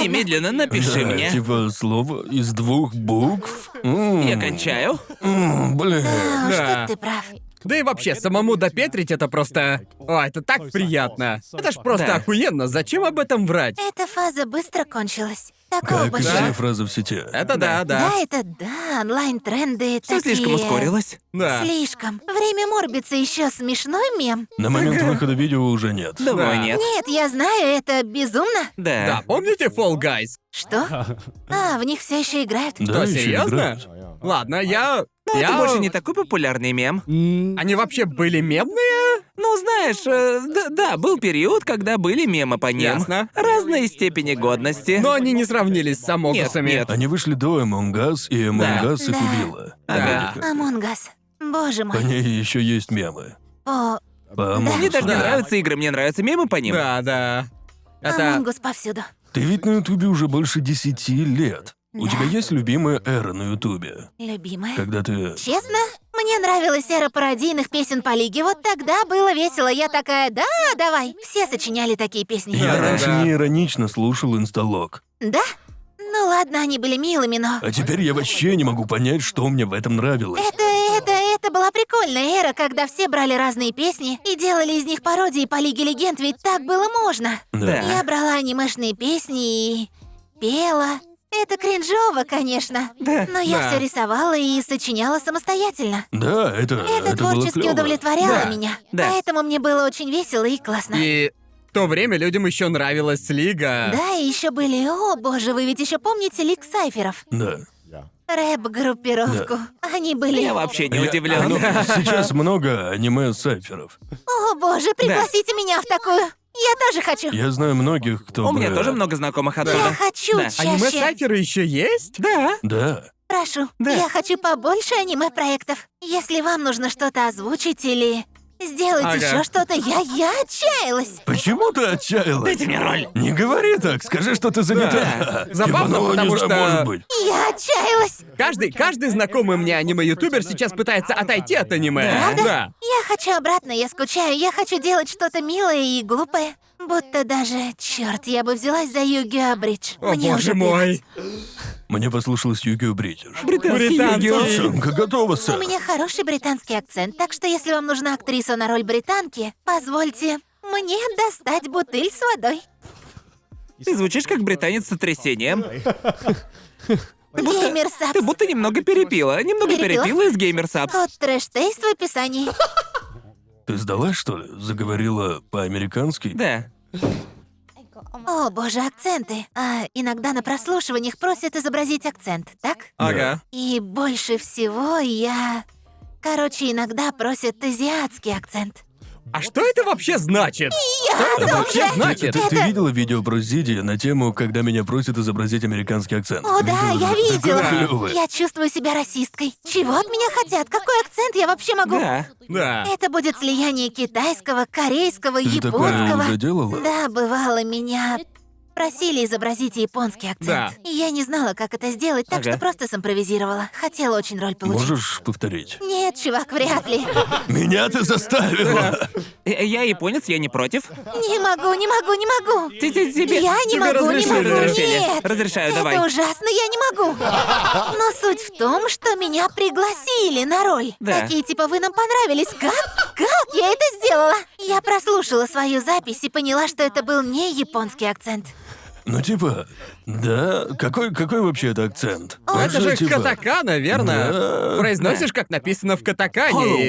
Speaker 2: Немедленно напиши
Speaker 4: Да,
Speaker 2: мне.
Speaker 4: Типа слово из двух букв. М,
Speaker 2: Я кончаю.
Speaker 4: м, Блин.
Speaker 1: А,
Speaker 3: Да.
Speaker 1: Что ты прав.
Speaker 3: Да и вообще, самому допетрить это просто... О, это так приятно. Это ж просто
Speaker 2: Да.
Speaker 3: охуенно, зачем об этом врать?
Speaker 1: Эта фаза быстро кончилась. Такого
Speaker 4: Как и
Speaker 1: больше.
Speaker 4: вся
Speaker 1: Да.
Speaker 4: фраза в сети.
Speaker 3: Это да, да.
Speaker 1: это да, онлайн-тренды
Speaker 2: Все
Speaker 1: такие...
Speaker 2: слишком ускорилось.
Speaker 3: Да.
Speaker 1: Слишком. Время Морбица еще смешной мем.
Speaker 4: На момент выхода видео уже нет.
Speaker 2: Думаю,
Speaker 3: Да.
Speaker 2: нет.
Speaker 1: Нет, я знаю, это безумно.
Speaker 3: Да,
Speaker 2: Да.
Speaker 3: помните Fall Guys?
Speaker 1: Что? А, в них все еще играют.
Speaker 4: Да, ещё
Speaker 3: серьезно?
Speaker 4: играют.
Speaker 3: Ладно, я...
Speaker 2: Но
Speaker 3: я...
Speaker 2: Ну, это больше не такой популярный мем.
Speaker 3: Они вообще были мемные?
Speaker 2: Ну, знаешь, э, да, да, был период, когда были мемы по ним.
Speaker 3: Ясно. Ну,
Speaker 2: Разные степени годности.
Speaker 3: Но они не сравнились с Амогусами.
Speaker 2: нет.
Speaker 4: Они вышли до Among Us, и Among
Speaker 2: Да.
Speaker 4: Us их
Speaker 1: Да.
Speaker 4: убила.
Speaker 3: Да.
Speaker 4: Вроде как.
Speaker 1: Амонгас. Боже
Speaker 4: По
Speaker 1: мой.
Speaker 4: ней еще есть мемы.
Speaker 1: О,
Speaker 4: По Among
Speaker 2: Мне
Speaker 4: Us,
Speaker 2: даже не
Speaker 4: да.
Speaker 2: нравятся игры, мне нравятся мемы по ним.
Speaker 3: Да, да. Это...
Speaker 1: Амонгус повсюду.
Speaker 4: Ты ведь на Ютубе уже больше десяти лет. У
Speaker 1: Да.
Speaker 4: тебя есть любимая эра на Ютубе?
Speaker 1: Любимая.
Speaker 4: Когда ты...
Speaker 1: Честно? Мне нравилась эра пародийных песен по лиге. Вот тогда было весело. Я такая, да, давай. Все сочиняли такие песни.
Speaker 4: Я
Speaker 3: Да-да-да.
Speaker 4: раньше не иронично слушал инсталог.
Speaker 1: Да? Ну ладно, они были милыми, но...
Speaker 4: А теперь я вообще не могу понять, что мне в этом нравилось.
Speaker 1: Это, это, это была прикольная эра, когда все брали разные песни и делали из них пародии по Лиге Легенд, ведь так было можно.
Speaker 2: Да.
Speaker 1: Я брала анимешные песни и пела. Это кринжово, конечно. Но я
Speaker 3: Да.
Speaker 1: все рисовала и сочиняла самостоятельно.
Speaker 4: Да, Э, это...
Speaker 1: Это,
Speaker 4: было
Speaker 1: творчески
Speaker 4: клёво.
Speaker 1: удовлетворяло
Speaker 3: Да.
Speaker 1: меня.
Speaker 2: Да.
Speaker 1: Поэтому мне было очень весело и классно.
Speaker 3: И в то время людям еще нравилась Лига.
Speaker 1: Да, и еще были. О, боже, вы ведь еще помните Лик Сайферов?
Speaker 4: Да.
Speaker 1: Рэп-группировку. Они были.
Speaker 2: Я вообще не
Speaker 4: Я-
Speaker 2: удивлен.
Speaker 4: оно- Сейчас много аниме-сайферов.
Speaker 1: О, боже, пригласите меня в такую. Я тоже хочу.
Speaker 4: Я знаю многих, кто
Speaker 2: У меня
Speaker 4: бы-
Speaker 2: тоже много знакомых
Speaker 1: Я
Speaker 2: оттуда.
Speaker 1: хочу
Speaker 2: Да.
Speaker 3: А
Speaker 1: чаще.
Speaker 3: Аниме-сайферы еще есть?
Speaker 2: Да.
Speaker 4: Да.
Speaker 1: Прошу,
Speaker 2: Да.
Speaker 1: я хочу побольше аниме-проектов. Если вам нужно что-то озвучить или сделать
Speaker 3: Ага.
Speaker 1: еще что-то, я, я отчаялась.
Speaker 4: Почему ты отчаялась? Дайте мне роль. Не говори так, скажи, что ты
Speaker 3: Да.
Speaker 4: занята.
Speaker 3: Забавно,
Speaker 4: Ебанула,
Speaker 3: потому
Speaker 4: не знаю,
Speaker 3: что-
Speaker 4: может быть.
Speaker 1: Я отчаялась.
Speaker 3: Каждый, каждый знакомый мне аниме-ютубер сейчас пытается отойти от аниме.
Speaker 2: Правда?
Speaker 3: Да.
Speaker 1: Я хочу обратно, я скучаю, я хочу делать что-то милое и глупое. Будто даже, черт, я бы взялась за Юги Абридж.
Speaker 3: О,
Speaker 1: Мне
Speaker 3: боже
Speaker 1: уже
Speaker 3: мой.
Speaker 4: Мне послушалось Югио Бритиш.
Speaker 2: Британский
Speaker 3: Британский.
Speaker 2: Yu-Gi-Oh!
Speaker 4: Самка готова,
Speaker 1: У
Speaker 4: сэр.
Speaker 1: Ну, меня хороший британский акцент, так что если вам нужна актриса на роль британки, позвольте мне достать бутыль с водой.
Speaker 2: Ты звучишь как британец с сотрясением.
Speaker 1: Геймер Сапс.
Speaker 2: Ты будто немного перепила. Немного
Speaker 1: Перепила?
Speaker 2: перепила из Gamer Subs.
Speaker 1: Код трэш-тейст в описании.
Speaker 4: Ты сдалась, что ли? Заговорила по-американски?
Speaker 2: Да.
Speaker 1: О, боже, акценты. А, иногда на прослушиваниях просят изобразить акцент, так?
Speaker 3: Ага.
Speaker 1: И больше всего я... Короче, иногда просят азиатский акцент.
Speaker 3: А что это вообще значит? Что это вообще
Speaker 4: Ты,
Speaker 3: значит?
Speaker 4: ты- ты видела видео про Зиди на тему, когда меня просят изобразить американский акцент?
Speaker 1: О, да, я видела.
Speaker 4: Такое клёвое.
Speaker 1: Я чувствую себя расисткой. Чего от меня хотят? Какой акцент я вообще могу?
Speaker 2: Да.
Speaker 3: Да.
Speaker 1: Это будет слияние китайского, корейского,
Speaker 4: Ты такое
Speaker 1: японского.
Speaker 4: уже делала?
Speaker 1: Да, бывало, меня просили изобразить японский акцент.
Speaker 3: Да.
Speaker 1: И я не знала, как это сделать, так
Speaker 2: Ага.
Speaker 1: что просто симпровизировала. Хотела очень роль получить.
Speaker 4: Можешь повторить?
Speaker 1: Нет, чувак, вряд ли.
Speaker 4: Меня ты заставила!
Speaker 2: Э, Я японец, я не против.
Speaker 1: Не могу, не могу, не могу.
Speaker 2: Ти- ти- тебе-
Speaker 1: Я не
Speaker 3: тебе
Speaker 1: могу, не
Speaker 3: разрешили.
Speaker 1: могу.
Speaker 2: Разрешили.
Speaker 1: Нет.
Speaker 2: Разрешаю,
Speaker 1: это
Speaker 2: давай.
Speaker 1: ужасно, я не могу. Но суть в том, что меня пригласили на роль.
Speaker 2: Да.
Speaker 1: Такие типа вы нам понравились. Как? Как я это сделала? Я прослушала свою запись и поняла, что это был не японский акцент.
Speaker 4: Ну типа, да, какой, какой вообще это акцент? Он
Speaker 3: Это же
Speaker 4: типа-
Speaker 3: катака, наверное.
Speaker 4: Да.
Speaker 3: Произносишь, как написано в катакане.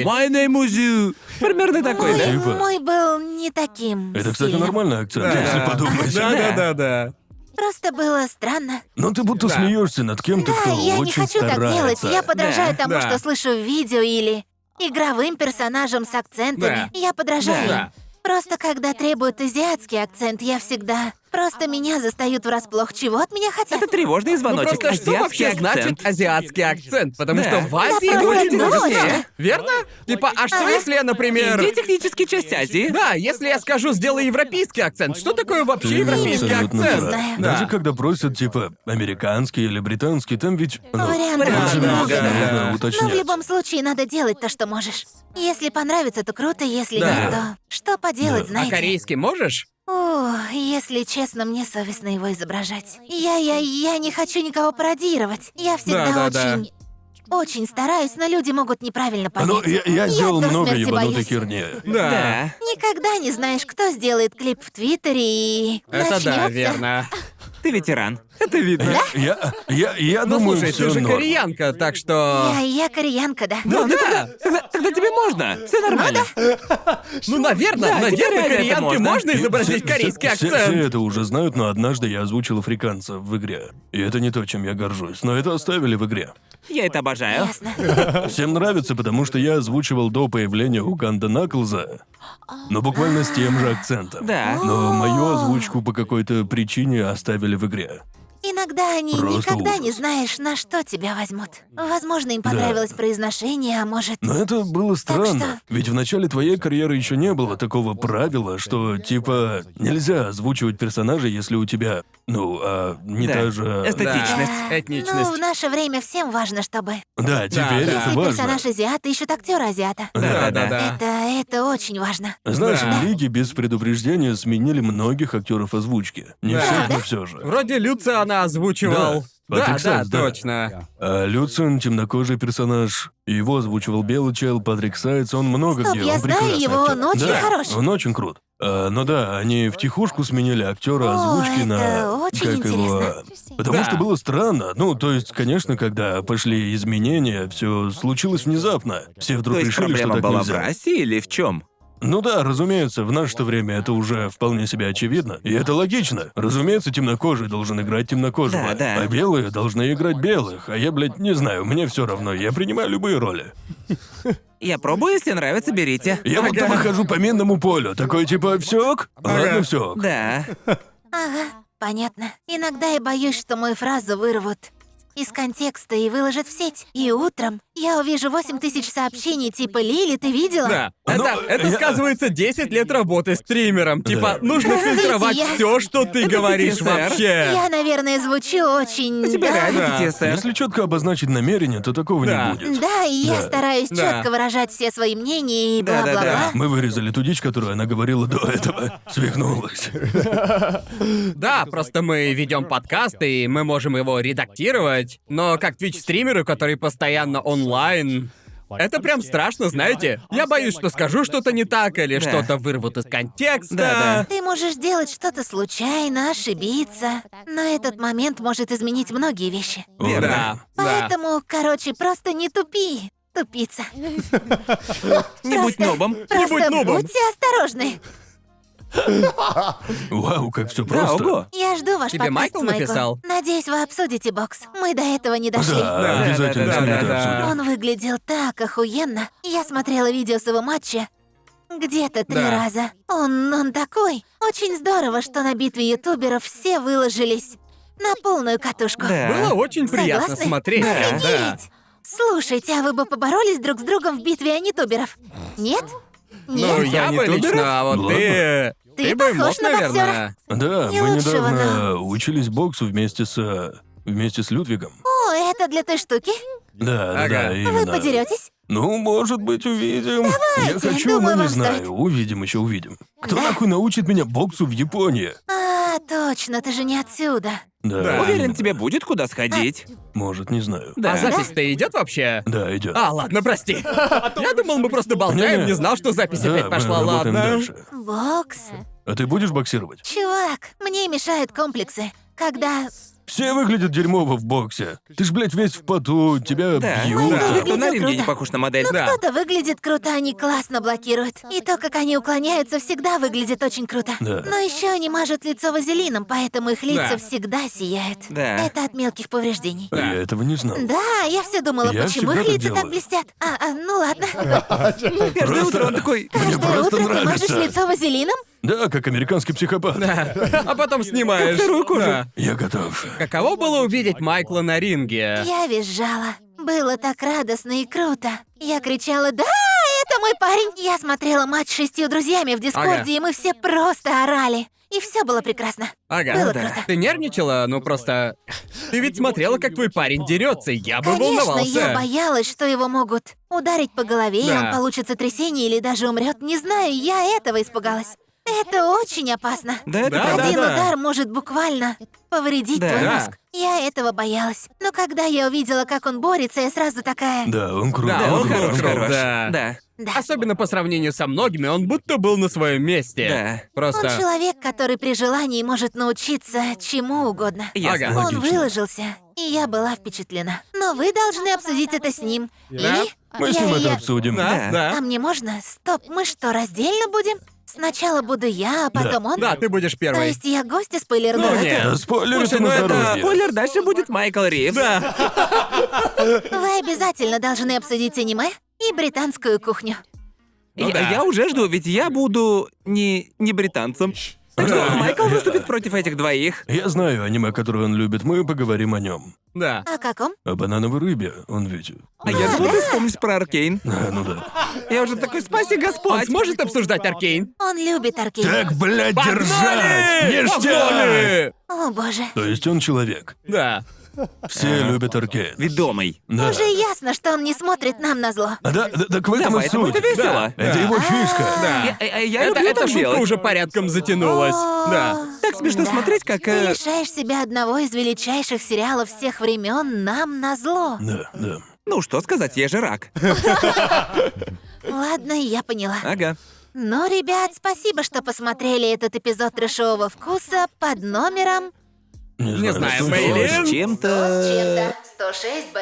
Speaker 2: Hello,
Speaker 3: и-
Speaker 2: my name is you. Примерно такой,
Speaker 4: Ой.
Speaker 2: да?
Speaker 4: Типа.
Speaker 1: Мой был не таким.
Speaker 4: Это, кстати,
Speaker 1: сильным.
Speaker 4: нормальный акцент, если подумать.
Speaker 3: Да, да, да, да.
Speaker 1: Просто было странно.
Speaker 4: Но ты будто
Speaker 3: Да.
Speaker 4: смеешься над кем-то,
Speaker 1: Да,
Speaker 4: кто
Speaker 1: я не
Speaker 4: очень
Speaker 1: хочу так делать.
Speaker 4: старается.
Speaker 1: Я подражаю
Speaker 2: Да,
Speaker 1: тому,
Speaker 3: да.
Speaker 1: что слышу в видео или игровым персонажам с акцентами.
Speaker 3: Да.
Speaker 1: Я подражаю. им.
Speaker 3: Да.
Speaker 1: Просто когда требуют азиатский акцент, я всегда... Просто меня застают врасплох. Чего от меня хотят?
Speaker 2: Это тревожный
Speaker 3: Ну
Speaker 2: звоночек.
Speaker 3: просто что
Speaker 2: Азиатский
Speaker 3: вообще
Speaker 2: акцент.
Speaker 3: значит азиатский акцент? Потому
Speaker 2: Да.
Speaker 3: что в Азии
Speaker 1: Да,
Speaker 3: говорят
Speaker 1: правда,
Speaker 3: немного
Speaker 1: да.
Speaker 3: так, верно? Типа, а что
Speaker 1: Ага.
Speaker 3: если я, например...
Speaker 2: Индия технически часть Азии.
Speaker 3: Да, если я скажу, сделай европейский акцент, что такое
Speaker 4: Ты
Speaker 3: вообще европейский
Speaker 4: абсолютно
Speaker 3: акцент? А
Speaker 4: прав.
Speaker 1: Знаю.
Speaker 4: Даже
Speaker 3: Да.
Speaker 4: когда просят, типа, американский или британский, там ведь... ну,
Speaker 1: Вариантов
Speaker 4: тоже
Speaker 1: много.
Speaker 4: нужно-
Speaker 3: Да.
Speaker 4: нужно
Speaker 1: Но в
Speaker 4: уточнять.
Speaker 1: любом случае надо делать то, что можешь. Если понравится, то круто, если
Speaker 3: Да.
Speaker 1: нет, то... Что поделать,
Speaker 4: Да.
Speaker 3: А
Speaker 1: знаете?
Speaker 3: корейский можешь?
Speaker 1: О, если честно, мне совестно его изображать. Я, я, я не хочу никого пародировать. Я всегда
Speaker 3: да,
Speaker 1: очень, очень стараюсь, но люди могут неправильно понять.
Speaker 4: Ну, я, я сделал
Speaker 1: до
Speaker 4: много
Speaker 1: смерти
Speaker 4: ебанутой
Speaker 1: боюсь.
Speaker 4: херни.
Speaker 3: Да.
Speaker 2: Да.
Speaker 1: Никогда не знаешь, кто сделает клип в Твиттере и
Speaker 3: Это
Speaker 1: начнётся.
Speaker 3: да, верно.
Speaker 2: Ты ветеран. Это видно.
Speaker 4: Я, я, я
Speaker 3: Ну
Speaker 4: думаю,
Speaker 3: слушай,
Speaker 4: все
Speaker 3: ты же
Speaker 4: норм.
Speaker 3: кореянка, так что...
Speaker 1: А Я, я кореянка, да.
Speaker 2: Ну, ну тогда, тогда, тогда тебе можно. Все нормально.
Speaker 3: Ну, наверное,
Speaker 2: Да, теперь
Speaker 3: наверное,
Speaker 2: реально это
Speaker 3: кореянке
Speaker 2: можно.
Speaker 3: можно изобразить
Speaker 4: Все- все-
Speaker 3: корейский
Speaker 4: все- Все
Speaker 3: акцент.
Speaker 4: это уже знают, но однажды я озвучил африканца в игре. И это не то, чем я горжусь, но это оставили в игре.
Speaker 2: Я это обожаю.
Speaker 1: Ясно.
Speaker 4: Всем нравится, потому что я озвучивал до появления Уганда Наклза, но буквально с тем же акцентом.
Speaker 2: Да.
Speaker 4: Но мою озвучку по какой-то причине оставили в игре.
Speaker 1: Иногда они
Speaker 4: Просто
Speaker 1: никогда
Speaker 4: ужас.
Speaker 1: не знаешь, на что тебя возьмут. Возможно, им понравилось произношение, а может...
Speaker 4: Но это было
Speaker 1: что?
Speaker 4: странно, ведь в начале твоей карьеры еще не было такого правила, что типа нельзя озвучивать персонажа, если у тебя, ну, а, не
Speaker 2: Да.
Speaker 4: та же.
Speaker 2: Эстетичность.
Speaker 1: Да. Ну, в
Speaker 3: Этничность.
Speaker 1: наше время всем важно, чтобы...
Speaker 4: Да, теперь
Speaker 3: да.
Speaker 4: это
Speaker 1: Если
Speaker 4: важно.
Speaker 1: персонаж азиат, ищут актера азиата.
Speaker 3: Да, да,
Speaker 2: Да-да-да.
Speaker 3: да.
Speaker 1: Это, это очень важно.
Speaker 4: Знаешь,
Speaker 3: Да.
Speaker 4: в лиге без предупреждения сменили многих актеров озвучки. Не
Speaker 3: Да.
Speaker 4: всех, но все же.
Speaker 3: Вроде Люца она озвучивал. Да,
Speaker 4: Да,
Speaker 3: да,
Speaker 4: Патриксон, да.
Speaker 3: точно.
Speaker 4: А Люциан темнокожий персонаж. Его озвучивал Белый Чел, Патрик Сайдс, он много
Speaker 1: Стоп,
Speaker 4: где.
Speaker 1: я
Speaker 4: он
Speaker 1: знаю
Speaker 4: прекрасный
Speaker 1: его,
Speaker 4: актер.
Speaker 1: он очень
Speaker 4: Да,
Speaker 1: хороший.
Speaker 4: Он очень крут. А, ну да, они втихушку сменили актера
Speaker 1: О,
Speaker 4: озвучки
Speaker 1: это
Speaker 4: на
Speaker 1: очень
Speaker 4: как его.
Speaker 1: интересно.
Speaker 4: Потому
Speaker 3: Да.
Speaker 4: что было странно. Ну, то есть, конечно, когда пошли изменения, все случилось внезапно. Все вдруг
Speaker 2: То есть
Speaker 4: решили, что
Speaker 2: проблема
Speaker 4: так
Speaker 2: была в
Speaker 4: нельзя.
Speaker 2: России или в чем?
Speaker 4: Ну да, разумеется, в наше-то время это уже вполне себе очевидно. И это логично. Разумеется, темнокожий должен играть темнокожего.
Speaker 2: Да, да.
Speaker 4: А белые должны играть белых. А я, блядь, не знаю, мне все равно, я принимаю любые роли.
Speaker 2: Я пробую, если нравится, берите.
Speaker 4: Я будто бы хожу по минному полю. Такой типа, все ок? Ладно, все ок.
Speaker 2: Да.
Speaker 1: Ага, понятно. Иногда я боюсь, что мою фразу вырвут из контекста и выложат в сеть. И утром я увижу 8 тысяч сообщений типа «Лили, ты видела?»
Speaker 3: Да.
Speaker 4: Ну,
Speaker 3: Это, это
Speaker 4: я-
Speaker 3: сказывается 10 лет работы стримером. Типа, нужно
Speaker 1: Знаете,
Speaker 3: фильтровать
Speaker 1: я-
Speaker 3: все, что ты говоришь
Speaker 2: PTSR.
Speaker 3: вообще.
Speaker 1: Я, наверное, звучу очень...
Speaker 2: У тебя
Speaker 1: да,
Speaker 2: реально
Speaker 3: Да.
Speaker 2: PTSR.
Speaker 4: Если четко обозначить намерение, то такого
Speaker 3: Да.
Speaker 4: не будет.
Speaker 1: Да, и я
Speaker 4: Да.
Speaker 1: стараюсь
Speaker 3: Да.
Speaker 1: четко выражать все свои мнения и
Speaker 2: Да, да, да.
Speaker 1: бла-бла-бла.
Speaker 4: Мы вырезали ту дичь, которую она говорила до этого. Свихнулась.
Speaker 3: Да, просто мы ведем подкаст, и мы можем его редактировать. Но как твич-стримеры, которые постоянно онлайн, это прям страшно, знаете? Я боюсь, что скажу что-то не так или
Speaker 2: Да.
Speaker 3: что-то вырвут из контекста.
Speaker 2: Да,
Speaker 1: Ты можешь делать что-то случайно, ошибиться, но этот момент может изменить многие вещи.
Speaker 3: да.
Speaker 4: Верно.
Speaker 3: Да.
Speaker 1: Поэтому, короче, просто не тупи, тупица.
Speaker 2: Не будь
Speaker 1: Просто-
Speaker 2: нобом.
Speaker 1: Просто
Speaker 3: будь нубом.
Speaker 1: будьте осторожны.
Speaker 4: Вау, как все
Speaker 2: Да,
Speaker 4: просто.
Speaker 2: ого.
Speaker 1: Я жду ваш
Speaker 3: Тебе
Speaker 1: подкаст,
Speaker 3: Майкл написал?
Speaker 1: Надеюсь, вы обсудите бокс. Мы до этого не дошли.
Speaker 4: Да, обязательно
Speaker 2: да,
Speaker 4: всё
Speaker 2: да,
Speaker 4: это
Speaker 3: да.
Speaker 4: обсудим.
Speaker 1: Он выглядел так охуенно. Я смотрела видео с его матча где-то три
Speaker 3: Да.
Speaker 1: раза. Он, он такой. Очень здорово, что на битве ютуберов все выложились на полную катушку.
Speaker 2: Да.
Speaker 3: Было очень приятно
Speaker 1: Согласны?
Speaker 3: смотреть.
Speaker 2: Да.
Speaker 3: Да.
Speaker 1: Офигеть! Слушайте, а вы бы поборолись друг с другом в битве анитуберов? Нет? Нет?
Speaker 3: Ну, я
Speaker 4: не
Speaker 3: бы
Speaker 4: туберов?
Speaker 3: лично, а вот
Speaker 4: Ладно.
Speaker 3: ты...
Speaker 1: Ты
Speaker 3: бы
Speaker 1: похож
Speaker 3: мог,
Speaker 1: на боксёра.
Speaker 3: наверное.
Speaker 4: Да,
Speaker 1: Не
Speaker 4: мы
Speaker 1: лучшего,
Speaker 4: недавно учились боксу вместе с э, вместе с Людвигом.
Speaker 1: О, это для той штуки?
Speaker 4: Да, да,
Speaker 3: Ага.
Speaker 4: да,
Speaker 1: Вы
Speaker 4: именно.
Speaker 1: подеретесь?
Speaker 4: Ну, может быть, увидим. Я хочу,
Speaker 1: думаю,
Speaker 4: но
Speaker 1: вам
Speaker 4: не знаю.
Speaker 1: стоит.
Speaker 4: Увидим, еще увидим. Кто
Speaker 1: Да.
Speaker 4: нахуй научит меня боксу в Японии?
Speaker 1: А, точно, ты же не отсюда.
Speaker 4: Да.
Speaker 3: Да.
Speaker 2: Уверен,
Speaker 4: именно.
Speaker 2: тебе будет куда сходить.
Speaker 4: Может, не знаю.
Speaker 2: Да.
Speaker 3: А запись-то идет вообще?
Speaker 4: Да, идет.
Speaker 3: А, ладно, прости. Я думал, А мы просто болтаем,
Speaker 4: Не-не.
Speaker 3: не знал, что запись
Speaker 4: да,
Speaker 3: опять
Speaker 4: мы
Speaker 3: пошла,
Speaker 4: работаем
Speaker 3: ладно.
Speaker 4: дальше.
Speaker 1: Бокс
Speaker 4: А ты будешь боксировать?
Speaker 1: Чувак, мне мешают комплексы. Когда...
Speaker 4: Все выглядят дерьмово в боксе. Ты ж, блядь, весь в поту, тебя
Speaker 2: Да,
Speaker 4: бьют.
Speaker 1: да.
Speaker 2: да. Кто на
Speaker 1: Выглядел
Speaker 2: ринге не
Speaker 1: круто.
Speaker 2: похож на модель.
Speaker 1: Ну,
Speaker 2: Да.
Speaker 1: кто-то выглядит круто, они классно блокируют. И то, как они уклоняются, всегда выглядит очень круто.
Speaker 4: Да.
Speaker 1: Но еще они мажут лицо вазелином, поэтому их лица
Speaker 3: Да.
Speaker 1: всегда сияют.
Speaker 2: Да.
Speaker 1: Это от мелких повреждений.
Speaker 4: А Я этого не знал.
Speaker 1: Да, я все думала,
Speaker 4: Я
Speaker 1: почему
Speaker 4: всегда
Speaker 1: их
Speaker 4: так
Speaker 1: лица так
Speaker 4: делаю.
Speaker 1: блестят. А, а, ну ладно.
Speaker 2: Каждое утро он такой...
Speaker 4: Мне
Speaker 1: Каждое
Speaker 4: просто
Speaker 1: утро а ты мажешь
Speaker 4: нравится.
Speaker 1: лицо вазелином?
Speaker 4: Да, как американский психопат.
Speaker 3: А потом снимаешь.
Speaker 2: вторую кожу.
Speaker 3: Да.
Speaker 4: Я готов.
Speaker 3: Каково было увидеть Майкла на ринге?
Speaker 1: Я визжала. Было так радостно и круто. Я кричала «Да, это мой парень!» Я смотрела матч с шестью друзьями в Дискорде,
Speaker 3: Ага.
Speaker 1: и мы все просто орали. И все было прекрасно.
Speaker 3: Ага.
Speaker 1: Было
Speaker 3: Да.
Speaker 1: круто.
Speaker 3: Ты нервничала, ну просто. Ты ведь смотрела, как твой парень дерется. Я бы
Speaker 1: Конечно,
Speaker 3: волновался.
Speaker 1: я боялась, что его могут ударить по голове, и
Speaker 3: Да.
Speaker 1: он получится трясение или даже умрет. Не знаю, я этого испугалась. Это очень опасно.
Speaker 2: Да, это
Speaker 3: Да,
Speaker 2: правда.
Speaker 1: Один удар может буквально повредить
Speaker 2: Да.
Speaker 1: твой
Speaker 3: Да.
Speaker 1: мозг. Я этого боялась. Но когда я увидела, как он борется, я сразу такая...
Speaker 4: Да, Ну, он крутой.
Speaker 3: Да,
Speaker 2: Он
Speaker 3: он
Speaker 2: хорош,
Speaker 3: круто,
Speaker 2: хорош.
Speaker 3: да.
Speaker 2: Да.
Speaker 1: Да.
Speaker 3: Особенно по сравнению со многими, он будто был на своем месте.
Speaker 2: Да.
Speaker 1: Он
Speaker 3: Просто.
Speaker 1: человек, который при желании может научиться чему угодно.
Speaker 2: Ясно.
Speaker 3: Ага.
Speaker 1: Он выложился, и я была впечатлена. Но вы должны обсудить это с ним.
Speaker 3: Да.
Speaker 1: Или...
Speaker 4: Мы с ним
Speaker 1: Я-
Speaker 4: это
Speaker 1: я-
Speaker 4: обсудим.
Speaker 2: Да.
Speaker 3: Да, да.
Speaker 1: А мне можно? Стоп, мы что, раздельно будем? Сначала буду я, а потом он?
Speaker 3: Да, ты будешь
Speaker 1: То
Speaker 3: первой.
Speaker 1: есть я гостя спойлерну?
Speaker 3: Ну, нет.
Speaker 4: Да, спойлеры
Speaker 2: Слушай,
Speaker 4: ты
Speaker 2: ну
Speaker 4: на
Speaker 2: это...
Speaker 4: здоровье.
Speaker 2: Спойлер, дальше будет Майкл Ривз. Да.
Speaker 1: Вы обязательно должны обсудить аниме и британскую кухню.
Speaker 2: Я,
Speaker 3: да.
Speaker 2: я уже жду, ведь я буду не, не британцем. Так что
Speaker 4: Да.
Speaker 2: Майкл выступит против этих двоих.
Speaker 4: Я знаю аниме, которое он любит, мы поговорим о нем.
Speaker 3: Да.
Speaker 1: О каком?
Speaker 4: О банановой рыбе, он ведь.
Speaker 2: А я думал, ты вспомнишь про Аркейн.
Speaker 4: А, ну да.
Speaker 2: Я уже такой, спаси
Speaker 3: Он
Speaker 2: Господь.
Speaker 3: сможет обсуждать Аркейн?
Speaker 1: Он любит аркейн.
Speaker 4: Так, блядь, держать!
Speaker 3: Погнали!
Speaker 4: Ништяк!
Speaker 3: Погнали!
Speaker 1: О боже.
Speaker 4: То есть он человек.
Speaker 3: Да.
Speaker 2: А.
Speaker 4: Все любят Аркейн.
Speaker 2: Ведомый.
Speaker 4: Да.
Speaker 1: Уже ясно, что он не смотрит нам на зло.
Speaker 4: А, да, да, так в этом и
Speaker 2: поэтому
Speaker 4: суть.
Speaker 2: это весело. А.
Speaker 4: Это его фишка.
Speaker 3: Да.
Speaker 2: Я, я- я
Speaker 3: Это,
Speaker 2: люблю
Speaker 3: эта
Speaker 2: так
Speaker 3: шутка
Speaker 2: делать.
Speaker 3: уже порядком затянулась. Ну, Да.
Speaker 2: Так смешно
Speaker 1: Да.
Speaker 2: смотреть, как...
Speaker 1: Ты
Speaker 2: э,
Speaker 1: лишаешь себя одного из величайших сериалов всех времен нам на зло.
Speaker 4: Да, да.
Speaker 2: Ну что сказать, я же рак.
Speaker 1: Ладно, я поняла.
Speaker 2: Ага.
Speaker 1: Но, ребят, спасибо, что посмотрели этот эпизод трешового вкуса под номером...
Speaker 3: Не знаю,
Speaker 4: что
Speaker 3: Мэйлин.
Speaker 4: делать.
Speaker 2: С
Speaker 3: Э,
Speaker 2: чем-то...
Speaker 1: 106Б.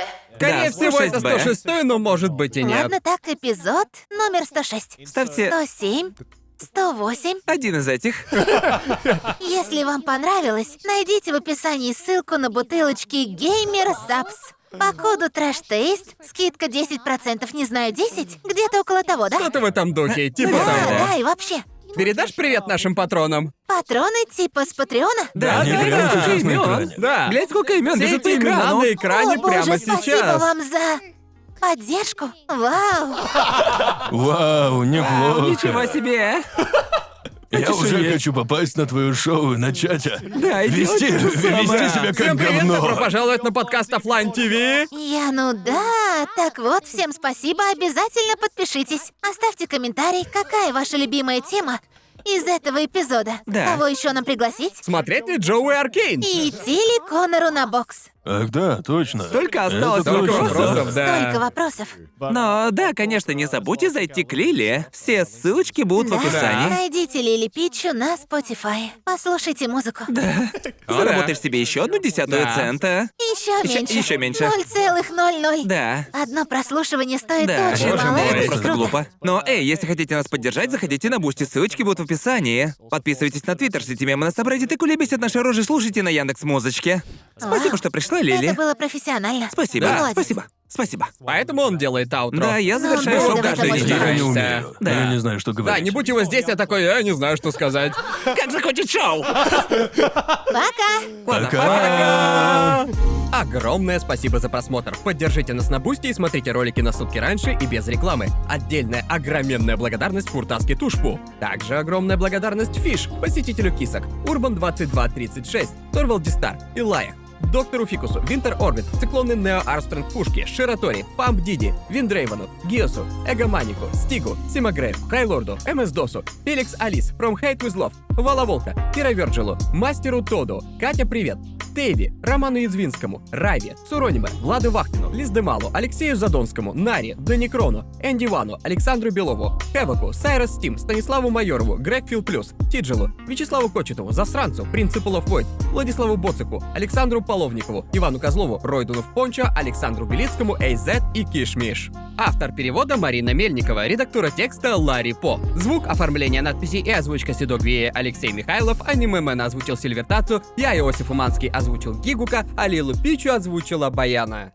Speaker 2: Да,
Speaker 3: Скорее всего, это
Speaker 2: 106B.
Speaker 3: 106, но может быть и нет.
Speaker 1: Ладно, так, эпизод номер 106.
Speaker 2: Ставьте
Speaker 1: 107, 108.
Speaker 2: один из этих.
Speaker 1: Если вам понравилось, найдите в описании ссылку на бутылочки Gamer Subs. По коду Trash Taste скидка 10%, не знаю, 10? Где-то около того, да?
Speaker 3: Что-то в этом духе, типа
Speaker 1: Да,
Speaker 3: того.
Speaker 1: да, и вообще.
Speaker 3: Передашь привет нашим патронам?
Speaker 1: Патроны типа с Патреона?
Speaker 3: Да,
Speaker 4: Они
Speaker 3: да,
Speaker 4: прямо
Speaker 3: да.
Speaker 4: сейчас на
Speaker 2: Имен.
Speaker 4: экране.
Speaker 3: Да.
Speaker 2: Глянь, сколько имен
Speaker 3: Все
Speaker 2: лежит
Speaker 3: эти
Speaker 2: на
Speaker 3: имена
Speaker 2: экране.
Speaker 3: на экране
Speaker 1: О,
Speaker 3: прямо
Speaker 1: боже, спасибо
Speaker 3: сейчас.
Speaker 1: вам за поддержку. Вау.
Speaker 4: Вау, неплохо.
Speaker 2: А, Ничего себе!
Speaker 4: Я уже хочу попасть на твое шоу на чате.
Speaker 2: Да, и
Speaker 4: Вести,
Speaker 2: делать то же самое.
Speaker 4: вести себя как
Speaker 3: Всем привет, добро
Speaker 4: говно.
Speaker 3: пожаловать на подкаст Оффлайн ТВ.
Speaker 1: Я, ну да. Так вот, всем спасибо, обязательно подпишитесь. Оставьте комментарий, какая ваша любимая тема из этого эпизода.
Speaker 2: Да.
Speaker 1: Кого еще нам пригласить?
Speaker 3: Смотреть ли Джоуи Аркейн?
Speaker 1: И идти ли Конору на бокс?
Speaker 4: Ах да, точно.
Speaker 2: Только осталось
Speaker 4: Это
Speaker 3: Столько
Speaker 4: точно,
Speaker 3: вопросов,
Speaker 1: Только
Speaker 3: да.
Speaker 1: вопросов.
Speaker 2: Но да, конечно, не забудьте зайти к Лиле. Все ссылочки будут в
Speaker 1: Да.
Speaker 2: описании.
Speaker 1: Найдите Лили Пичу на Spotify. Послушайте музыку.
Speaker 2: Заработаешь себе еще одну десятую
Speaker 3: Да.
Speaker 2: цента.
Speaker 1: Еще
Speaker 2: Ещё-
Speaker 1: меньше.
Speaker 2: ещё меньше.
Speaker 1: 0,00.
Speaker 2: Да.
Speaker 1: Одно прослушивание стоит
Speaker 2: Да,
Speaker 1: очень
Speaker 4: Боже
Speaker 1: мало.
Speaker 4: мой,
Speaker 1: это
Speaker 2: это
Speaker 4: мой.
Speaker 2: просто
Speaker 1: круто.
Speaker 2: глупо. Но, эй, если хотите нас поддержать, заходите на Бусти, ссылочки будут в описании. Подписывайтесь на Твиттер, ждите мемы на Сабреддит и кулебись от нашей рожи, слушайте на Яндекс Музычке. Спасибо,
Speaker 1: Вау.
Speaker 2: что пришла,
Speaker 1: Это
Speaker 2: Лили.
Speaker 1: было профессионально.
Speaker 2: Спасибо,
Speaker 1: Ты молодец.
Speaker 2: спасибо, спасибо.
Speaker 3: Поэтому он делает аутро.
Speaker 2: Да, я завершаю
Speaker 1: да,
Speaker 2: шоу
Speaker 1: да, да,
Speaker 2: каждую
Speaker 1: да,
Speaker 2: неделю.
Speaker 4: Я не
Speaker 3: Стараешься.
Speaker 4: умею.
Speaker 2: Да.
Speaker 4: Я не знаю, что говорить.
Speaker 3: Да, не будь его здесь, я такой, я не знаю, что сказать.
Speaker 2: Как закончить шоу?
Speaker 1: Пока.
Speaker 2: Ладно,
Speaker 4: Пока.
Speaker 3: Огромное спасибо за просмотр. Поддержите нас на Бусти и смотрите ролики на сутки раньше и без рекламы. Отдельная огроменная благодарность Фуртаске Тушпу. Также огромная благодарность Фиш, посетителю кисок, Урбан 2236, Торвал Дистар, Илая, Доктору Фикусу, Винтер Орбит, Циклоны Нео Армстронг Пушки, Ширатори, Памп Диди, Виндрейвану, Гиосу, Эгоманику, Стигу, Симагрею, Хайлорду, МС Досу, Феликс Алис, From Hate With Love, Вала Волка, Кира Вёрджилу, Мастеру Тоду, Катя Привет, Тейви, Роману Язвинскому, Райве, Сурониме, Владу Вахтину, Лиз Демалу, Алексею Задонскому, Наре, Даникрону, Энди Вану, Александру Белову, Хеваку, Сайрос Стим, Станиславу Майорову, Грег Фил Плюс, Тиджилу, Вячеславу Кочетову, Засранцу, Принципу Ловкойт, Владиславу Боцику, Александру Половникову, Ивану Козлову, Ройдуну в Пончо, Александру Белицкому, Эйзет и Кишмиш. Автор перевода Марина Мельникова, редактора текста Ларри По. Звук, оформление надписей и озвучка Седогвея Алексей Михайлов, аниме-мен озвучил Сильвертацию, я Иосиф Уманский озвучил Гигука, а Лилу Пичу озвучила Баяна.